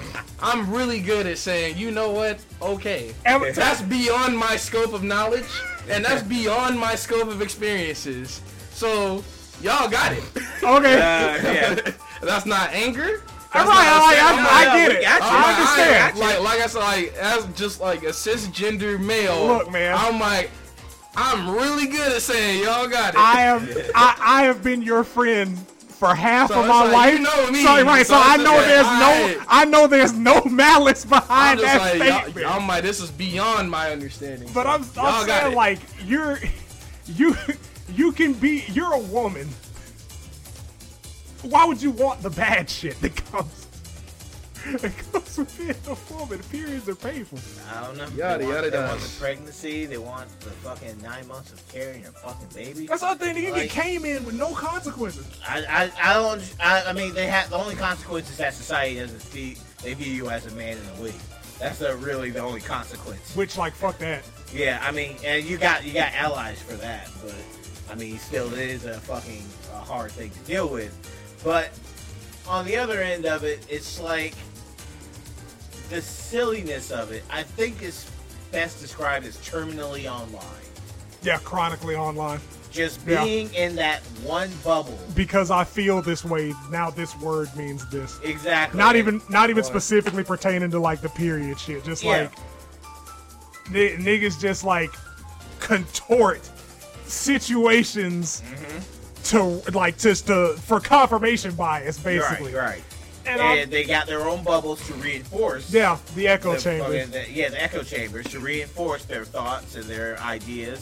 Speaker 1: I'm really good at saying, you know what? Okay.
Speaker 2: every time-
Speaker 1: That's beyond my scope of knowledge, and that's beyond my scope of experiences. So y'all got it.
Speaker 2: okay.
Speaker 3: uh,
Speaker 2: [laughs]
Speaker 3: yeah.
Speaker 1: [laughs] that's not anger.
Speaker 2: All
Speaker 1: That's
Speaker 2: right, all right,
Speaker 1: upset. I'm
Speaker 2: I, I,
Speaker 1: not-
Speaker 3: we
Speaker 2: get it.
Speaker 3: got you.
Speaker 1: I'm
Speaker 2: I
Speaker 1: not-
Speaker 2: understand.
Speaker 1: ain't- Like, like I said, like as just like a cisgender male.
Speaker 2: Look, man.
Speaker 1: I'm like, I'm really good at saying y'all got it.
Speaker 2: I am. I, I have been your friend for half
Speaker 1: So
Speaker 2: of
Speaker 1: it's
Speaker 2: my
Speaker 1: like,
Speaker 2: life.
Speaker 1: you know me.
Speaker 2: So, right. So,
Speaker 1: So
Speaker 2: I
Speaker 1: it's
Speaker 2: know
Speaker 1: just
Speaker 2: there's
Speaker 1: like,
Speaker 2: no. I know there's no [laughs]
Speaker 1: [laughs]
Speaker 2: malice
Speaker 1: I'm
Speaker 2: behind
Speaker 1: just
Speaker 2: that
Speaker 1: like,
Speaker 2: statement.
Speaker 1: y'all, I'm like, this is beyond my understanding.
Speaker 2: but
Speaker 1: So
Speaker 2: I'm,
Speaker 1: y'all
Speaker 2: I'm
Speaker 1: got
Speaker 2: saying
Speaker 1: it.
Speaker 2: like you're, you, you can be. You're a woman. Why would you want the bad shit that comes? That comes with being a woman. Periods are painful.
Speaker 3: I don't know.
Speaker 1: Yada,
Speaker 3: they want,
Speaker 1: yada,
Speaker 3: they
Speaker 1: yada.
Speaker 3: want the pregnancy. They want the fucking nine months of carrying your fucking baby.
Speaker 2: That's the other thing. You
Speaker 3: Like-
Speaker 2: came in with no consequences.
Speaker 3: I, I, I don't. I, I mean, they have the only consequence is that society doesn't see they view you as a man in the league. That's the, really the only consequence.
Speaker 2: Which, like, fuck that.
Speaker 3: Yeah, I mean, and you got you got allies for that, but I mean, still, it is a fucking a hard thing to deal with. But on the other end of it, it's like the silliness of it. I think is best described as terminally online.
Speaker 2: Yeah, chronically online.
Speaker 3: just
Speaker 2: Yeah.
Speaker 3: being in that one bubble.
Speaker 2: Because I feel this way, now this word means this.
Speaker 3: Exactly.
Speaker 2: Not even not even
Speaker 1: Boy.
Speaker 2: specifically pertaining to like the period shit. Just
Speaker 3: Yeah.
Speaker 2: like ni- niggas just like contort situations to like just to for confirmation bias
Speaker 3: Mm-hmm. You're right,
Speaker 2: basically.
Speaker 3: you're right.
Speaker 2: And
Speaker 3: And,
Speaker 2: I'm-
Speaker 3: they got their own bubbles to reinforce.
Speaker 2: yeah, the echo
Speaker 3: the
Speaker 2: chamber.
Speaker 3: fucking- the- yeah, the echo chambers to reinforce their thoughts and their ideas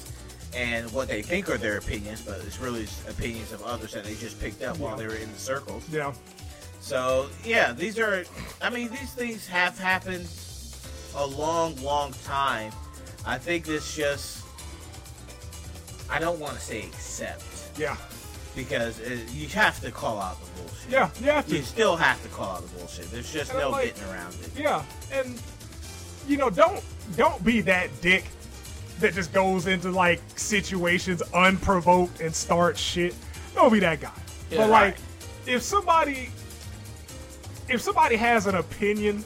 Speaker 3: and what they think are their opinions, but it's really s- opinions of others that they just picked up while they were in the circles.
Speaker 2: Yeah.
Speaker 3: So yeah, these are. I mean, these things have happened a long, long time. I think this just. I don't want to say accept.
Speaker 2: Yeah.
Speaker 3: because it, you have to call out the bullshit.
Speaker 2: Yeah. Yeah.
Speaker 3: You still have to call out the bullshit. There's just
Speaker 2: And
Speaker 3: no
Speaker 2: I'm like-
Speaker 3: getting around it.
Speaker 2: Yeah, and you know, don't don't be that dick that just goes into like situations unprovoked and starts shit. Don't be that guy.
Speaker 1: Yeah,
Speaker 2: but like,
Speaker 1: right.
Speaker 2: if somebody if somebody has an opinion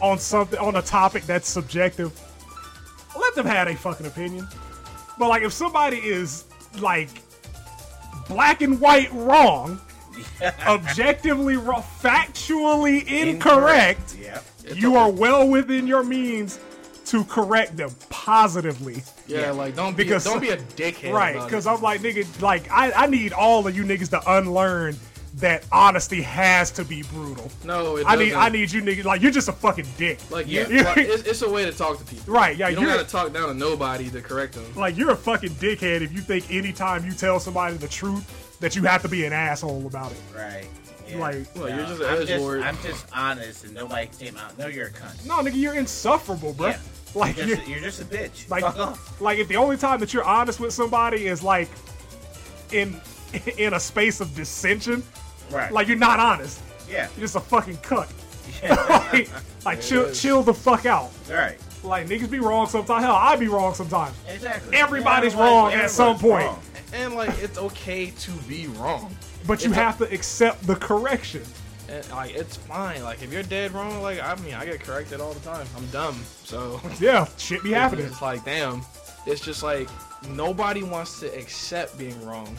Speaker 2: on something on a topic that's subjective, let them have a fucking opinion. But like, if somebody is like black and white wrong.
Speaker 1: [laughs]
Speaker 2: objectively wrong, factually incorrect
Speaker 3: Yeah.
Speaker 2: you are well within your means to correct them positively.
Speaker 1: yeah, like don't be,
Speaker 2: Because-
Speaker 1: don't be a dickhead.
Speaker 2: Right.
Speaker 1: about it.
Speaker 2: Because I'm like, nigga, like, I, I need all of you niggas to unlearn that honesty has to be brutal.
Speaker 1: no, it
Speaker 2: I need,
Speaker 1: doesn't.
Speaker 2: I need you niggas, like, you're just a fucking dick.
Speaker 1: Like, you,
Speaker 2: [laughs] Yeah.
Speaker 1: like, it's, it's a way to talk to people.
Speaker 2: Right, yeah,
Speaker 1: You don't
Speaker 2: you're-
Speaker 1: gotta talk down to nobody to correct them.
Speaker 2: Like, you're a fucking dickhead if you think anytime you tell somebody the truth that you have to be an asshole about it.
Speaker 3: Right. Yeah.
Speaker 2: Like-
Speaker 1: Well, you're just an
Speaker 3: I'm just,
Speaker 1: edgelord.
Speaker 3: I'm just honest, and nobody came out. No, you're a cunt.
Speaker 2: No, nigga, you're insufferable, bruh.
Speaker 3: Yeah.
Speaker 2: Like
Speaker 3: You're
Speaker 2: you're-
Speaker 3: just, you're just a bitch.
Speaker 2: like
Speaker 3: Fuck off.
Speaker 2: like if the only time that you're honest with somebody is like in [laughs] in a space of dissension,
Speaker 3: Right.
Speaker 2: like you're not honest.
Speaker 3: yeah.
Speaker 2: You're just a fucking cuck. [laughs] like like chill
Speaker 1: is.
Speaker 2: chill the fuck out.
Speaker 3: Right.
Speaker 2: Like niggas be wrong sometimes. Hell, I be wrong sometimes.
Speaker 3: Exactly.
Speaker 2: Everybody's
Speaker 3: Yeah, everybody-
Speaker 2: wrong at some
Speaker 3: everybody's
Speaker 2: point.
Speaker 3: wrong.
Speaker 1: And like it's okay to be wrong.
Speaker 2: But you
Speaker 1: It's a-
Speaker 2: have to accept the correction.
Speaker 1: And, like it's fine. Like if you're dead wrong, like I mean I get corrected all the time. I'm dumb. So
Speaker 2: Yeah, shit be happening.
Speaker 1: It's like damn. It's just like nobody wants to accept being wrong.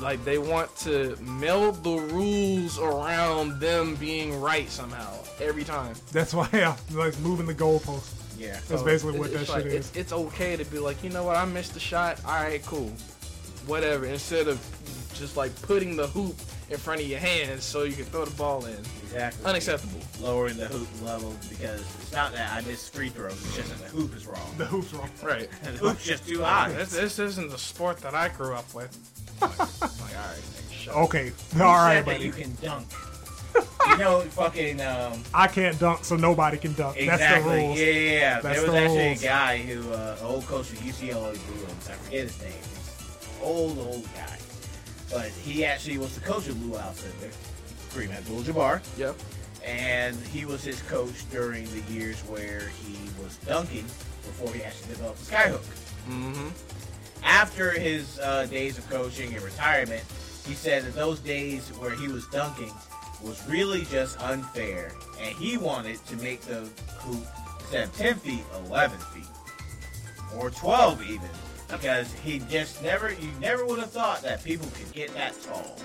Speaker 1: Like they want to meld the rules around them being right somehow every time.
Speaker 2: That's why yeah, like moving the goalpost.
Speaker 3: Yeah.
Speaker 2: That's basically what
Speaker 1: It's-
Speaker 2: that
Speaker 1: it's like,
Speaker 2: shit
Speaker 1: it's-
Speaker 2: is.
Speaker 1: It's okay to be like, you know what, I missed the shot. All right, cool, whatever. Instead of just like putting the hoop in front of your hands so you can throw the ball in.
Speaker 3: Exactly.
Speaker 1: Unacceptable.
Speaker 3: Lowering the hoop level because it's not that I miss free throws. It's just that the hoop is wrong.
Speaker 2: The hoop's wrong.
Speaker 1: Right.
Speaker 3: [laughs] The hoop's just too
Speaker 1: Ah,
Speaker 3: high.
Speaker 1: this, this isn't the sport that I grew up with. like, all right, nigga, shut up.
Speaker 2: Okay.
Speaker 3: Who
Speaker 2: All right,
Speaker 3: said that
Speaker 2: buddy.
Speaker 3: you can dunk. you
Speaker 2: [laughs]
Speaker 3: know, fucking um,
Speaker 2: I can't dunk, so nobody can dunk. That's the
Speaker 3: exactly.
Speaker 2: rules.
Speaker 3: yeah, yeah, yeah.
Speaker 2: That's
Speaker 3: there was
Speaker 2: the
Speaker 3: actually
Speaker 2: rules.
Speaker 3: a guy who, uh, an old coach for UCLA Blue Owls. I forget his name. He's an old, old guy, but he actually was the coach of Blue Owls. at the- Kareem Abdul-Jabbar.
Speaker 1: Yep.
Speaker 3: and he was his coach during the years where he was dunking before he actually developed the skyhook.
Speaker 1: Mm-hmm.
Speaker 3: After his uh, days of coaching and retirement, he said that those days where he was dunking was really just unfair, and he wanted to make the hoop instead of 10 feet, 11 feet, or 12 even, because he just never, you never would have thought that people could get that tall.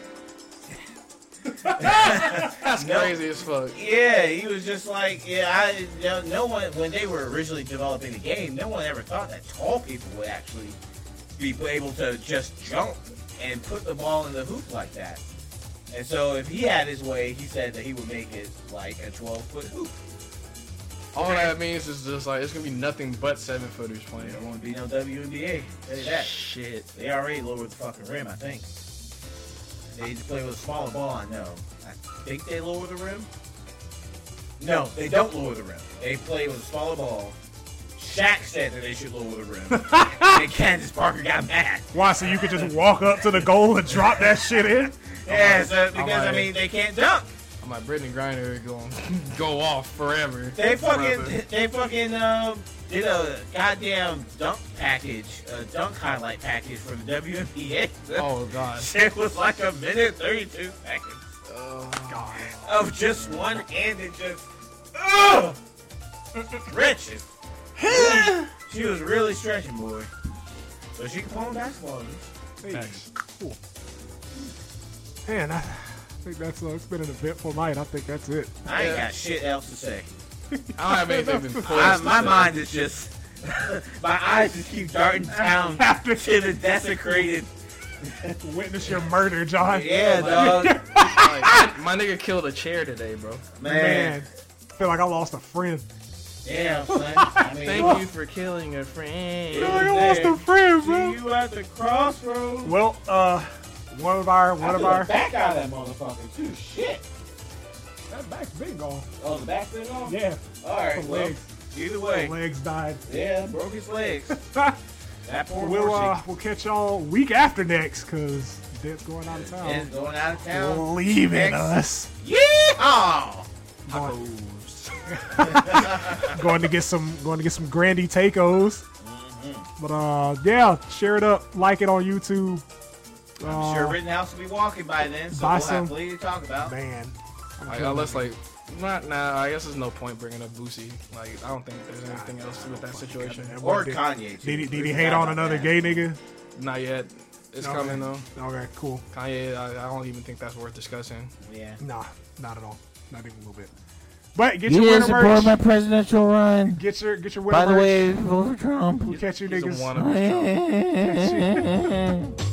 Speaker 1: That's
Speaker 3: Nope.
Speaker 1: crazy as fuck.
Speaker 3: Yeah, he was just like, yeah, I no, no one when they were originally developing the game, no one ever thought that tall people would actually be able to just jump and put the ball in the hoop like that. And so if he had his way, he said that he would make it like a 12 foot hoop.
Speaker 1: All that means is just like it's gonna be nothing but seven footers playing.
Speaker 3: There won't be no WNBA. Tell you that.
Speaker 1: Shit.
Speaker 3: They already lowered the fucking rim, I think. They just play with a smaller ball, I know. I think they lower the rim. No, they don't lower the rim. They play with a smaller ball. Shaq said that they should lower the rim.
Speaker 1: [laughs]
Speaker 3: and Candace Parker got mad.
Speaker 2: Why? So you could just walk up to the goal and drop that shit in?
Speaker 3: Yeah, so because I
Speaker 1: alright.
Speaker 3: mean they can't dunk.
Speaker 1: I'm like Brittany Griner going [laughs] go off forever.
Speaker 3: They fucking
Speaker 1: Forever.
Speaker 3: they fucking um did a goddamn dunk package, a dunk highlight package for the WNBA.
Speaker 1: Oh god.
Speaker 3: Shit Uh, was like a minute thirty-two seconds.
Speaker 1: Oh
Speaker 2: God.
Speaker 3: of just one hand and just ugh, stretching. Really- she was really stretching, boy. So she can play on basketball.
Speaker 1: Thanks.
Speaker 2: Cool. Man, I I think that's uh, it's been an eventful night. I think that's it.
Speaker 3: I ain't
Speaker 1: Yeah.
Speaker 3: got shit else to say.
Speaker 1: I don't have anything [laughs] been
Speaker 3: I,
Speaker 1: poised.
Speaker 3: my
Speaker 1: to say.
Speaker 3: mind is just, [laughs] my eyes just keep darting down
Speaker 2: After
Speaker 3: to the desecrated.
Speaker 2: witness your murder, John.
Speaker 3: Yeah, [laughs] dog.
Speaker 1: Like, my nigga killed a chair today, bro.
Speaker 2: Man,
Speaker 3: Man.
Speaker 2: I feel like I lost a friend.
Speaker 3: Damn, son. I mean,
Speaker 1: Thank you for killing a friend.
Speaker 3: Yeah.
Speaker 2: I lost a friend,
Speaker 3: see
Speaker 2: bro.
Speaker 3: you at the crossroads.
Speaker 2: Well, uh, one of our,
Speaker 3: I
Speaker 2: one of
Speaker 3: threw the
Speaker 2: our.
Speaker 3: back out of that motherfucker too. Shit.
Speaker 2: That back's been gone.
Speaker 3: Oh, the back thing off.
Speaker 2: Yeah,
Speaker 3: All right.
Speaker 2: The
Speaker 3: Well,
Speaker 2: legs.
Speaker 3: either
Speaker 2: the
Speaker 3: way.
Speaker 2: legs died.
Speaker 3: Yeah, broke
Speaker 2: [laughs]
Speaker 3: his legs. That poor
Speaker 2: we'll uh,
Speaker 3: horsey.
Speaker 2: we'll catch y'all week after next, cause Deb's going out of town.
Speaker 3: And going out of town.
Speaker 2: leaving
Speaker 3: Next.
Speaker 2: us.
Speaker 3: Yeehaw!
Speaker 2: Going,
Speaker 1: Tacos.
Speaker 2: [laughs] going to get some going to get some grandy tacos. But uh yeah, share it up, like it on YouTube.
Speaker 3: I'm sure Rittenhouse will be walking by then, so
Speaker 2: uh, buy
Speaker 3: we'll
Speaker 2: some-
Speaker 3: have plenty to talk about.
Speaker 2: Man.
Speaker 1: Like, unless like, not nah. I guess there's no point bringing up Boosie. Like, I don't think there's anything else with that situation.
Speaker 3: Or
Speaker 2: did,
Speaker 3: Kanye.
Speaker 2: Did
Speaker 3: too.
Speaker 2: he, did he
Speaker 3: Forgot
Speaker 2: hate on
Speaker 3: about
Speaker 2: another
Speaker 3: that.
Speaker 2: gay nigga?
Speaker 1: Not yet. It's
Speaker 2: Okay.
Speaker 1: coming though.
Speaker 2: Okay, cool.
Speaker 1: Kanye, I, I don't even think that's worth discussing.
Speaker 3: Yeah.
Speaker 2: Nah, not at all. Not even a little bit. But get your winter merch.
Speaker 4: presidential run.
Speaker 2: get your get your winter
Speaker 4: By the
Speaker 2: merch.
Speaker 4: way, vote for Trump.
Speaker 2: we'll catch you
Speaker 1: He's a
Speaker 2: niggas.
Speaker 1: wannabe Trump.
Speaker 2: Catch you.